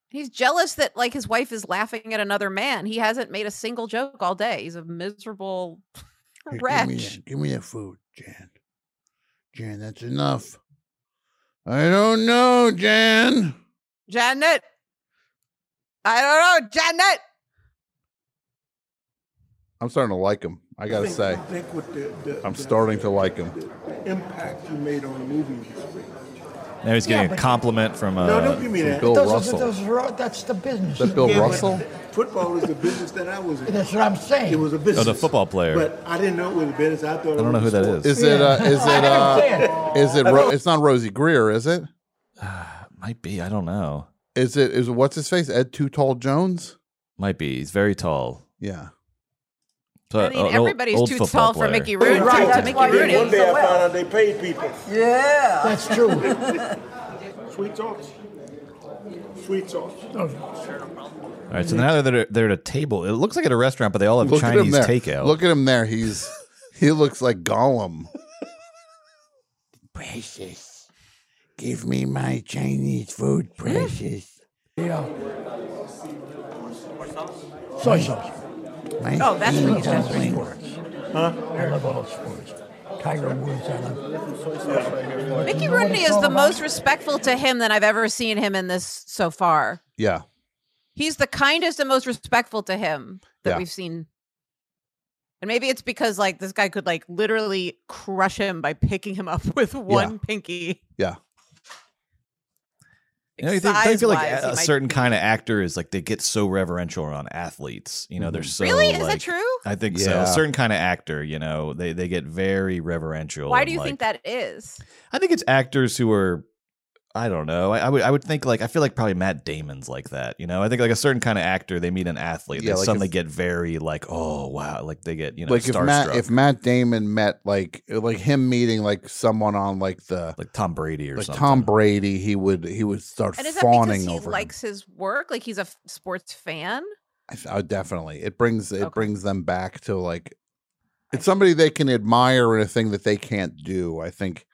Speaker 2: He's jealous that like his wife is laughing at another man. He hasn't made a single joke all day. He's a miserable
Speaker 14: Here, Give me,
Speaker 2: wretch.
Speaker 14: that, give me that food, Jan. Jan, that's enough. I don't know, Jan.
Speaker 2: Janet. I don't know, Janet.
Speaker 3: I'm starting to like him. I gotta
Speaker 8: think-
Speaker 3: say,
Speaker 8: think what the, the,
Speaker 3: I'm
Speaker 8: the
Speaker 3: starting to like him.
Speaker 8: impact you made on the movie industry.
Speaker 5: now he's getting
Speaker 8: Yeah,
Speaker 5: a
Speaker 8: but-
Speaker 5: compliment from uh,
Speaker 8: No, don't give me
Speaker 5: from
Speaker 8: that.
Speaker 5: Bill
Speaker 9: Those are-
Speaker 5: Russell.
Speaker 9: those are- that's the business.
Speaker 5: That Bill
Speaker 8: Yeah, but
Speaker 5: Russell?
Speaker 8: Football is the business that I was in.
Speaker 9: That's what I'm saying.
Speaker 8: It was a business.
Speaker 5: oh, football player.
Speaker 8: But I didn't know it was a business. I thought
Speaker 5: I don't know who that is.
Speaker 3: Is it? Uh, is it? Uh, is it? Ro- it's not Rosie Greer, is it?
Speaker 5: Might be. I don't know.
Speaker 3: Is it? Is it? What's his face? Ed Too Tall Jones.
Speaker 5: Might be. He's very tall.
Speaker 3: Yeah.
Speaker 2: I mean, everybody's too tall for Mickey Rooney.
Speaker 8: Right,
Speaker 2: to
Speaker 8: that's
Speaker 2: Mickey
Speaker 8: why they-
Speaker 2: Rooney.
Speaker 8: One day I found out they paid people.
Speaker 16: Yeah.
Speaker 9: That's true.
Speaker 8: Sweet sauce. Sweet sauce. Oh.
Speaker 5: All right, so now they're they're at a table. It looks like at a restaurant, but they all have
Speaker 3: Look at him there.
Speaker 5: Chinese takeout.
Speaker 3: Look at him there. He's he looks like Gollum.
Speaker 14: Precious. Give me my Chinese food, precious.
Speaker 9: Yeah. Soy sauce.
Speaker 2: Oh, that's what he says.
Speaker 9: Huh? I love all sports. Tiger Woods, I love.
Speaker 2: Mickey Rooney is the most respectful to him than I've ever seen him in this so far.
Speaker 3: Yeah.
Speaker 2: He's the kindest and most respectful to him that
Speaker 3: Yeah.
Speaker 2: we've seen. And maybe it's because like this guy could like literally crush him by picking him up with one pinky.
Speaker 3: Yeah.
Speaker 5: You know, you think, don't you feel like
Speaker 2: size-wise,
Speaker 5: a,
Speaker 2: he might
Speaker 5: certain kind of actor is like they get so reverential on athletes. You know, they're so
Speaker 2: Really? Is that
Speaker 5: like-
Speaker 2: true?
Speaker 5: I think
Speaker 3: Yeah.
Speaker 5: so. A certain kind of actor, you know, they they get very reverential.
Speaker 2: Why
Speaker 5: and,
Speaker 2: do you
Speaker 5: like-
Speaker 2: think that is?
Speaker 5: I think it's actors who are I don't know. I, I would I would think like I feel like probably Matt Damon's like that. You know, I think like a certain kind of actor they meet an athlete,
Speaker 3: Yeah,
Speaker 5: they
Speaker 3: like
Speaker 5: suddenly
Speaker 3: if-
Speaker 5: get very like oh wow, like they get you know
Speaker 3: like if Matt
Speaker 5: starstruck.
Speaker 3: if Matt Damon met like like him meeting like someone on like the
Speaker 5: like Tom Brady or
Speaker 3: like
Speaker 5: something.
Speaker 3: Tom Brady, he would he would start
Speaker 2: And is that because
Speaker 3: fawning
Speaker 2: he
Speaker 3: over. him.
Speaker 2: likes his work? Like he's a f- sports fan?
Speaker 3: I th- oh, definitely it brings it brings them back to like it's somebody they can admire and a thing that they can't do. I think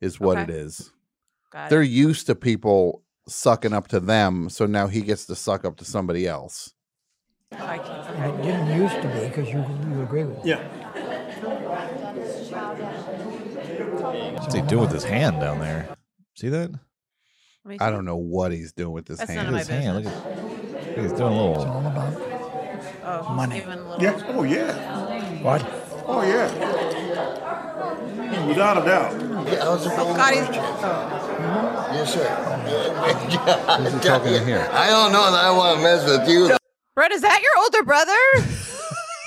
Speaker 3: is what
Speaker 2: Okay.
Speaker 3: it is.
Speaker 2: Got
Speaker 3: They're
Speaker 2: it.
Speaker 3: used to people sucking up to them, so now he gets to suck up to somebody else.
Speaker 2: I can't.
Speaker 9: And it didn't used to be because you, you agree with it.
Speaker 5: What's he doing with his hand down there? See that?
Speaker 2: Let me
Speaker 3: I
Speaker 2: see.
Speaker 3: don't know what he's doing with his
Speaker 2: That's
Speaker 3: hand.
Speaker 2: none of my
Speaker 5: His hand. Look at,
Speaker 2: business.
Speaker 5: look, he's doing a
Speaker 9: It's
Speaker 5: little.
Speaker 9: all about
Speaker 2: Oh, he's
Speaker 9: Money.
Speaker 2: giving little-
Speaker 17: Yes. Oh yeah.
Speaker 9: what?
Speaker 17: Oh yeah. Without a doubt.
Speaker 2: Oh, God, he's.
Speaker 18: Yes, sir.
Speaker 3: Who's he talking to here?
Speaker 18: I don't know that I want to mess with you.
Speaker 2: Brett, is that your older brother?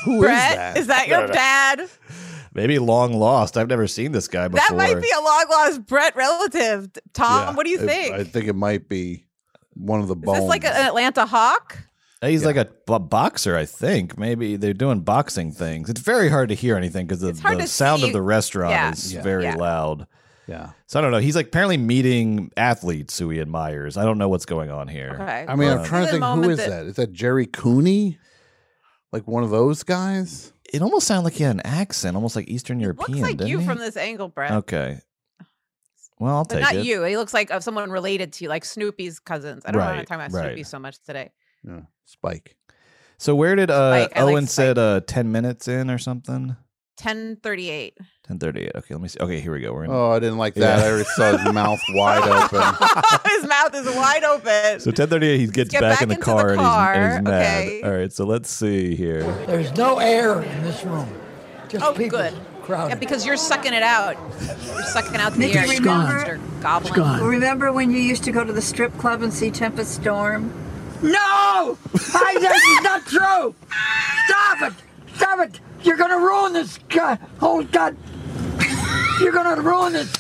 Speaker 5: Who is
Speaker 2: Brett, is that your dad?
Speaker 5: Maybe long lost. I've never seen this guy before.
Speaker 2: That might be a long lost Brett relative. Tom, what do you
Speaker 3: I-
Speaker 2: think?
Speaker 3: I think it might be one of the
Speaker 2: is
Speaker 3: bones.
Speaker 2: this like uh, an Atlanta Hawk?
Speaker 5: He's like a, b- boxer, I think. Maybe they're doing boxing things. It's very hard to hear anything because the,
Speaker 2: hard
Speaker 5: the
Speaker 2: to
Speaker 5: sound
Speaker 2: see.
Speaker 5: of the restaurant
Speaker 2: Yeah.
Speaker 5: is
Speaker 2: Yeah.
Speaker 5: very
Speaker 2: Yeah.
Speaker 5: loud.
Speaker 3: Yeah.
Speaker 5: So I don't know. He's like apparently meeting athletes who he admires. I don't know what's going on here.
Speaker 2: Okay.
Speaker 3: I mean,
Speaker 5: Um,
Speaker 3: I'm trying to
Speaker 2: the
Speaker 3: think who
Speaker 2: moment
Speaker 3: is
Speaker 2: that-
Speaker 3: that? Is that Jerry Cooney? Like one of those guys?
Speaker 5: It almost sounded like he had an accent, almost like Eastern
Speaker 2: Looks
Speaker 5: European.
Speaker 2: like
Speaker 5: didn't
Speaker 2: you
Speaker 5: he?
Speaker 2: from this angle, Brett.
Speaker 5: Okay. Well, I'll
Speaker 2: But
Speaker 5: take
Speaker 2: not
Speaker 5: it.
Speaker 2: you. He looks like uh, someone related to you, like Snoopy's cousins. I don't know why I'm
Speaker 5: Right,
Speaker 2: talking about
Speaker 5: right.
Speaker 2: Snoopy so much today.
Speaker 3: Yeah. Spike.
Speaker 5: So where did uh,
Speaker 2: Spike, I like
Speaker 5: Owen said uh, ten minutes in or something?
Speaker 2: 1038.
Speaker 5: Ten thirty-eight. Okay, let me see. Okay, here we go. We're in.
Speaker 3: Oh, I didn't like that.
Speaker 5: Yeah.
Speaker 3: I already saw his mouth wide open.
Speaker 2: His mouth is wide open.
Speaker 5: So ten thirty-eight. He gets
Speaker 2: get
Speaker 5: back,
Speaker 2: back
Speaker 5: in the
Speaker 2: into the
Speaker 5: car, and, he's, and he's
Speaker 2: car,
Speaker 5: mad.
Speaker 2: okay.
Speaker 5: All right. So let's see here.
Speaker 9: There's no air in this room. Just
Speaker 2: oh,
Speaker 9: people
Speaker 2: good. Yeah,
Speaker 9: crowded.
Speaker 2: because you're sucking it out. You're sucking out the
Speaker 19: Mickey,
Speaker 2: air. You
Speaker 19: remember-
Speaker 2: monster goblin.
Speaker 19: Remember when you used to go to the strip club and see Tempest Storm? No! I, this is not true!
Speaker 9: Stop it! Stop it! You're gonna ruin this guy. Oh God! You're gonna ruin this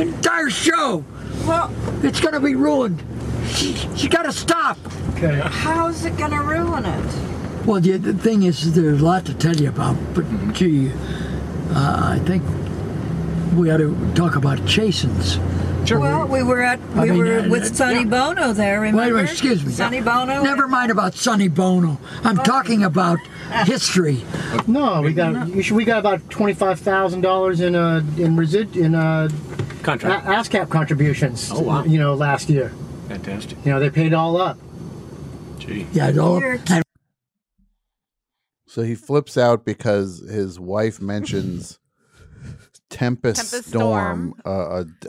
Speaker 9: entire show. Well, it's gonna be ruined. She, she gotta stop. Okay.
Speaker 19: How's it gonna ruin it?
Speaker 9: Well, the, the thing is, there's a lot to tell you about, but
Speaker 15: Mm-hmm.
Speaker 9: gee, uh, I think we ought to talk about chasins.
Speaker 19: Well, we were at we
Speaker 9: I mean,
Speaker 19: were
Speaker 9: uh,
Speaker 19: with Sonny
Speaker 9: yeah.
Speaker 19: Bono there. Remember?
Speaker 9: Wait, wait, excuse me.
Speaker 19: Sonny Bono. Oh.
Speaker 9: Never mind about Sonny Bono. I'm talking about history.
Speaker 15: No, we got we, should, we got about twenty five thousand dollars in uh in resid in uh
Speaker 11: Contract.
Speaker 15: a- ASCAP contributions.
Speaker 11: Oh, wow.
Speaker 15: You know, last year.
Speaker 11: Fantastic.
Speaker 15: You know, they paid it all up.
Speaker 11: Gee.
Speaker 9: Yeah, it's all. and-
Speaker 3: So he flips out because his wife mentions Tempest,
Speaker 2: Tempest
Speaker 3: Storm, uh,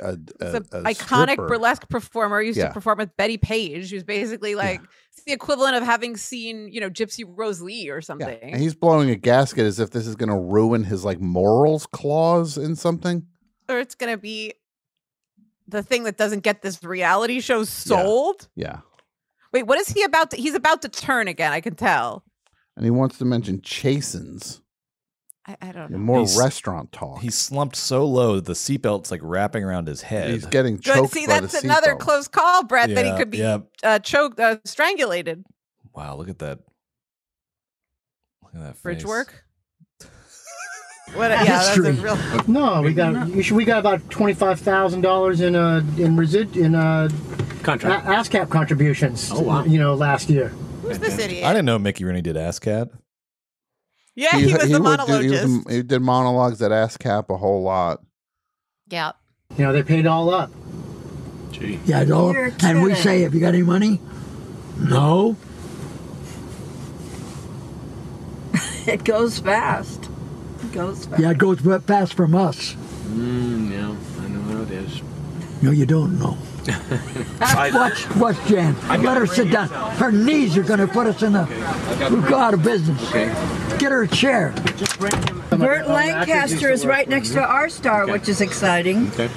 Speaker 3: a, a, a,
Speaker 2: It's
Speaker 3: a
Speaker 2: an iconic
Speaker 3: stripper.
Speaker 2: burlesque performer who used
Speaker 3: Yeah.
Speaker 2: to perform with Betty Page, who's basically like it's the equivalent of having seen, you know, Gypsy Rose Lee or something.
Speaker 3: And he's blowing a gasket as if this is going to ruin his like morals clause in something.
Speaker 2: or it's gonna be the thing that doesn't get this reality show sold.
Speaker 3: Yeah.
Speaker 2: Wait, what is he about? To, he's about to turn again. I can tell.
Speaker 3: And he wants to mention Chasen's.
Speaker 2: I, I don't know.
Speaker 3: More
Speaker 5: He's-
Speaker 3: restaurant talk.
Speaker 5: He slumped so low that the seatbelt's like wrapping around his head.
Speaker 3: He's getting
Speaker 2: Good.
Speaker 3: choked.
Speaker 2: See,
Speaker 3: by
Speaker 2: that's
Speaker 3: the
Speaker 2: another
Speaker 3: seatbelt.
Speaker 2: close call, Brett. that
Speaker 5: Yeah,
Speaker 2: he could be
Speaker 5: yeah.
Speaker 2: uh, choked, uh, strangulated.
Speaker 5: Wow, look at that. Look at that
Speaker 2: Bridge
Speaker 5: face.
Speaker 2: work. what? A, yeah, that's a
Speaker 15: History.
Speaker 2: real.
Speaker 15: No, we got we, should, we got about twenty five thousand dollars in uh in resid in uh
Speaker 11: Contract.
Speaker 15: a- ASCAP contributions.
Speaker 11: Oh, wow.
Speaker 15: You know, last year.
Speaker 2: Who's this
Speaker 5: I
Speaker 2: idiot?
Speaker 5: didn't know Mickey Rooney did ASCAP.
Speaker 2: Yeah, he, was the
Speaker 3: would do- he was a-
Speaker 2: monologist.
Speaker 3: he did monologues at ASCAP a whole lot.
Speaker 2: yeah.
Speaker 15: You know, they paid it all up.
Speaker 11: Gee.
Speaker 9: Yeah, it's all.
Speaker 19: You're
Speaker 9: And we
Speaker 19: kidding.
Speaker 9: say, have you got any money? No.
Speaker 19: It goes fast. It goes fast.
Speaker 9: Yeah, it goes ba- fast from us.
Speaker 11: Mm, yeah, I know how it is.
Speaker 9: No, you don't know. watch, watch Jan. Let her sit down. Her knees are going to put us in the. We've got out of business. Get her a chair.
Speaker 19: Burt Lancaster is right next to our star, which is exciting.
Speaker 11: Okay.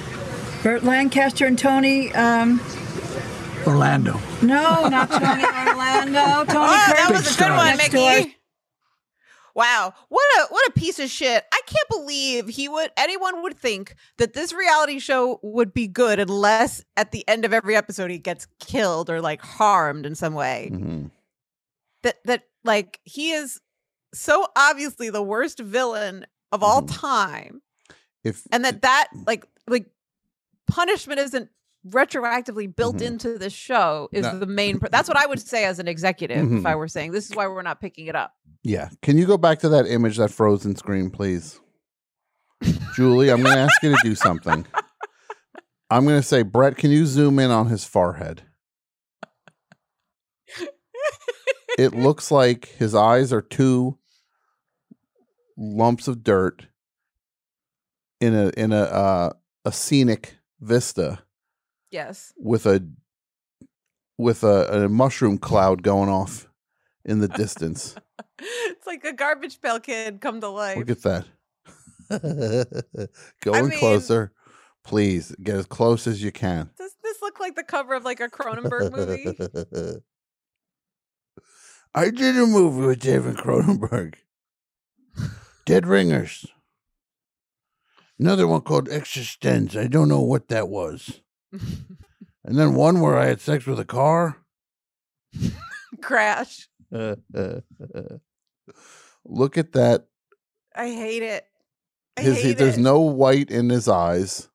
Speaker 19: Burt Lancaster and Tony. Um,
Speaker 9: Orlando.
Speaker 19: no, not Tony Orlando. Tony
Speaker 2: Oh, that
Speaker 19: Curtis
Speaker 2: was a good
Speaker 19: is
Speaker 2: one,
Speaker 19: next to our-
Speaker 2: Mickey. Wow, what a what a piece of shit. I can't believe he would anyone would think that this reality show would be good unless at the end of every episode he gets killed or like harmed in some way.
Speaker 3: Mhm.
Speaker 2: That that like he is so obviously the worst villain of all time
Speaker 3: If
Speaker 2: and that that like like punishment isn't retroactively built into the show is
Speaker 3: No.
Speaker 2: the main pr- that's what i would say as an executive if
Speaker 3: Mhm.
Speaker 2: i were saying this is why we're not picking it up
Speaker 3: yeah, can you go back to that image, that frozen screen, please? Julie, I'm going to ask you to do something. I'm going to say, Brett, can you zoom in on his forehead? It looks like his eyes are two lumps of dirt in a in a uh, a scenic vista
Speaker 2: yes
Speaker 3: with a with a, a mushroom cloud going off in the distance.
Speaker 2: it's like a garbage pail kid come to life
Speaker 3: Look at that. Going
Speaker 2: mean-
Speaker 3: closer. Please get as close as you can.
Speaker 2: does this look like the cover of like a cronenberg movie
Speaker 3: I did a movie with David Cronenberg. Dead Ringers. Another one called Existence. I don't know what that was. and then one where I had sex with a car.
Speaker 2: crash
Speaker 3: Look at that.
Speaker 2: i hate it I
Speaker 3: His,
Speaker 2: hate
Speaker 3: there's
Speaker 2: it.
Speaker 3: no white in his eyes.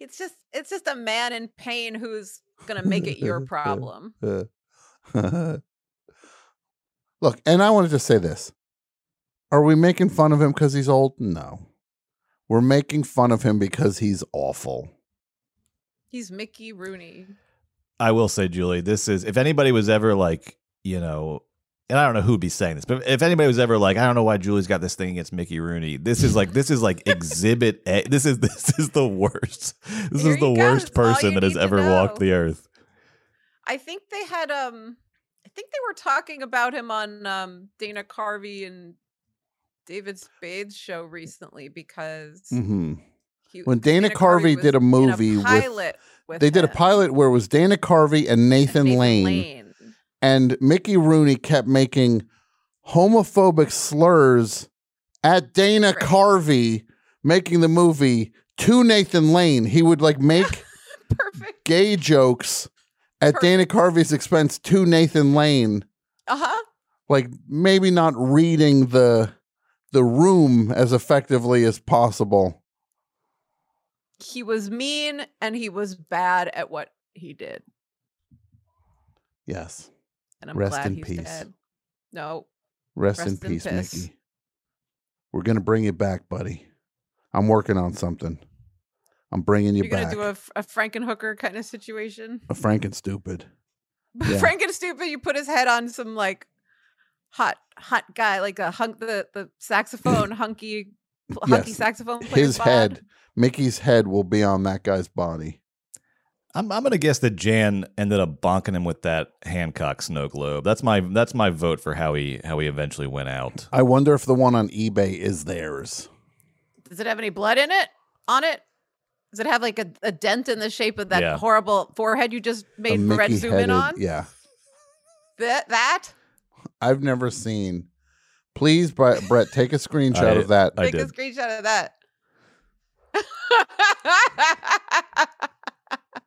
Speaker 2: it's just it's just a man in pain who's gonna make it your problem
Speaker 3: Look, and I want to just say this. Are we making fun of him because he's old? No. We're making fun of him because he's awful.
Speaker 2: he's mickey rooney
Speaker 5: I will say, Julie, this is if anybody was ever like, you know, and I don't know who'd be saying this, but if anybody was ever like, I don't know why Julie's got this thing against Mickey Rooney. This is like, this is like exhibit A. This is this is the worst. This
Speaker 2: Here
Speaker 5: is
Speaker 2: you
Speaker 5: the
Speaker 2: go.
Speaker 5: worst
Speaker 2: It's all
Speaker 5: person
Speaker 2: you
Speaker 5: that has
Speaker 2: need to
Speaker 5: ever walked
Speaker 2: know.
Speaker 5: the earth.
Speaker 2: I think they had um I think they were talking about him on um Dana Carvey and David Spade's show recently because
Speaker 3: hmm
Speaker 2: he-
Speaker 3: When Dana, Carvey,
Speaker 2: was
Speaker 3: did a
Speaker 2: in
Speaker 3: movie
Speaker 2: pilot
Speaker 3: with
Speaker 2: with
Speaker 3: they did a
Speaker 2: him.
Speaker 3: pilot where it was Dana Carvey and Nathan, Lane, and Mickey Rooney kept making homophobic slurs at Dana Carvey making the movie to Nathan Lane. He would like make gay jokes at Dana Carvey's expense to Nathan Lane.
Speaker 2: Uh-huh.
Speaker 3: Like maybe not reading the the room as effectively as possible.
Speaker 2: He was mean and he was bad at what he did.
Speaker 3: Yes.
Speaker 2: And I'm
Speaker 3: Rest
Speaker 2: glad
Speaker 3: in
Speaker 2: he's
Speaker 3: peace.
Speaker 2: dead. No.
Speaker 3: Rest, in, peace, Mickey. We're gonna bring you back, buddy. I'm working on something. I'm bringing you
Speaker 2: You're
Speaker 3: back.
Speaker 2: gonna do a, f- a Frankenhooker kind of situation.
Speaker 3: a Franken stupid.
Speaker 2: But
Speaker 3: Yeah.
Speaker 2: Frank and Stupid, you put his head on some like hot hot guy, like a hunk the the saxophone hunky pl- hunky saxophone player.
Speaker 3: His head, Mickey's head, will be on that guy's body.
Speaker 5: I'm I'm gonna guess that Jan ended up bonking him with that Hancock snow globe. That's my that's my vote for how he how he eventually went out.
Speaker 3: I wonder if the one on eBay is theirs.
Speaker 2: Does it have any blood in it? On it? Does it have like a, a dent in the shape of that
Speaker 3: Yeah.
Speaker 2: horrible forehead you just
Speaker 3: A
Speaker 2: made Brett zoom in
Speaker 3: Mickey-headed-
Speaker 2: on?
Speaker 3: Yeah,
Speaker 2: That that
Speaker 3: I've never seen. Please, Brett, Brett take a screenshot
Speaker 5: I-
Speaker 3: of that.
Speaker 5: I
Speaker 2: take a screenshot of that.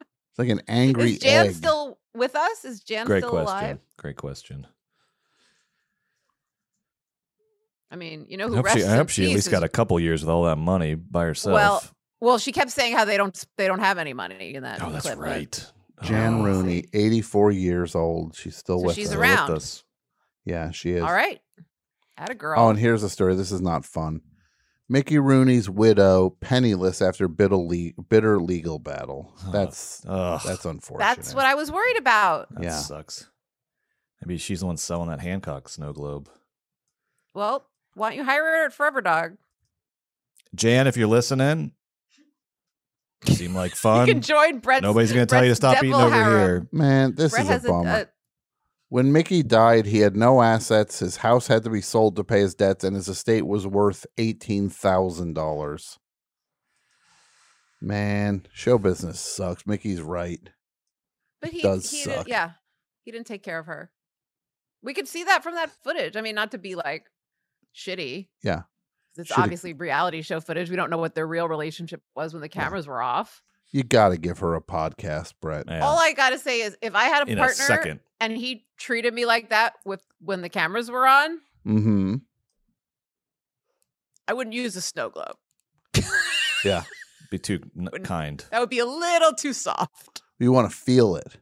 Speaker 3: It's like an angry
Speaker 2: Is Jan
Speaker 3: egg.
Speaker 2: still with us? Is Jan
Speaker 5: Great
Speaker 2: still
Speaker 5: question.
Speaker 2: alive?
Speaker 5: Great question.
Speaker 2: I mean, you know
Speaker 5: I
Speaker 2: who
Speaker 5: hope
Speaker 2: rests
Speaker 5: she, I
Speaker 2: Oh, in
Speaker 5: hope she at
Speaker 2: peace
Speaker 5: least
Speaker 2: is
Speaker 5: got a couple years with all that money by herself.
Speaker 2: Well, well, she kept saying how they don't they don't have any money in that.
Speaker 5: oh, that's
Speaker 2: clip, but-
Speaker 5: right.
Speaker 3: Jan Rooney, 84 years old. She's still
Speaker 2: Oh, So
Speaker 3: with
Speaker 2: she's
Speaker 3: us.
Speaker 2: around. With
Speaker 3: Yeah, she is.
Speaker 2: All right, at a girl.
Speaker 3: Oh, and here's a story. This is not fun. Mickey Rooney's widow penniless after bitter, le- bitter legal battle. That's
Speaker 5: Ugh.
Speaker 3: that's unfortunate.
Speaker 5: eh?
Speaker 2: that's what I was worried about.
Speaker 5: That
Speaker 3: Yeah.
Speaker 5: sucks. Maybe she's the one selling that Hancock snow globe.
Speaker 2: Well, why don't you hire her at Forever Dog?
Speaker 5: Jan, if you're listening, you seem like
Speaker 2: You
Speaker 5: fun.
Speaker 2: can join Brett.
Speaker 5: Nobody's gonna tell you to stop eating over here.
Speaker 3: Man, this
Speaker 2: Brett
Speaker 3: is
Speaker 2: has
Speaker 3: a
Speaker 2: a, uh,
Speaker 3: bummer.
Speaker 2: a
Speaker 3: when Mickey died, he had no assets. His house had to be sold to pay his debts, and his estate was worth eighteen thousand dollars. Man, show business sucks. Mickey's right.
Speaker 2: but he
Speaker 3: does
Speaker 2: he
Speaker 3: suck.
Speaker 2: Did, yeah he didn't take care of her. We could see that from that footage. I mean, not to be like shitty.
Speaker 3: Yeah.
Speaker 2: 'cause It's
Speaker 3: Shitty.
Speaker 2: obviously reality show footage. We don't know what their real relationship was when the cameras were off.
Speaker 3: You got to give her a podcast, Brett.
Speaker 2: All I gotta say is, if I had a
Speaker 3: In a
Speaker 2: partner
Speaker 3: second.
Speaker 2: and he treated me like that with when the cameras were on,
Speaker 3: mm-hmm.
Speaker 2: I wouldn't use a snow globe.
Speaker 5: Yeah. Be too n- kind.
Speaker 2: That would be a little too soft.
Speaker 3: You want to feel it,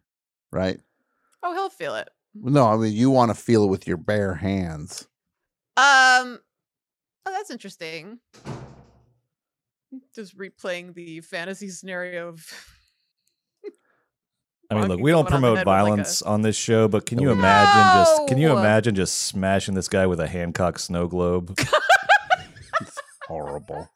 Speaker 3: right?
Speaker 2: Oh, he'll feel it.
Speaker 3: No, I mean you want to feel it with your bare hands.
Speaker 2: Um. Oh, that's interesting. Just replaying the fantasy scenario of
Speaker 5: I mean, look, we don't
Speaker 2: someone on the
Speaker 5: promote
Speaker 2: head with, like,
Speaker 5: violence on this show, but can you imagine just can you
Speaker 2: No!
Speaker 5: imagine just smashing this guy with a Hancock snow globe?
Speaker 3: Horrible.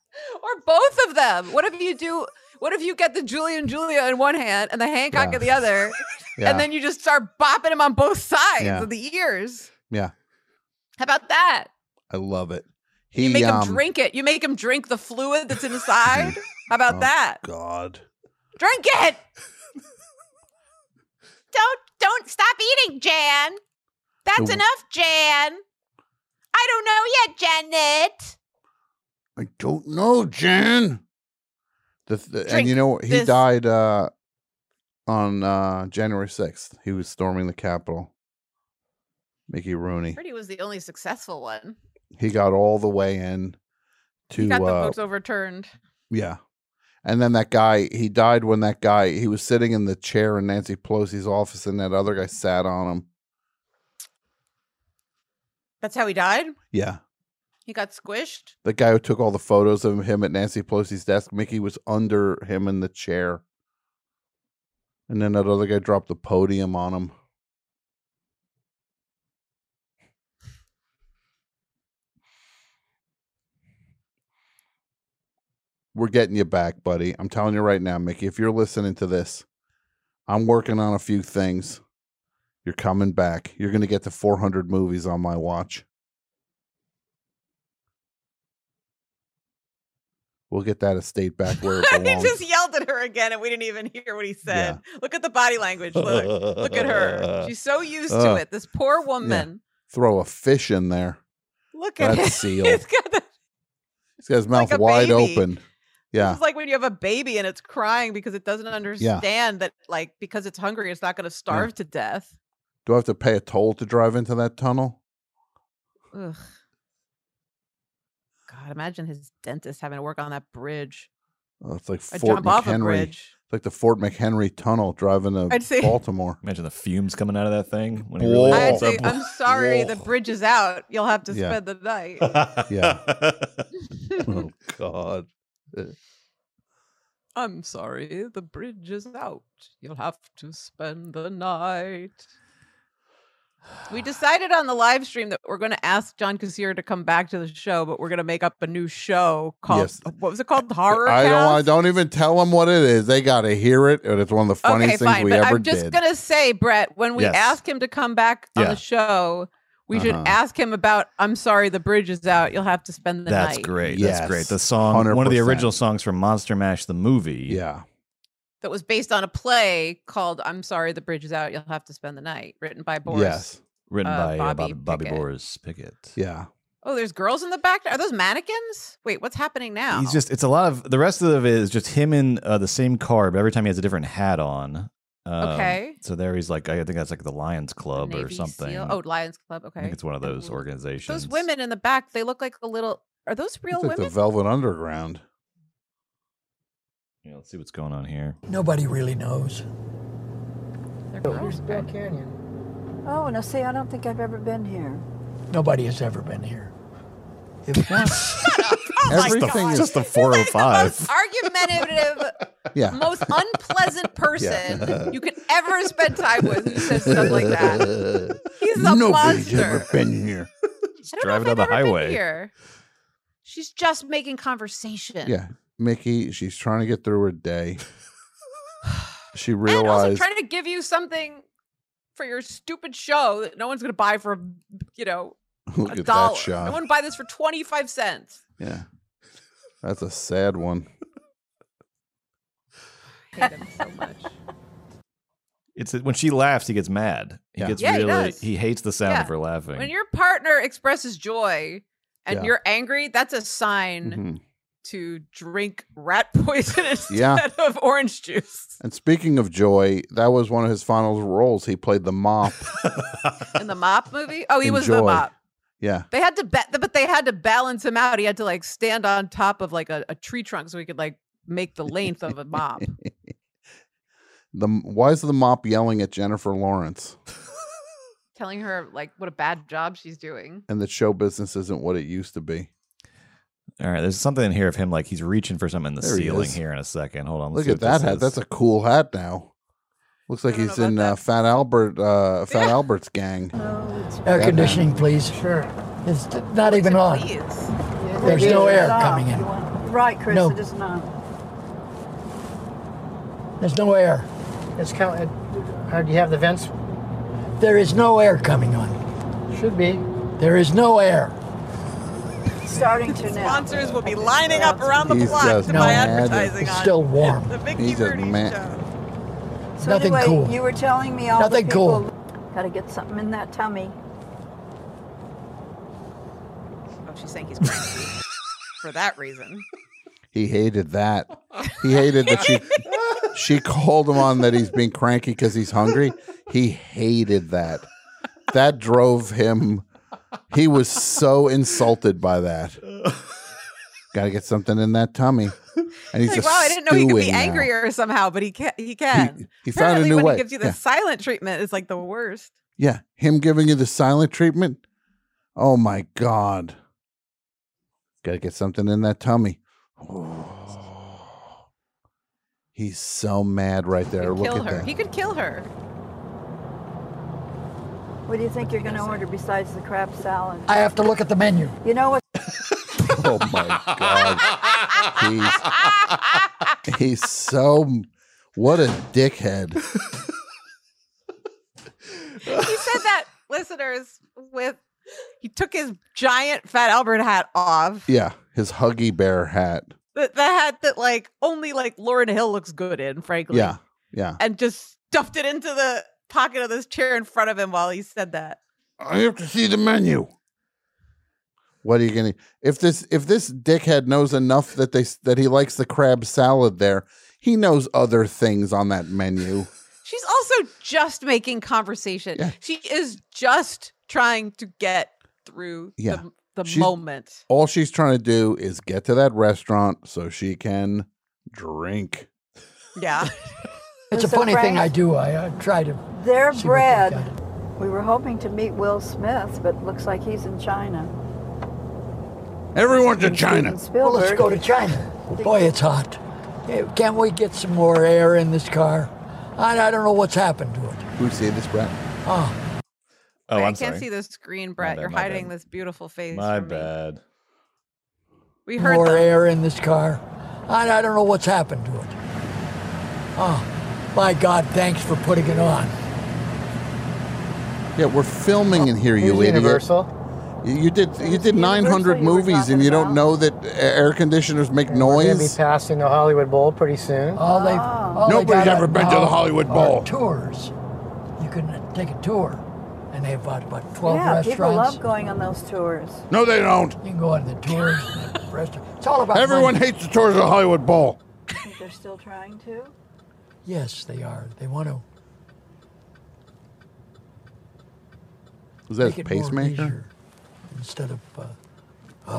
Speaker 2: or both of them. What if you do? What if you get the Julie and Julia in one hand and the Hancock
Speaker 3: Yeah.
Speaker 2: in the other,
Speaker 3: Yeah.
Speaker 2: and then you just start bopping him on both sides
Speaker 3: Yeah.
Speaker 2: of the ears?
Speaker 3: Yeah,
Speaker 2: How about that?
Speaker 3: I love it. He
Speaker 2: You make
Speaker 3: um,
Speaker 2: him drink it. You make him drink the fluid that's inside. How about
Speaker 3: Oh,
Speaker 2: that?
Speaker 3: God.
Speaker 2: Drink it. don't don't stop eating, Jan. That's
Speaker 3: The-
Speaker 2: enough, Jan. I don't know yet, Janet.
Speaker 3: I don't know, Jan. The, the- and you
Speaker 2: Drink
Speaker 3: know he
Speaker 2: this.
Speaker 3: died uh, on uh, January sixth. He was storming the Capitol. Mickey Rooney.
Speaker 2: Pretty was the only successful one.
Speaker 3: He got all the way in to
Speaker 2: he got the
Speaker 3: uh,
Speaker 2: votes overturned.
Speaker 3: Yeah. And then that guy, he died when that guy, he was sitting in the chair in Nancy Pelosi's office and that other guy sat on him.
Speaker 2: That's how he died.
Speaker 3: Yeah.
Speaker 2: He got squished.
Speaker 3: The guy who took all the photos of him at Nancy Pelosi's desk, Mickey was under him in the chair. And then that other guy dropped the podium on him. We're getting you back, buddy. I'm telling you right now, Mickey, if you're listening to this, I'm working on a few things. You're coming back. You're going to get to 400 movies on my watch. We'll get that estate back where it
Speaker 2: he
Speaker 3: belongs.
Speaker 2: just yelled at her again, and we didn't even hear what he said. Look at the body language. Look, look at her. She's so used
Speaker 3: Uh,
Speaker 2: to it. This poor woman.
Speaker 3: Throw a fish in there.
Speaker 2: Look at
Speaker 3: That's
Speaker 2: it.
Speaker 3: sealed.
Speaker 2: It's got the-
Speaker 3: This guy's mouth
Speaker 2: a
Speaker 3: wide
Speaker 2: baby.
Speaker 3: open. Yeah.
Speaker 2: It's like when you have a baby and it's crying because it doesn't understand that, like, because it's hungry, it's not
Speaker 3: Mm.
Speaker 2: going to starve to death.
Speaker 3: Do I have to pay a toll to drive into that tunnel?
Speaker 2: Ugh. God, imagine his dentist having to work on that bridge.
Speaker 3: Oh, it's like
Speaker 2: I'd
Speaker 3: Fort
Speaker 2: jump off a
Speaker 3: McHenry.
Speaker 2: bridge.
Speaker 3: It's like the Fort McHenry tunnel driving to
Speaker 2: I'd say-
Speaker 3: Baltimore.
Speaker 5: Imagine the fumes coming out of that thing. When he
Speaker 3: Whoa.
Speaker 5: realizes
Speaker 2: I'd
Speaker 5: it's
Speaker 2: say,
Speaker 5: up-
Speaker 2: I'm sorry, the bridge is out. You'll have to
Speaker 5: Yeah.
Speaker 2: spend the night.
Speaker 3: yeah. oh God.
Speaker 2: I'm sorry, the bridge is out. You'll have to spend the night. We decided on the live stream that we're going to ask John Cassier to come back to the show, but we're going to make up a new show called
Speaker 3: Yes.
Speaker 2: what was it called? Horror.
Speaker 3: I don't.
Speaker 2: Cast?
Speaker 3: I don't even tell them what it is. They got to hear it, and it's one of the funniest
Speaker 2: okay,
Speaker 3: things
Speaker 2: fine.
Speaker 3: we
Speaker 2: but
Speaker 3: ever
Speaker 2: I'm just
Speaker 3: did.
Speaker 2: gonna say, Brett, when we
Speaker 3: Yes.
Speaker 2: ask him to come back on
Speaker 3: Yeah.
Speaker 2: the show, we should
Speaker 3: Uh-huh.
Speaker 2: ask him about "I'm sorry, the bridge is out. You'll have to spend the
Speaker 5: That's
Speaker 2: night."
Speaker 5: great.
Speaker 3: Yes.
Speaker 5: That's great. The song, one of the
Speaker 3: 100%.
Speaker 5: original songs from Monster Mash, the movie.
Speaker 3: Yeah.
Speaker 2: That was based on a play called "I'm sorry, the bridge is out. You'll have to spend the night," written by Boris.
Speaker 3: Yes.
Speaker 5: Written
Speaker 2: uh,
Speaker 5: by uh, Bobby, Bobby
Speaker 2: Pickett.
Speaker 5: Boris Pickett.
Speaker 3: Yeah.
Speaker 2: Oh, there's girls in the back. Are those mannequins? Wait, what's happening now?
Speaker 5: He's just, it's a lot of, the rest of it is just him in uh, the same car, but every time he has a different hat on. Um,
Speaker 2: Okay.
Speaker 5: So there he's like, I think that's like the Lions Club or
Speaker 2: Navy
Speaker 5: something.
Speaker 2: Seal- Oh, Lions Club. Okay.
Speaker 5: I think it's one of those organizations.
Speaker 2: Those women in the back, they look like a little. Are those real
Speaker 3: It's like
Speaker 2: women?
Speaker 3: the Velvet Underground.
Speaker 5: Yeah, let's see what's going on here.
Speaker 9: Nobody really knows.
Speaker 2: They're
Speaker 12: Here's
Speaker 2: girls.
Speaker 12: Bell Canyon.
Speaker 10: Oh, no, see, I don't think I've ever been here.
Speaker 9: Nobody has ever been here.
Speaker 2: Oh
Speaker 5: Everything is just the 405.
Speaker 2: Argumentative,
Speaker 3: oh Yeah.
Speaker 2: most unpleasant person you could ever spend time with who says stuff like that. He's a
Speaker 3: Nobody's
Speaker 2: monster.
Speaker 3: ever been here.
Speaker 5: Just
Speaker 2: I don't
Speaker 5: driving
Speaker 2: know
Speaker 5: down
Speaker 2: if
Speaker 5: the
Speaker 2: I've ever been
Speaker 5: highway.
Speaker 2: here. She's just making conversation.
Speaker 3: Yeah, Mickey. She's trying to get through her day. She
Speaker 2: And also
Speaker 3: realized
Speaker 2: trying to give you something for your stupid show that no one's going to buy for, you know,
Speaker 3: Look
Speaker 2: a
Speaker 3: at
Speaker 2: dollar.
Speaker 3: that shot.
Speaker 2: No one buy this for 25 cents.
Speaker 3: Yeah. That's a sad one.
Speaker 2: I hate him so much.
Speaker 5: It's when she laughs, he gets mad. He
Speaker 3: Yeah.
Speaker 5: gets
Speaker 2: Yeah, he
Speaker 5: really
Speaker 2: does.
Speaker 5: he, hates the sound
Speaker 2: Yeah.
Speaker 5: of her laughing.
Speaker 2: When your partner expresses joy,
Speaker 14: and
Speaker 3: Yeah.
Speaker 14: you're angry, that's a sign
Speaker 3: Mhm.
Speaker 14: to drink rat poison instead
Speaker 3: Yeah.
Speaker 14: of orange juice
Speaker 3: And speaking of joy, that was one of his final roles. He played the mop.
Speaker 14: in the mop movie. Oh, he
Speaker 3: in
Speaker 14: was
Speaker 3: Joy.
Speaker 14: the mop.
Speaker 3: Yeah.
Speaker 14: They had to bet, but they had to balance him out. He had to like stand on top of like a, a tree trunk so he could like make the length of a mop.
Speaker 3: The why is the mop yelling at Jennifer Lawrence?
Speaker 14: telling her like what a bad job she's doing.
Speaker 3: And that show business isn't what it used to be.
Speaker 5: All right, there's something in here of him like he's reaching for something in the
Speaker 3: There he
Speaker 5: ceiling
Speaker 3: is.
Speaker 5: here in a second. Hold on, let's
Speaker 3: Look
Speaker 5: see
Speaker 3: at
Speaker 5: what this
Speaker 3: that hat.
Speaker 5: is.
Speaker 3: That's a cool hat now. Looks like he's in uh, Fat Albert, uh, Fat Albert's gang.
Speaker 9: Air
Speaker 3: That
Speaker 9: conditioning, please.
Speaker 15: Sure.
Speaker 9: It's t- not even on. There's no air coming in.
Speaker 15: Right, Chris,
Speaker 9: No.
Speaker 15: it is not.
Speaker 9: There's no air.
Speaker 15: It's kind of, uh, do you have the vents?
Speaker 9: There is no air coming on.
Speaker 15: Should be.
Speaker 9: There is no air.
Speaker 10: Starting to now.
Speaker 14: Sponsors will be lining up around the
Speaker 3: He's
Speaker 14: block
Speaker 3: just
Speaker 14: to buy
Speaker 3: mad at-
Speaker 14: advertising
Speaker 3: It's
Speaker 14: on
Speaker 9: still warm.
Speaker 14: The Mickey
Speaker 3: He's just
Speaker 14: Rooney
Speaker 3: mad.
Speaker 14: show.
Speaker 10: So
Speaker 9: Nothing
Speaker 10: anyway,
Speaker 9: cool.
Speaker 10: you were telling me all
Speaker 9: Nothing
Speaker 10: the people gotta get something in that tummy.
Speaker 14: Oh, she's saying he's crazy for that reason.
Speaker 3: He hated that. He hated that she she called him on that he's being cranky because he's hungry. He hated that. That drove him. He was so insulted by that. Got to get something in that tummy, and he's
Speaker 14: Like,
Speaker 3: just
Speaker 14: wow, I didn't know he could be
Speaker 3: stewing now.
Speaker 14: angrier somehow, but he can. He can.
Speaker 3: he found a
Speaker 14: Apparently
Speaker 3: new
Speaker 14: when
Speaker 3: way.
Speaker 14: He gives you the
Speaker 3: Yeah.
Speaker 14: silent treatment. It's like the worst.
Speaker 3: Yeah, him giving you the silent treatment. Oh my god. Got to get something in that tummy. He's so mad right there. Look
Speaker 14: Kill
Speaker 3: at
Speaker 14: her.
Speaker 3: that.
Speaker 14: He could kill her.
Speaker 10: What do you think you're gonna order besides the crab salad?
Speaker 9: I have to look at the menu.
Speaker 10: You know what?
Speaker 3: Oh my god. He's, he's so what a dickhead.
Speaker 14: He said that, listeners, with he took his giant Fat Albert hat off.
Speaker 3: Yeah, his huggy bear hat.
Speaker 14: The, the hat that like only like Lauren Hill looks good in, frankly.
Speaker 3: Yeah. Yeah.
Speaker 14: And just stuffed it into the pocket of this chair in front of him while he said that.
Speaker 3: I have to see the menu. What are you gonna? If this if this dickhead knows enough that they s- that he likes the crab salad there, he knows other things on that menu.
Speaker 14: She's also just making conversation. She is just trying to get through
Speaker 3: Yeah.
Speaker 14: the, the
Speaker 3: She's-
Speaker 14: moment.
Speaker 3: All she's trying to do is get to that restaurant so she can drink.
Speaker 14: Yeah.
Speaker 9: It's a
Speaker 10: So
Speaker 9: funny thing
Speaker 10: Frank-
Speaker 9: I do. I, I try to.
Speaker 10: Their
Speaker 9: See what they've
Speaker 10: bread. We were hoping to meet Will Smith, but looks like he's in China.
Speaker 3: Everyone to
Speaker 10: And
Speaker 3: China.
Speaker 9: Well,
Speaker 10: Spielberg.
Speaker 9: let's go to China. Boy, it's hot. Hey, Can't we get some more air in this car? I, I don't know what's happened to it.
Speaker 3: Who see this, Brett?
Speaker 9: Oh,
Speaker 5: oh, I'm
Speaker 14: Wait, I can't
Speaker 5: sorry.
Speaker 14: see the screen, Brett.
Speaker 5: bad,
Speaker 14: You're
Speaker 5: my
Speaker 14: hiding
Speaker 5: bad.
Speaker 14: this beautiful face.
Speaker 5: My
Speaker 14: from me.
Speaker 5: bad.
Speaker 14: We heard
Speaker 9: more
Speaker 14: them.
Speaker 9: air in this car. I, I don't know what's happened to it. Oh, my God, thanks for putting it on.
Speaker 3: Yeah, we're filming in here, you
Speaker 15: Who's
Speaker 3: idiot.
Speaker 15: Universal.
Speaker 3: You you did you did nine hundred
Speaker 10: Universal you were
Speaker 3: movies and
Speaker 10: talking
Speaker 3: you don't
Speaker 10: about?
Speaker 3: know that a- air conditioners make
Speaker 15: We're going to be
Speaker 3: noise.
Speaker 15: passing the Hollywood Bowl pretty soon.
Speaker 9: All they,
Speaker 10: Oh.
Speaker 9: all they
Speaker 3: Nobody's
Speaker 9: got
Speaker 3: ever
Speaker 9: out
Speaker 3: been to
Speaker 9: now
Speaker 3: the Hollywood
Speaker 9: are
Speaker 3: Bowl.
Speaker 9: Tours. You can uh, take a tour, and they have about, about 12
Speaker 10: yeah, people
Speaker 9: restaurants.
Speaker 10: love going on those tours.
Speaker 3: No, they don't.
Speaker 9: you can go on the tours and the restaurants. It's all about
Speaker 3: Everyone
Speaker 9: money.
Speaker 3: hates the tours of the Hollywood Bowl.
Speaker 10: I think they're still trying to.
Speaker 9: Yes, they are. They want to
Speaker 3: Is that
Speaker 9: make
Speaker 3: his
Speaker 9: it more
Speaker 3: pacemaker?
Speaker 9: leisure instead of. Uh, uh,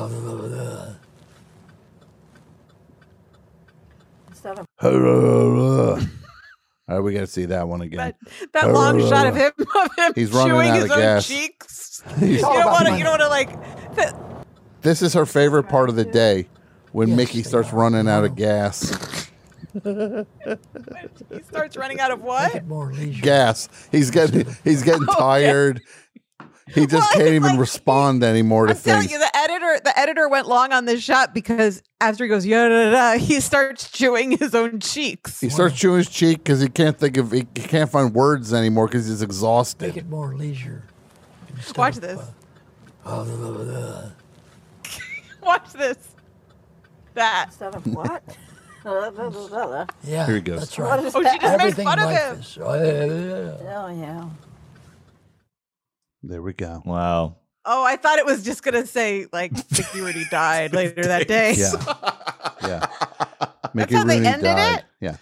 Speaker 10: Instead of
Speaker 3: All right, we got to see that one again.
Speaker 14: That long shot
Speaker 5: Oh.
Speaker 14: of him of him
Speaker 3: He's running
Speaker 14: chewing
Speaker 3: out
Speaker 14: his
Speaker 3: of
Speaker 14: own
Speaker 3: gas.
Speaker 14: cheeks. you
Speaker 3: He's-
Speaker 9: all
Speaker 14: don't
Speaker 9: about
Speaker 14: want to.
Speaker 9: money.
Speaker 14: You don't want to like. th-
Speaker 3: This is her favorite part of the day when
Speaker 9: Yes,
Speaker 3: Mickey
Speaker 9: they
Speaker 3: starts
Speaker 9: are.
Speaker 3: running out of gas.
Speaker 14: he starts running out of
Speaker 9: make
Speaker 14: what?
Speaker 9: it more leisure.
Speaker 3: gas. He's getting he's getting tired. He just
Speaker 14: Well, it's
Speaker 3: can't even
Speaker 14: like-
Speaker 3: respond anymore to
Speaker 14: I'm telling
Speaker 3: things.
Speaker 14: you, the editor, the editor went long on this shot because after he goes yeah, da, da, da, he starts chewing his own cheeks.
Speaker 3: He starts chewing his cheek because he can't think of he, he can't find words anymore because he's
Speaker 9: Make
Speaker 3: exhausted.
Speaker 9: it more leisure. instead
Speaker 14: Watch
Speaker 9: of,
Speaker 14: this.
Speaker 9: uh, uh,
Speaker 14: Watch this. That.
Speaker 10: instead of what? oh
Speaker 9: yeah,
Speaker 3: Here he goes.
Speaker 9: That's right.
Speaker 14: Oh, she just made
Speaker 9: Everything
Speaker 14: fun of
Speaker 9: life
Speaker 14: him.
Speaker 9: is. uh,
Speaker 10: yeah.
Speaker 3: There we go.
Speaker 5: Wow.
Speaker 2: Oh, I thought it was just gonna say like Mickey Rooney died later that day.
Speaker 3: Yeah.
Speaker 2: Mickey how they Rooney ended died. it?
Speaker 3: Yeah.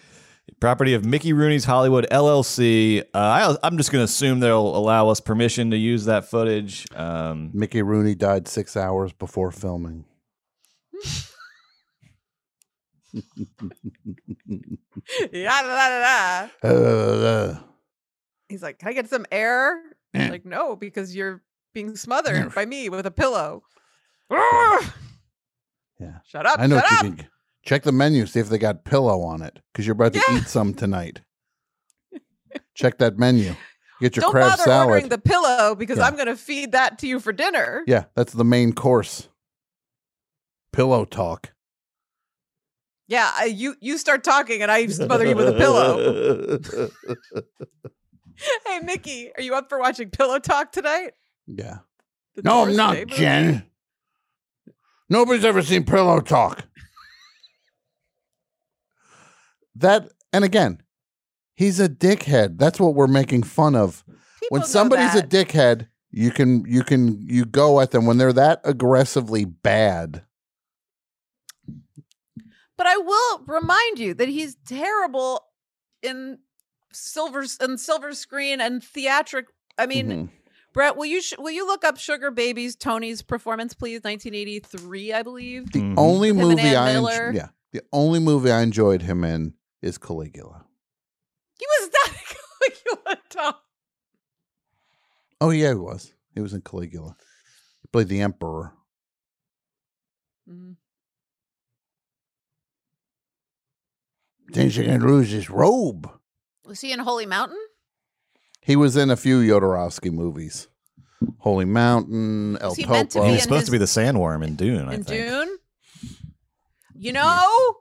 Speaker 5: Property of Mickey Rooney's Hollywood LLC. Uh, I, I'm just going to assume they'll allow us permission to use that footage. Um,
Speaker 3: Mickey Rooney died six hours before filming.
Speaker 2: Yeah, da, da, da, da.
Speaker 3: Uh,
Speaker 2: He's like, "Can I get some air?" I'm like, no, because you're being smothered by me with a pillow. Grr!
Speaker 3: Yeah.
Speaker 2: Shut up!
Speaker 3: I know
Speaker 2: shut
Speaker 3: what
Speaker 2: up!
Speaker 3: you can check the menu, see if they got pillow on it, because you're about to
Speaker 2: Yeah.
Speaker 3: eat some tonight. check that menu. Get your
Speaker 2: Don't
Speaker 3: crab
Speaker 2: bother
Speaker 3: salad.
Speaker 2: ordering the pillow because
Speaker 3: Yeah.
Speaker 2: I'm gonna feed that to you for dinner.
Speaker 3: yeah, that's the main course. Pillow talk.
Speaker 2: Yeah, I, you you start talking and I smother you with a pillow. hey, Mickey, are you up for watching Pillow Talk tonight?
Speaker 3: yeah.
Speaker 2: The
Speaker 3: No, I'm
Speaker 2: Doris
Speaker 3: not,
Speaker 2: Day movie?
Speaker 3: Jen. Nobody's ever seen pillow talk. that and again, he's a dickhead. That's what we're making fun of. when
Speaker 2: know
Speaker 3: somebody's a
Speaker 2: that.
Speaker 3: dickhead, you can you can you go at them when they're that aggressively bad.
Speaker 2: But I will remind you that he's terrible in silver and silver screen and theatric. I mean,
Speaker 3: Mhm.
Speaker 2: Brett, will you sh- will you look up Sugar Babies Tony's performance, please? 1983, I believe.
Speaker 3: The only
Speaker 2: Him and
Speaker 3: movie
Speaker 2: Ann
Speaker 3: I en-
Speaker 2: Miller.
Speaker 3: yeah, the only movie I enjoyed him in is Caligula.
Speaker 2: He was not in Caligula, Tom.
Speaker 3: Oh yeah, he was. He was in Caligula. He played the emperor.
Speaker 2: Mm.
Speaker 3: Then you're
Speaker 2: Mm-hmm.
Speaker 3: gonna lose his robe.
Speaker 2: Was he in Holy Mountain?
Speaker 3: He was in a few Yodorovsky movies. Holy Mountain, El
Speaker 2: Was he
Speaker 3: Topo.
Speaker 2: meant to be
Speaker 5: He's
Speaker 2: in
Speaker 5: supposed
Speaker 2: his-
Speaker 5: to be the sandworm in Dune, I
Speaker 2: in
Speaker 5: think.
Speaker 2: Dune? You know,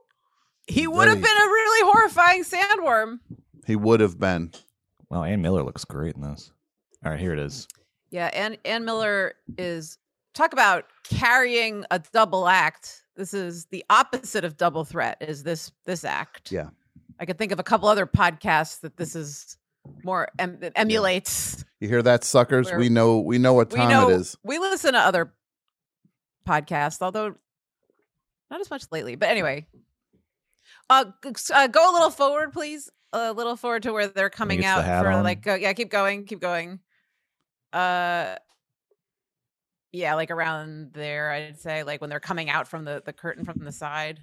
Speaker 2: he would have
Speaker 3: Very-
Speaker 2: been a really horrifying sandworm.
Speaker 3: he would have been.
Speaker 5: Wow, Ann Miller looks great in this. All right, here it is.
Speaker 2: Yeah, Ann Ann Miller is talk about carrying a double act. This is the opposite of double threat. Is this this act?
Speaker 3: Yeah.
Speaker 2: I could think of a couple other podcasts that this is more em- that emulates.
Speaker 3: You hear that, suckers?
Speaker 2: Where-
Speaker 3: we know we know what
Speaker 2: we
Speaker 3: time
Speaker 2: know
Speaker 3: it is.
Speaker 2: we listen to other podcasts, although not as much lately. But anyway, uh, g- s- uh go a little forward, please. A little forward to where they're coming
Speaker 5: gets the
Speaker 2: out
Speaker 5: hat
Speaker 2: for
Speaker 5: on.
Speaker 2: like go, yeah, keep going, keep going. Uh yeah, like around there, I'd say, like when they're coming out from the, the curtain from the side.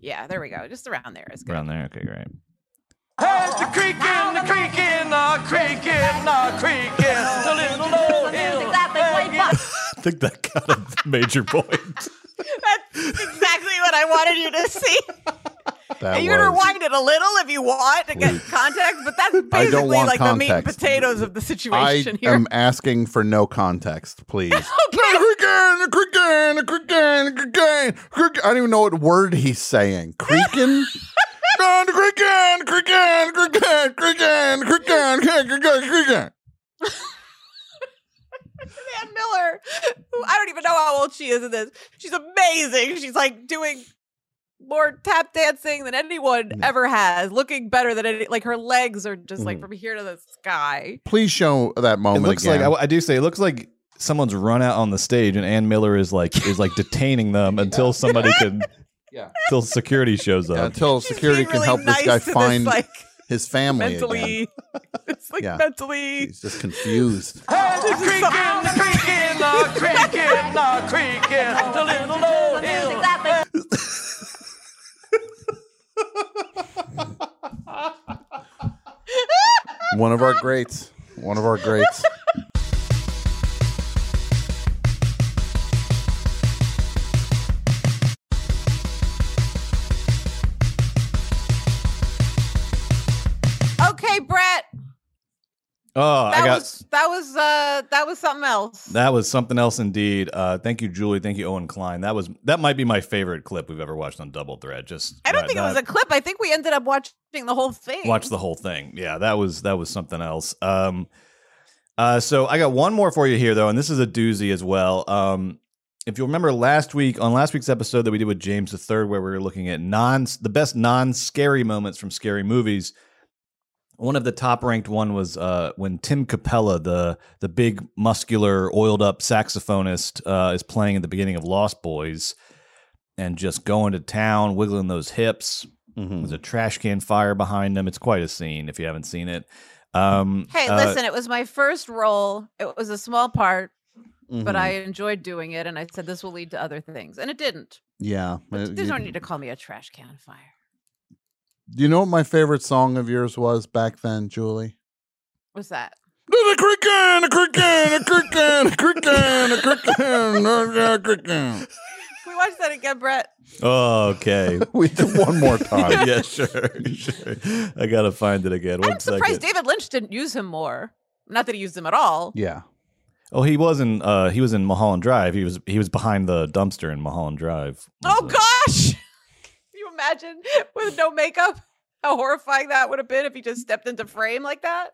Speaker 2: Yeah, there we go. Just around there is good.
Speaker 5: Around there. Okay, great.
Speaker 8: Heard the creaking, the creaking, the creaking, the creaking, the little old hill.
Speaker 5: I think that got a major point.
Speaker 2: That's exactly what I wanted you to see.
Speaker 3: That
Speaker 2: you can
Speaker 3: was.
Speaker 2: rewind it a little if you want to get
Speaker 3: Please.
Speaker 2: context, but that's
Speaker 3: I don't
Speaker 2: basically
Speaker 3: want
Speaker 2: like the meat and
Speaker 3: context.
Speaker 2: potatoes of the
Speaker 3: I
Speaker 2: situation here.
Speaker 3: am asking for no context, please.
Speaker 2: okay.
Speaker 3: Creaking, creaking, creaking, creaking, creaking. I don't even know what word he's saying. Creaking? Creaking, creaking, creaking, creaking, creaking, creaking, creaking, creaking.
Speaker 2: Ann Miller, who I don't even know how old she is in this. She's amazing. She's like doing more tap dancing than anyone ever has, looking better than any. Like her legs are just like
Speaker 3: Mhm.
Speaker 2: from here to the sky.
Speaker 3: Please show that
Speaker 5: It
Speaker 3: moment
Speaker 5: looks
Speaker 3: again.
Speaker 5: like I, I do say it looks like someone's run out on the stage and Ann Miller is like is like detaining them until somebody can
Speaker 3: Yeah.
Speaker 5: until security shows
Speaker 3: Yeah,
Speaker 5: up.
Speaker 3: until
Speaker 2: She's
Speaker 3: security
Speaker 2: being
Speaker 3: can
Speaker 2: really
Speaker 3: help
Speaker 2: nice
Speaker 3: this guy
Speaker 2: to
Speaker 3: find
Speaker 2: like
Speaker 3: his family. again.
Speaker 2: mentally. It's like
Speaker 3: Yeah.
Speaker 2: mentally.
Speaker 3: He's just confused.
Speaker 8: Heard the creaking, the creaking, the creaking, the creaking, the little old hill.
Speaker 3: One of our greats. One of our greats.
Speaker 2: Okay, Brett.
Speaker 5: Oh,
Speaker 2: That
Speaker 5: I got
Speaker 2: was that was uh that was something else.
Speaker 5: that was something else indeed. Uh, thank you, Julie. Thank you, Owen Klein. That was that might be my favorite clip we've ever watched on Double Thread. Just
Speaker 2: I don't
Speaker 5: that-
Speaker 2: think it was a
Speaker 5: that-
Speaker 2: clip. I think we ended up watching the whole thing.
Speaker 5: watch the whole thing. Yeah, that was that was something else. Um, uh, so I got one more for you here though, and this is a doozy as well. Um, if you remember last week on last week's episode that we did with James III, where we were looking at non the best non scary moments from scary movies, One of the top ranked one was uh, when Tim Capella, the the big muscular, oiled up saxophonist, uh, is playing at the beginning of Lost Boys, and just going to town, wiggling those hips.
Speaker 3: Mm-hmm.
Speaker 5: There's a trash can fire behind them. It's quite a scene if you haven't seen it. Um,
Speaker 2: Hey,
Speaker 5: uh,
Speaker 2: listen, it was my first role. It was a small part,
Speaker 5: Mhm.
Speaker 3: Mm-hmm.
Speaker 2: but I enjoyed doing it. And I said, this will lead to other things. And it didn't.
Speaker 3: Yeah. uh,
Speaker 2: There's
Speaker 3: you-
Speaker 2: no need to call me a trash can on fire.
Speaker 3: Do you know what my favorite song of yours was back then, Julie?
Speaker 2: What's that?
Speaker 3: A cricket, a cricket, a cricket, a cricket, a cricket, a cricket.
Speaker 2: Can we watch that again, Brett?
Speaker 5: Oh, okay. Oh,
Speaker 3: we did one more time.
Speaker 5: yeah, sure, sure. I gotta find it again. One
Speaker 2: I'm surprised
Speaker 5: second.
Speaker 2: David Lynch didn't use him more. Not that he used him at all.
Speaker 3: Yeah.
Speaker 5: Oh, he was in. Uh, he was in Mulholland Drive. He was. He was behind the dumpster in Mulholland Drive.
Speaker 2: Oh, gosh. Can you imagine with no makeup? How horrifying that would have been if he just stepped into frame like that.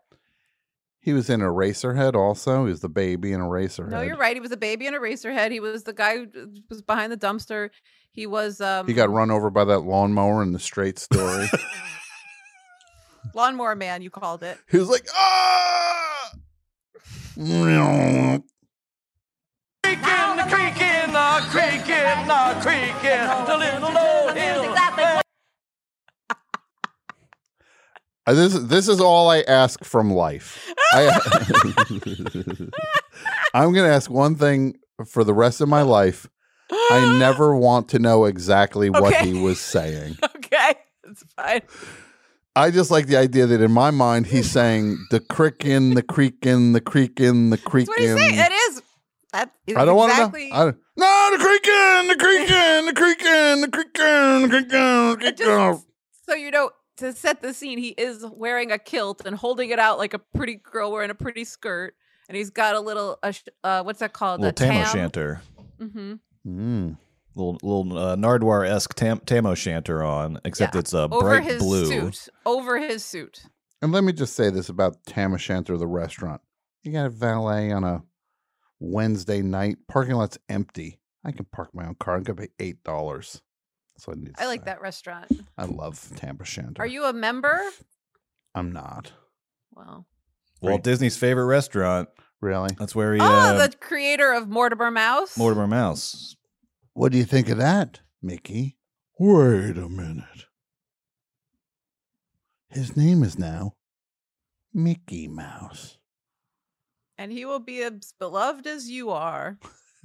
Speaker 3: He was in Eraserhead also. He was the baby in Eraserhead.
Speaker 2: No, you're right. He was a baby in a racer head. He was the guy who d- was behind the dumpster. He was um
Speaker 3: He got run over by that lawnmower in the straight story.
Speaker 2: lawnmower man, you called it.
Speaker 3: he was like, ah!
Speaker 8: creaking, the creaking, the creaking, the creaking, the little old hill.
Speaker 3: Uh, This this is all I ask from life. I, I'm going to ask one thing for the rest of my life. I never want to know exactly what
Speaker 2: Okay.
Speaker 3: he was saying.
Speaker 2: Okay, it's fine.
Speaker 3: I just like the idea that in my mind he's saying the crick in the creek in the creek in the creek
Speaker 2: That's what he's
Speaker 3: in.
Speaker 2: saying. It is. That is
Speaker 3: I don't
Speaker 2: exactly.
Speaker 3: want to know. I don't- no, the creek in the creek in the creek in the creek in the creek in the
Speaker 2: It
Speaker 3: creek in.
Speaker 2: just- so you know, to set the scene, he is wearing a kilt and holding it out like a pretty girl wearing a pretty skirt, and he's got a little uh, sh- uh what's that called?
Speaker 5: little
Speaker 2: a
Speaker 5: tam o'shanter,
Speaker 2: Mm-hmm.
Speaker 3: Mm.
Speaker 5: little little uh, Nardwar esque tam tam o'shanter on, except it's a
Speaker 2: Over
Speaker 5: bright
Speaker 2: his
Speaker 5: blue.
Speaker 2: suit. Over his suit.
Speaker 3: And let me just say this about Tam O'Shanter, the restaurant. You got a valet on a Wednesday night. Parking lot's empty. I can park my own car. I'm gonna pay eight dollars. That's what I need. to
Speaker 2: I like
Speaker 3: say.
Speaker 2: that restaurant.
Speaker 3: I love Tam O'Shanter.
Speaker 2: Are you a member?
Speaker 3: I'm not
Speaker 2: Well.
Speaker 5: Walt Disney's favorite restaurant.
Speaker 3: really.
Speaker 5: That's where he.
Speaker 2: Oh,
Speaker 5: uh,
Speaker 2: the creator of Mortimer Mouse.
Speaker 5: Mortimer Mouse.
Speaker 3: What do you think of that, Mickey? Wait a minute. His name is now Mickey Mouse,
Speaker 2: and he will be as beloved as you are.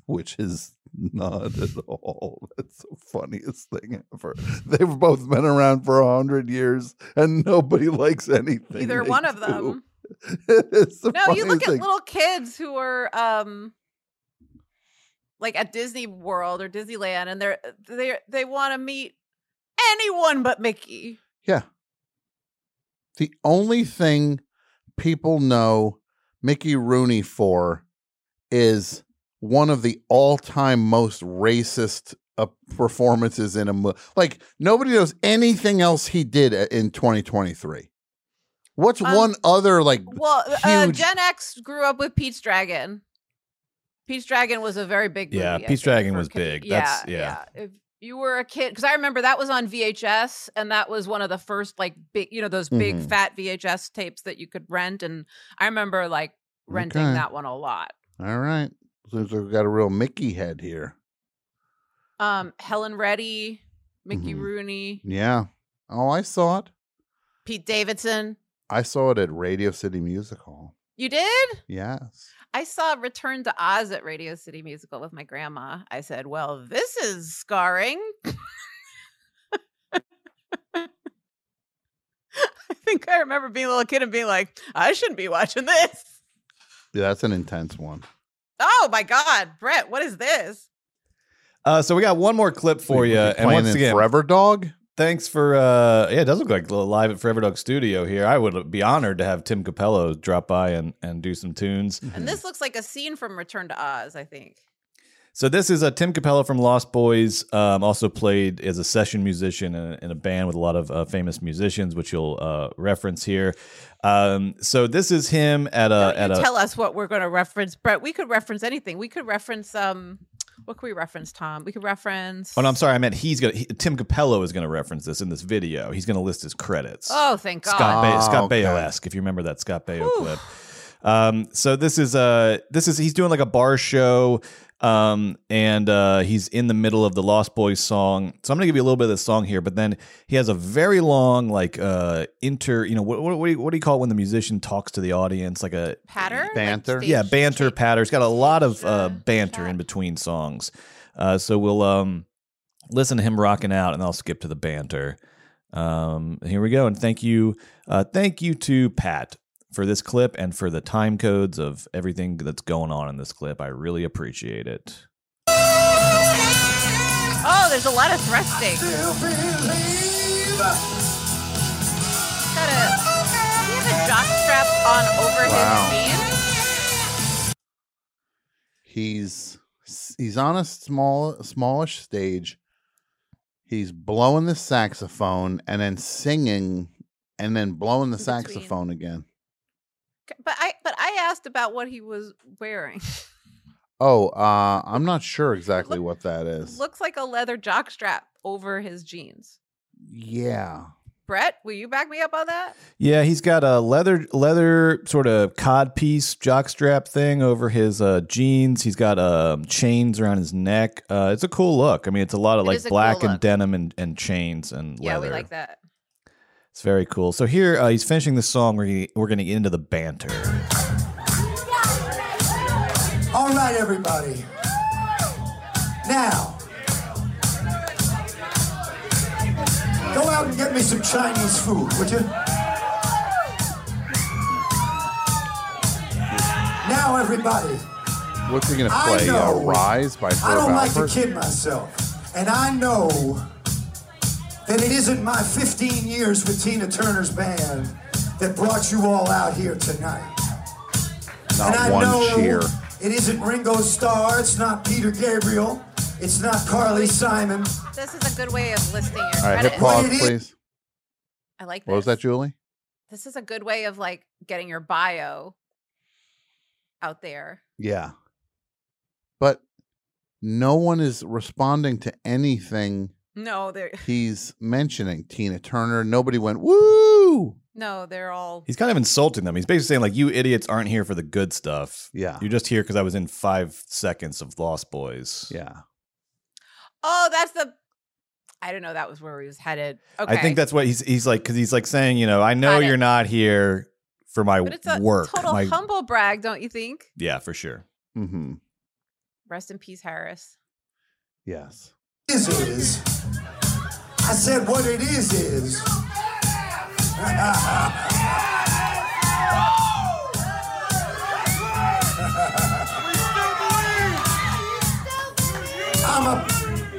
Speaker 3: which is not at all. That's the funniest thing ever. They've both been around for a hundred years, and nobody likes anything.
Speaker 2: Either
Speaker 3: they
Speaker 2: one of
Speaker 3: do.
Speaker 2: them.
Speaker 3: it's the
Speaker 2: No, you
Speaker 3: funniest
Speaker 2: look
Speaker 3: thing.
Speaker 2: at little kids who are um like at Disney World or Disneyland and they're they they want to meet anyone but Mickey.
Speaker 3: Yeah. The only thing people know Mickey Rooney for is one of the all-time most racist uh, performances in a movie. Like nobody knows anything else he did a- in 2023. What's
Speaker 2: Um,
Speaker 3: one other like
Speaker 2: Well, uh,
Speaker 3: Huge-
Speaker 2: Gen X grew up with Pete's Dragon. Pete's Dragon was a very big
Speaker 5: Yeah,
Speaker 2: movie, I
Speaker 5: Pete's
Speaker 2: think,
Speaker 5: Dragon
Speaker 2: for
Speaker 5: was
Speaker 2: ki-
Speaker 5: big.
Speaker 2: Yeah,
Speaker 5: That's- yeah.
Speaker 2: If you were a kid, because I remember that was on VHS, and that was one of the first like big, you know, those big
Speaker 5: Mm-hmm.
Speaker 3: Mhm.
Speaker 2: fat VHS tapes that you could rent, and I remember like renting
Speaker 3: Okay.
Speaker 2: that one a lot.
Speaker 3: All right. Seems like we got a real Mickey head here.
Speaker 2: Um, Helen Reddy, Mickey
Speaker 5: Mm-hmm.
Speaker 3: Mhm.
Speaker 2: Rooney,
Speaker 3: Yeah. Oh, I saw it.
Speaker 2: Pete Davidson.
Speaker 3: I saw it at Radio City Music Hall.
Speaker 2: You did?
Speaker 3: Yes.
Speaker 2: I saw Return to Oz at Radio City Musical with my grandma. I said, "Well, this is scarring." I think I remember being a little kid and being like, "I shouldn't be watching this."
Speaker 3: Yeah, that's an intense one.
Speaker 2: Oh my god, Brett, what is this?
Speaker 5: Uh, so we got one more clip for
Speaker 3: Wait,
Speaker 5: you,
Speaker 3: was he
Speaker 5: and
Speaker 3: playing
Speaker 5: once
Speaker 3: in
Speaker 5: again,
Speaker 3: Forever Dog.
Speaker 5: Thanks for uh yeah, it does look like live at Forever Dog Studio here. I would be honored to have Tim Capello drop by and and do some tunes.
Speaker 2: And this looks like a scene from Return to Oz, I think.
Speaker 5: So this is uh, Tim Capello from Lost Boys. Um, also played as a session musician in a, in a band with a lot of uh, famous musicians, which you'll uh, reference here. Um, so this is him Uh, at a at a
Speaker 2: Tell us what we're going to reference, Brett. We could reference anything. We could reference um What can we reference, Tom? We could reference.
Speaker 5: Oh, no, I'm sorry. I meant he's gonna. He, Tim Capello is gonna reference this in this video. He's gonna list his credits.
Speaker 2: Oh, thank God.
Speaker 5: Scott, ba-
Speaker 2: Oh,
Speaker 5: Scott
Speaker 2: okay.
Speaker 5: Baio-esque, if you remember that Scott Baio clip. Um, so this is uh this is he's doing like a bar show, um, and uh, he's in the middle of the Lost Boys song. So I'm gonna give you a little bit of the song here, but then he has a very long like uh inter. You know what what, what, do, you, what do you call it when the musician talks to the audience like a
Speaker 2: Patter?
Speaker 5: banter? yeah, banter patter. He's got a lot of uh, banter in between songs. Uh, so we'll um listen to him rocking out, and I'll skip to the banter. Um, here we go, and thank you, uh, thank you to Pat for this clip and for the time codes of everything that's going on in this clip. I really appreciate it.
Speaker 2: Oh, there's a lot of thrusting. Got a, do you have a jock strap on over
Speaker 3: Wow.
Speaker 2: his jeans?
Speaker 3: He's he's on a small smallish stage. He's blowing the saxophone and then singing and then blowing the saxophone again.
Speaker 2: But I but I asked about what he was wearing.
Speaker 3: Oh, uh I'm not sure exactly what that is.
Speaker 2: Looks like a leather jock strap over his jeans.
Speaker 3: Yeah.
Speaker 2: Brett, will you back me up on that?
Speaker 5: Yeah, he's got a leather leather sort of codpiece jockstrap thing over his uh, jeans. He's got um, chains around his neck. Uh, it's a cool look. I mean, it's a lot of
Speaker 2: It
Speaker 5: like
Speaker 2: is a cool
Speaker 5: black and
Speaker 2: look.
Speaker 5: denim and, and chains and
Speaker 2: Yeah,
Speaker 5: leather.
Speaker 2: we like that.
Speaker 5: It's very cool. So here uh, he's finishing this song. We're gonna, we're gonna get into the banter.
Speaker 16: All right, everybody. Now, go out and get me some Chinese food, would you? Now, everybody,
Speaker 3: What's he gonna
Speaker 16: I
Speaker 3: play? Uh,
Speaker 16: know.
Speaker 3: Rise by
Speaker 16: I
Speaker 3: Herb
Speaker 16: don't like to
Speaker 3: Alpert?
Speaker 16: kid myself, and I know that it isn't my 15 years with Tina Turner's band that brought you all out here tonight. and I
Speaker 3: Not one
Speaker 16: know
Speaker 3: cheer.
Speaker 16: It isn't Ringo Starr. It's not Peter Gabriel. It's not Carly Simon.
Speaker 2: This is a good way of listing your
Speaker 3: All right, hit
Speaker 2: credits.
Speaker 3: pause, please.
Speaker 2: I like
Speaker 3: What was
Speaker 2: this.
Speaker 3: that, Julie?
Speaker 2: This is a good way of like getting your bio out there.
Speaker 3: Yeah. But no one is responding to anything
Speaker 2: No, they're
Speaker 3: he's mentioning. Tina Turner, nobody went, woo!
Speaker 2: no, they're all
Speaker 5: He's kind of insulting them. He's basically saying like, "You idiots aren't here for the good stuff.
Speaker 3: Yeah,
Speaker 5: you're just here because I was in five seconds of Lost Boys.
Speaker 3: Yeah,
Speaker 2: Oh, that's the I don't know that was where he was headed. Okay.
Speaker 5: I think that's what he's he's like because he's like saying, you know, I know
Speaker 2: Got it.
Speaker 5: you're not here for my
Speaker 2: but it's a
Speaker 5: work.
Speaker 2: total
Speaker 5: my-
Speaker 2: humble brag, don't you think?
Speaker 5: yeah, for sure.
Speaker 3: Mm-hmm.
Speaker 2: Rest in peace, Harris.
Speaker 3: Yes.
Speaker 16: This is. I said what it is is. I'm a,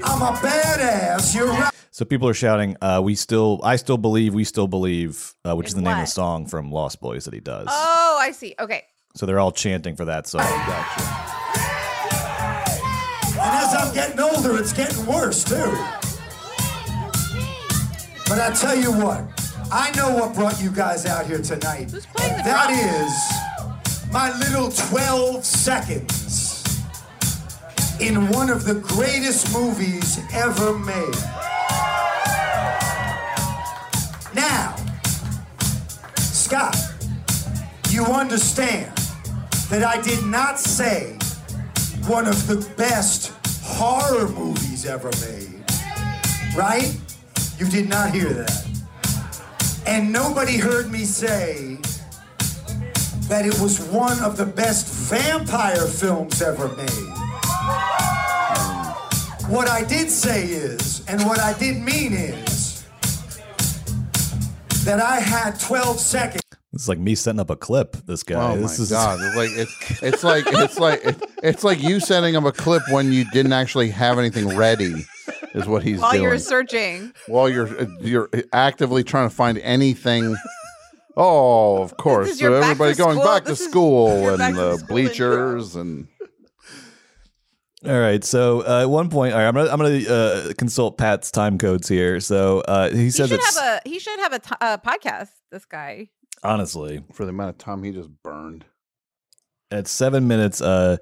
Speaker 16: I'm a badass. You're right.
Speaker 5: So people are shouting, uh, "We still, I still believe, we still believe," uh, which is
Speaker 2: In
Speaker 5: the name of
Speaker 2: what?
Speaker 5: the song from Lost Boys that he does.
Speaker 2: Oh, I see. Okay.
Speaker 5: So they're all chanting for that song.
Speaker 16: And as I'm getting older, it's getting worse too. But I tell you what, I know what brought you guys out here tonight. and that is my little 12 seconds in one of the greatest movies ever made. Now, Scott, you understand that I did not say one of the best horror movies ever made. Right? You did not hear that. And nobody heard me say that it was one of the best vampire films ever made. What I did say is, and what I did mean is, that I had 12 seconds.
Speaker 5: It's like me setting up a clip. This guy.
Speaker 3: Oh
Speaker 5: this
Speaker 3: my
Speaker 5: is,
Speaker 3: god! It's like it's it's like it's like it- it's like you setting up a clip when you didn't actually have anything ready, is what he's
Speaker 2: While
Speaker 3: doing.
Speaker 2: you're searching.
Speaker 3: While you're uh, you're actively trying to find anything. Oh, of course!
Speaker 2: is your
Speaker 3: So
Speaker 2: back to
Speaker 3: everybody going
Speaker 2: school-
Speaker 3: back to
Speaker 2: this is
Speaker 3: school
Speaker 2: your back
Speaker 3: and
Speaker 2: to
Speaker 3: the
Speaker 2: school
Speaker 3: bleachers and
Speaker 5: All right. So uh, at one point, all right, I'm gonna I'm gonna uh, consult Pat's time codes here. So uh, he
Speaker 2: He
Speaker 5: said
Speaker 2: should
Speaker 5: that s-
Speaker 2: have a he should have a t- uh, podcast, this guy.
Speaker 5: honestly
Speaker 3: for the amount of time he just burned.
Speaker 5: at seven minutes, uh,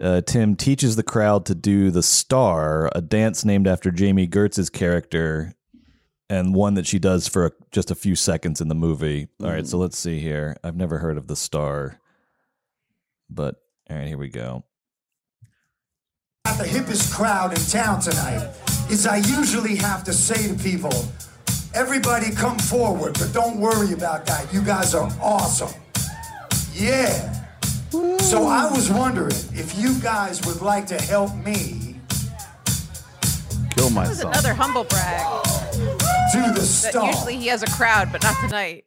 Speaker 5: uh, Tim teaches the crowd to do the star, a dance named after Jamie Gertz's character, and one that she does for a, just a few seconds in the movie. All right, so let's see here. I've never heard of the star, but all right, here we go.
Speaker 16: Got the hippest crowd in town tonight is I usually have to say to people, everybody come forward, but don't worry about that. You guys are awesome. Yeah. So I was wondering if you guys would like to help me
Speaker 3: Kill
Speaker 2: That was
Speaker 3: myself.
Speaker 2: another humble brag.
Speaker 16: do the
Speaker 2: That
Speaker 16: star.
Speaker 2: usually he has a crowd, but not tonight.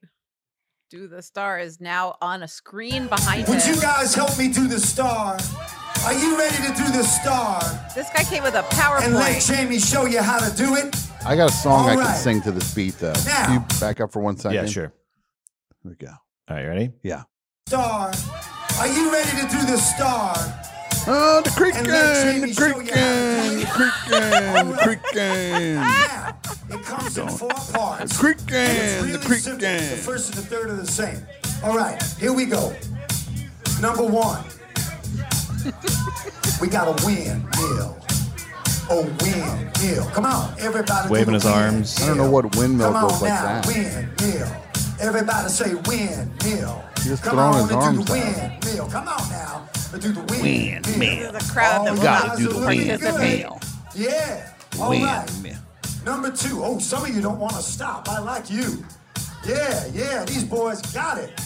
Speaker 2: Do the star is now on a screen behind
Speaker 16: Would
Speaker 2: him.
Speaker 16: you guys help me do the star? Are you ready to do the star
Speaker 2: this guy came with a
Speaker 16: and let
Speaker 2: PowerPoint.
Speaker 16: Jamie show you how to do it?
Speaker 3: I got a song I
Speaker 16: All
Speaker 3: can
Speaker 16: right.
Speaker 3: sing to this beat though. Can you back up for one second?
Speaker 5: Yeah, sure.
Speaker 3: Here we go.
Speaker 5: All right, you ready?
Speaker 3: Yeah.
Speaker 16: Star. Are you ready to do the star?
Speaker 3: Oh, the creaking,
Speaker 16: And let Jamie
Speaker 3: the
Speaker 16: show you
Speaker 3: creaking, the creaking,
Speaker 16: It comes in four parts.
Speaker 3: The creaking,
Speaker 16: And it's
Speaker 3: the
Speaker 16: really simple.
Speaker 3: creaking.
Speaker 16: The first and the third are the same. All right, here we go. Number one. we got a win, Neil. A win, Neil. Come on, everybody. do
Speaker 5: Waving
Speaker 16: the
Speaker 5: his
Speaker 16: win,
Speaker 5: arms.
Speaker 3: I don't know what windmill
Speaker 16: Come on
Speaker 3: goes like
Speaker 16: now,
Speaker 3: that.
Speaker 16: win, Neil. Everybody say win, Neil.
Speaker 3: He was
Speaker 16: Come
Speaker 3: throwing
Speaker 16: on
Speaker 3: his
Speaker 16: and do
Speaker 3: arms
Speaker 16: the
Speaker 3: out.
Speaker 16: win, Neil. Come on now and do the win,
Speaker 3: Win,
Speaker 16: Neil.
Speaker 2: The crowd that
Speaker 16: All
Speaker 2: will
Speaker 16: guys
Speaker 2: not
Speaker 16: are looking good.
Speaker 2: participate.
Speaker 16: Yeah. All right. Number two. Oh, some of you don't want to stop. I like you. Yeah, yeah. These boys got it.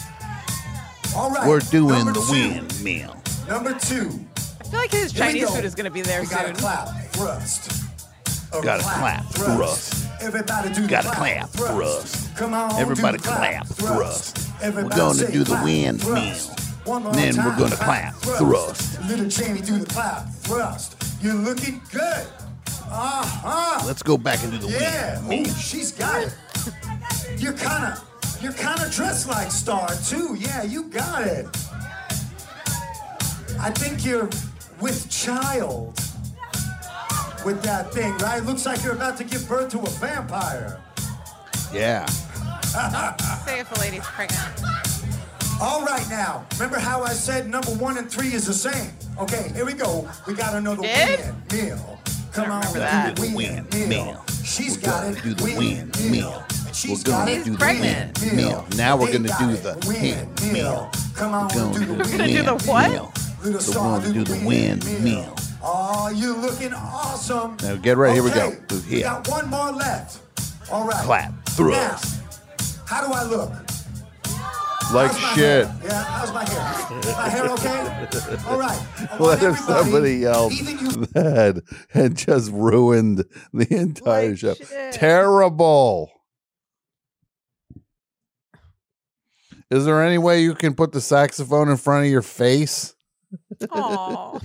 Speaker 16: All right.
Speaker 3: We're doing
Speaker 16: number
Speaker 3: the
Speaker 16: two.
Speaker 3: windmill.
Speaker 16: Number two.
Speaker 2: I feel like his
Speaker 16: Here we
Speaker 2: Chinese
Speaker 16: go.
Speaker 2: food is going to be there
Speaker 16: we
Speaker 2: soon.
Speaker 16: got a clap thrust. A
Speaker 3: Gotta clap thrust.
Speaker 16: Everybody do the
Speaker 3: Gotta
Speaker 16: clap
Speaker 3: clap
Speaker 16: thrust. Come on. do
Speaker 3: Everybody
Speaker 16: the
Speaker 3: clap thrust. We're
Speaker 16: Everybody
Speaker 3: gonna
Speaker 16: say
Speaker 3: do the
Speaker 16: clap
Speaker 3: windmill.
Speaker 16: thrust. One more
Speaker 3: Then
Speaker 16: time.
Speaker 3: we're gonna clap thrust.
Speaker 16: Little Jamie do the clap thrust. You're looking good. Uh huh.
Speaker 3: Let's go back and do the
Speaker 16: Yeah.
Speaker 3: windmill.
Speaker 16: Oh, she's got it. You're kinda, you're kinda dressed like Star too. Yeah, you got it. I think you're with child with that thing, right? Looks like you're about to give birth to a vampire.
Speaker 3: Yeah.
Speaker 2: Say if a lady's pregnant.
Speaker 16: All right now. Remember how I said number one and three is the same? Okay, here we go. We got another
Speaker 2: Did?
Speaker 16: win meal. Come on,
Speaker 2: remember
Speaker 16: do
Speaker 2: that.
Speaker 16: the win meal. She's got it.
Speaker 3: do the
Speaker 16: win
Speaker 3: windmill.
Speaker 16: meal. She's
Speaker 3: We're
Speaker 16: got
Speaker 3: gonna
Speaker 16: it.
Speaker 3: do the
Speaker 2: pregnant.
Speaker 3: windmill. Now we're
Speaker 16: They
Speaker 3: gonna
Speaker 16: got
Speaker 3: do
Speaker 16: it.
Speaker 3: the
Speaker 16: Win meal.
Speaker 3: windmill.
Speaker 16: Come on,
Speaker 3: We're
Speaker 16: do the
Speaker 3: gonna do
Speaker 2: Gonna do
Speaker 16: win
Speaker 2: the what?
Speaker 16: meal. Little
Speaker 3: We're
Speaker 16: star,
Speaker 3: gonna do the windmill.
Speaker 16: Oh, you looking awesome.
Speaker 3: Now get ready. Here we go.
Speaker 16: Okay,
Speaker 3: Through
Speaker 16: We
Speaker 3: here.
Speaker 16: got one more left. All right.
Speaker 3: Clap thrust.
Speaker 16: Now, how do I look?
Speaker 3: Like
Speaker 16: How's my
Speaker 3: shit.
Speaker 16: hair? Yeah, how's my hair? My hair okay? All right. I want
Speaker 3: What if
Speaker 16: everybody-
Speaker 3: somebody yelled
Speaker 16: Even you
Speaker 3: that and just ruined the entire
Speaker 2: Like
Speaker 3: show?
Speaker 2: shit.
Speaker 3: Terrible. Is there any way you can put the saxophone in front of your face?
Speaker 2: Aw.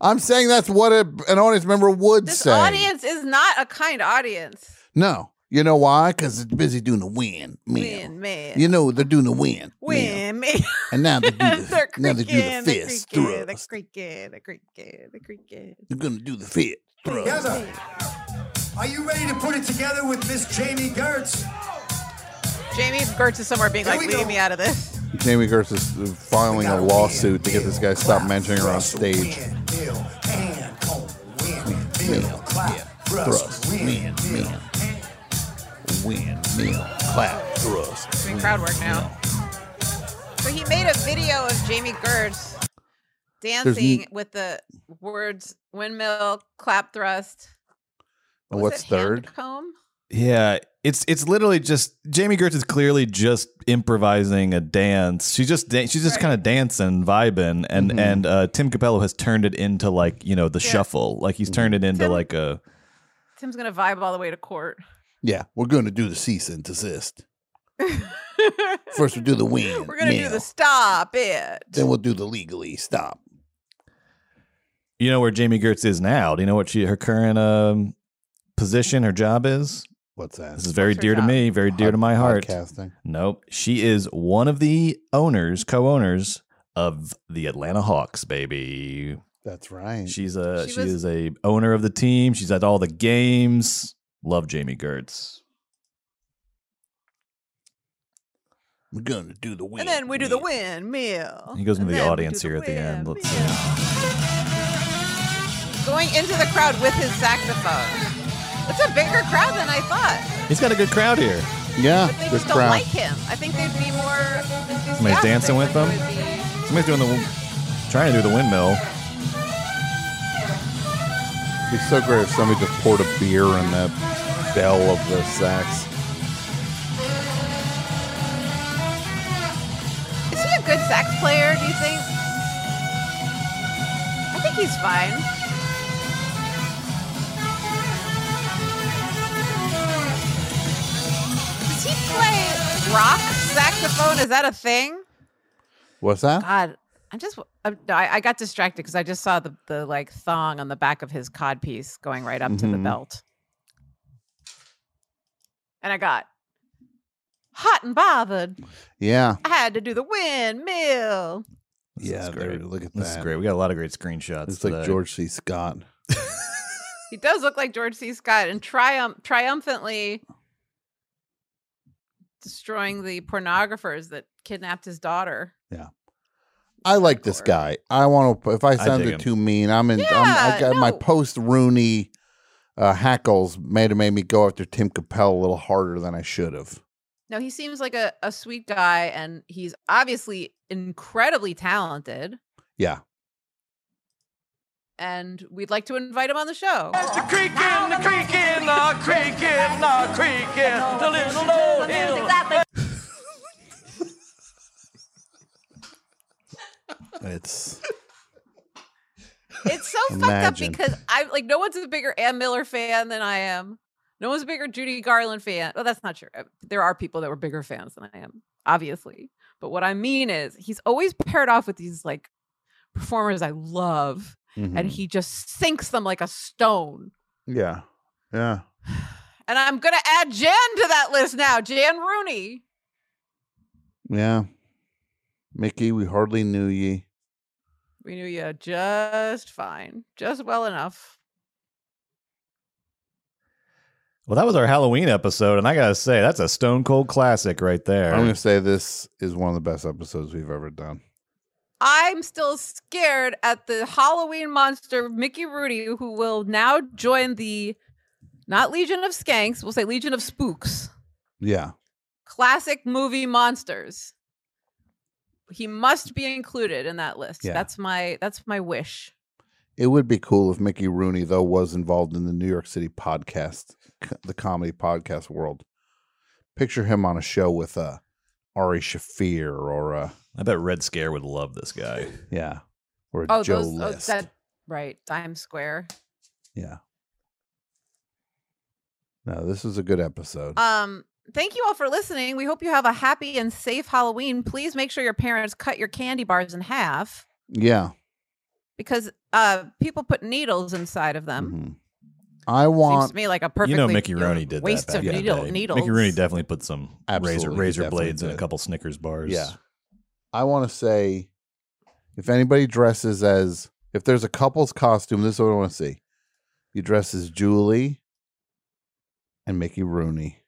Speaker 3: I'm saying that's what a, an audience member would
Speaker 2: This
Speaker 3: say.
Speaker 2: audience is not a kind audience.
Speaker 3: No. You know why? Because it's busy doing the win, man.
Speaker 2: Win, man.
Speaker 3: You know, they're doing the win. man.
Speaker 2: Win, man.
Speaker 3: And now they do the,
Speaker 2: They're
Speaker 3: now they do
Speaker 2: creaking,
Speaker 3: the
Speaker 2: they're
Speaker 3: fist
Speaker 2: creaking, they're
Speaker 3: thrust.
Speaker 2: creaking, they're creaking, they're creaking.
Speaker 3: They're going to do the fist thrust.
Speaker 16: together. Are you ready to put it together with Miss Jamie Gertz?
Speaker 2: Jamie Gertz is somewhere being
Speaker 16: Here
Speaker 2: like,
Speaker 16: we
Speaker 2: leave
Speaker 16: go.
Speaker 2: me out of this.
Speaker 3: Jamie Gertz is filing a lawsuit to get this guy to stop mentioning her on stage.
Speaker 16: Windmill, hand on windmill, clap, thrust,
Speaker 3: Thrust, win,
Speaker 16: windmill.
Speaker 3: mill. Win, mill, clap, thrust.
Speaker 2: Doing crowd work now. So he made a video of Jamie Gertz dancing with the words windmill, clap thrust.
Speaker 3: And
Speaker 2: Was
Speaker 3: what's
Speaker 2: it hand
Speaker 3: third?
Speaker 2: Comb?
Speaker 5: Yeah, it's it's literally just Jamie Gertz is clearly just improvising a dance. She just dan- she's just
Speaker 2: Right.
Speaker 5: kind of dancing, vibing, and
Speaker 3: Mhm.
Speaker 5: and uh, Tim Capello has turned it into like you know the
Speaker 2: Yeah.
Speaker 5: shuffle. Like he's turned it into
Speaker 2: Tim-
Speaker 5: like a
Speaker 2: Tim's gonna vibe all the way to court.
Speaker 3: Yeah, we're going to do the cease and desist. First, we do the win.
Speaker 2: We're gonna do
Speaker 3: mill.
Speaker 2: the stop it.
Speaker 3: Then we'll do the legally stop.
Speaker 5: you know where Jamie Gertz is now. Do you know what she her current um, position, her job is?
Speaker 3: What's that?
Speaker 5: This is very
Speaker 2: What's her
Speaker 5: dear to
Speaker 2: job?
Speaker 5: me, very dear to my heart.
Speaker 3: Podcasting.
Speaker 5: Nope, she is one of the owners, co-owners of the Atlanta Hawks, baby.
Speaker 3: That's right.
Speaker 5: She's a
Speaker 2: She
Speaker 5: she,
Speaker 2: was-
Speaker 5: is a owner of the team. She's at all the games. Love Jamie Gertz.
Speaker 3: we're going to do the win.
Speaker 2: And then we do the
Speaker 3: mill.
Speaker 2: windmill.
Speaker 5: He goes into
Speaker 2: And
Speaker 5: the
Speaker 2: then we
Speaker 5: audience
Speaker 2: do
Speaker 5: here at the end. Let's
Speaker 2: windmill. going into the crowd with his saxophone. It's a bigger crowd than I thought.
Speaker 5: He's got a good crowd here.
Speaker 3: Yeah,
Speaker 2: They
Speaker 3: good
Speaker 2: just don't
Speaker 3: crowd.
Speaker 2: like him. I think they'd be more.
Speaker 5: Somebody's
Speaker 2: enthusiastic
Speaker 5: dancing with
Speaker 2: if he
Speaker 5: them.
Speaker 2: would be-
Speaker 5: Somebody's doing the trying to do the windmill.
Speaker 3: It'd be so great if somebody just poured a beer in the bell of the sax.
Speaker 2: Is he a good sax player, do you think? I think he's fine. Does he play rock saxophone? Is that a thing?
Speaker 3: What's that?
Speaker 2: God, I'm just, I'm, no, I, I got distracted because I just saw the, the like thong on the back of his cod piece going right up to the
Speaker 3: Mhm.
Speaker 2: belt. And I got hot and bothered.
Speaker 3: Yeah.
Speaker 2: I had to do the windmill.
Speaker 3: yeah, there, look at that.
Speaker 5: This is great. We got a lot of great screenshots.
Speaker 3: It's like
Speaker 5: today.
Speaker 3: George C. Scott.
Speaker 2: He does look like George C. Scott and triumph triumphantly destroying the pornographers that kidnapped his daughter.
Speaker 3: I like this guy. I want to. If I
Speaker 5: I
Speaker 3: sound
Speaker 5: dig
Speaker 3: it
Speaker 5: him.
Speaker 3: too mean, I'm in. I'm, I
Speaker 2: Yeah,
Speaker 3: got my
Speaker 2: no.
Speaker 3: post Rooney uh, hackles made it made me go after Tim Capel a little harder than I should have.
Speaker 2: No, he seems like a, a sweet guy and he's obviously incredibly talented.
Speaker 3: Yeah.
Speaker 2: And we'd like to invite him on the show.
Speaker 8: Creaking, the creaking, the creaking, the creaking, the little old hill.
Speaker 3: It's
Speaker 2: It's so
Speaker 3: Imagine.
Speaker 2: fucked up because I'm like no one's a bigger Ann Miller fan than I am. No one's a bigger Judy Garland fan. Well, that's not true. Uh, There are people that were bigger fans than I am, obviously. But what I mean is he's always paired off with these like performers I love, and
Speaker 3: Mhm.
Speaker 2: he just sinks them like a stone.
Speaker 3: yeah, yeah.
Speaker 2: And I'm gonna add Jan to that list now. Jan Rooney.
Speaker 3: Yeah. Mickey, we hardly knew ye.
Speaker 2: We knew you just fine. Just well enough.
Speaker 5: Well, that was our Halloween episode, and I gotta say that's a stone cold classic right there.
Speaker 3: I'm going to say this is one of the best episodes we've ever done.
Speaker 2: I'm still scared at the Halloween monster Mickey Rudy, who will now join the not Legion of Skanks, we'll say Legion of Spooks,
Speaker 3: Yeah.
Speaker 2: classic movie monsters. He must be included in that list.
Speaker 3: Yeah.
Speaker 2: That's my that's my wish.
Speaker 3: It would be cool if Mickey Rooney, though, was involved in the New York City podcast, c- the comedy podcast world. Picture him on a show with uh, Ari Shafir or uh,
Speaker 5: I bet Red Scare would love this guy.
Speaker 3: yeah, or
Speaker 2: Oh,
Speaker 3: Joe
Speaker 2: those oh,
Speaker 3: List.
Speaker 2: that, right, Times Square.
Speaker 3: yeah. No, this is a good episode.
Speaker 2: Um, thank you all for listening. We hope you have a happy and safe Halloween. Please make sure your parents cut your candy bars in half
Speaker 3: yeah.
Speaker 2: because uh people put needles inside of them.
Speaker 3: mhm. I
Speaker 2: Seems
Speaker 3: want
Speaker 2: to me like a perfectly
Speaker 5: you know, Mickey Rooney did
Speaker 2: waste
Speaker 5: that.
Speaker 2: of
Speaker 5: back in the
Speaker 2: needle,
Speaker 5: day.
Speaker 2: needles.
Speaker 5: Mickey Rooney definitely put some
Speaker 3: Absolutely, he
Speaker 5: razor razor
Speaker 3: definitely
Speaker 5: blades and a
Speaker 3: did.
Speaker 5: couple Snickers bars.
Speaker 3: Yeah. I want to say if anybody dresses as if there's a couple's costume, this is what I want to see. You dress as Julie and Mickey Rooney.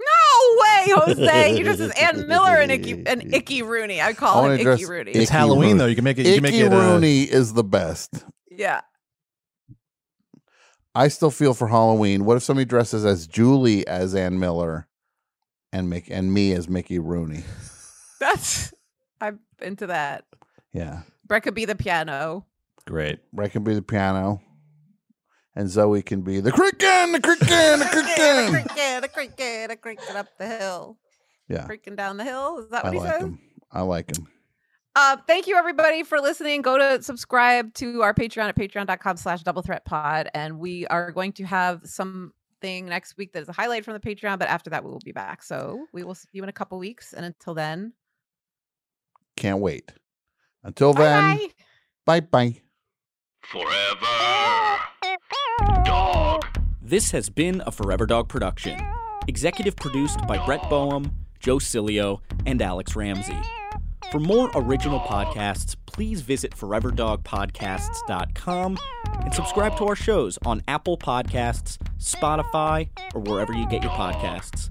Speaker 2: No way, Jose! You just as Ann Miller and Icky and Icky Rooney. I
Speaker 3: I
Speaker 2: call
Speaker 3: wanna
Speaker 2: him
Speaker 3: dress
Speaker 2: Icky Rooney.
Speaker 3: Icky
Speaker 5: It's Halloween
Speaker 3: Rooney.
Speaker 5: though. You can make it. You
Speaker 3: Icky
Speaker 5: can make it. uh,
Speaker 3: Rooney is the best.
Speaker 2: yeah,
Speaker 3: I still feel for Halloween. What if somebody dresses as Julie as Ann Miller and Mick and me as Mickey Rooney?
Speaker 2: that's I'm into that.
Speaker 3: Yeah.
Speaker 2: Brett could be the piano.
Speaker 5: great.
Speaker 3: Ray can be the piano. And Zoe can be the cricken, the cricken, the
Speaker 2: Yeah,
Speaker 3: cricken.
Speaker 2: cricket, a cricket, a cricket up the hill.
Speaker 3: Yeah.
Speaker 2: Freaking down the hill. Is that
Speaker 3: I
Speaker 2: what he
Speaker 3: like
Speaker 2: says?
Speaker 3: him. I like him.
Speaker 2: Uh, thank you everybody for listening. Go to subscribe to our Patreon at patreon.com slash double threat pod. And we are going to have something next week that is a highlight from the Patreon, but after that we will be back. So we will see you in a couple weeks. And until then,
Speaker 3: Can't wait. Until
Speaker 2: bye.
Speaker 3: then, bye bye.
Speaker 20: This has been a Forever Dog production. Executive produced by Brett Boehm, Joe Cilio, and Alex Ramsey. For more original podcasts, please visit foreverdogpodcasts.com and subscribe to our shows on Apple Podcasts, Spotify, or wherever you get your podcasts.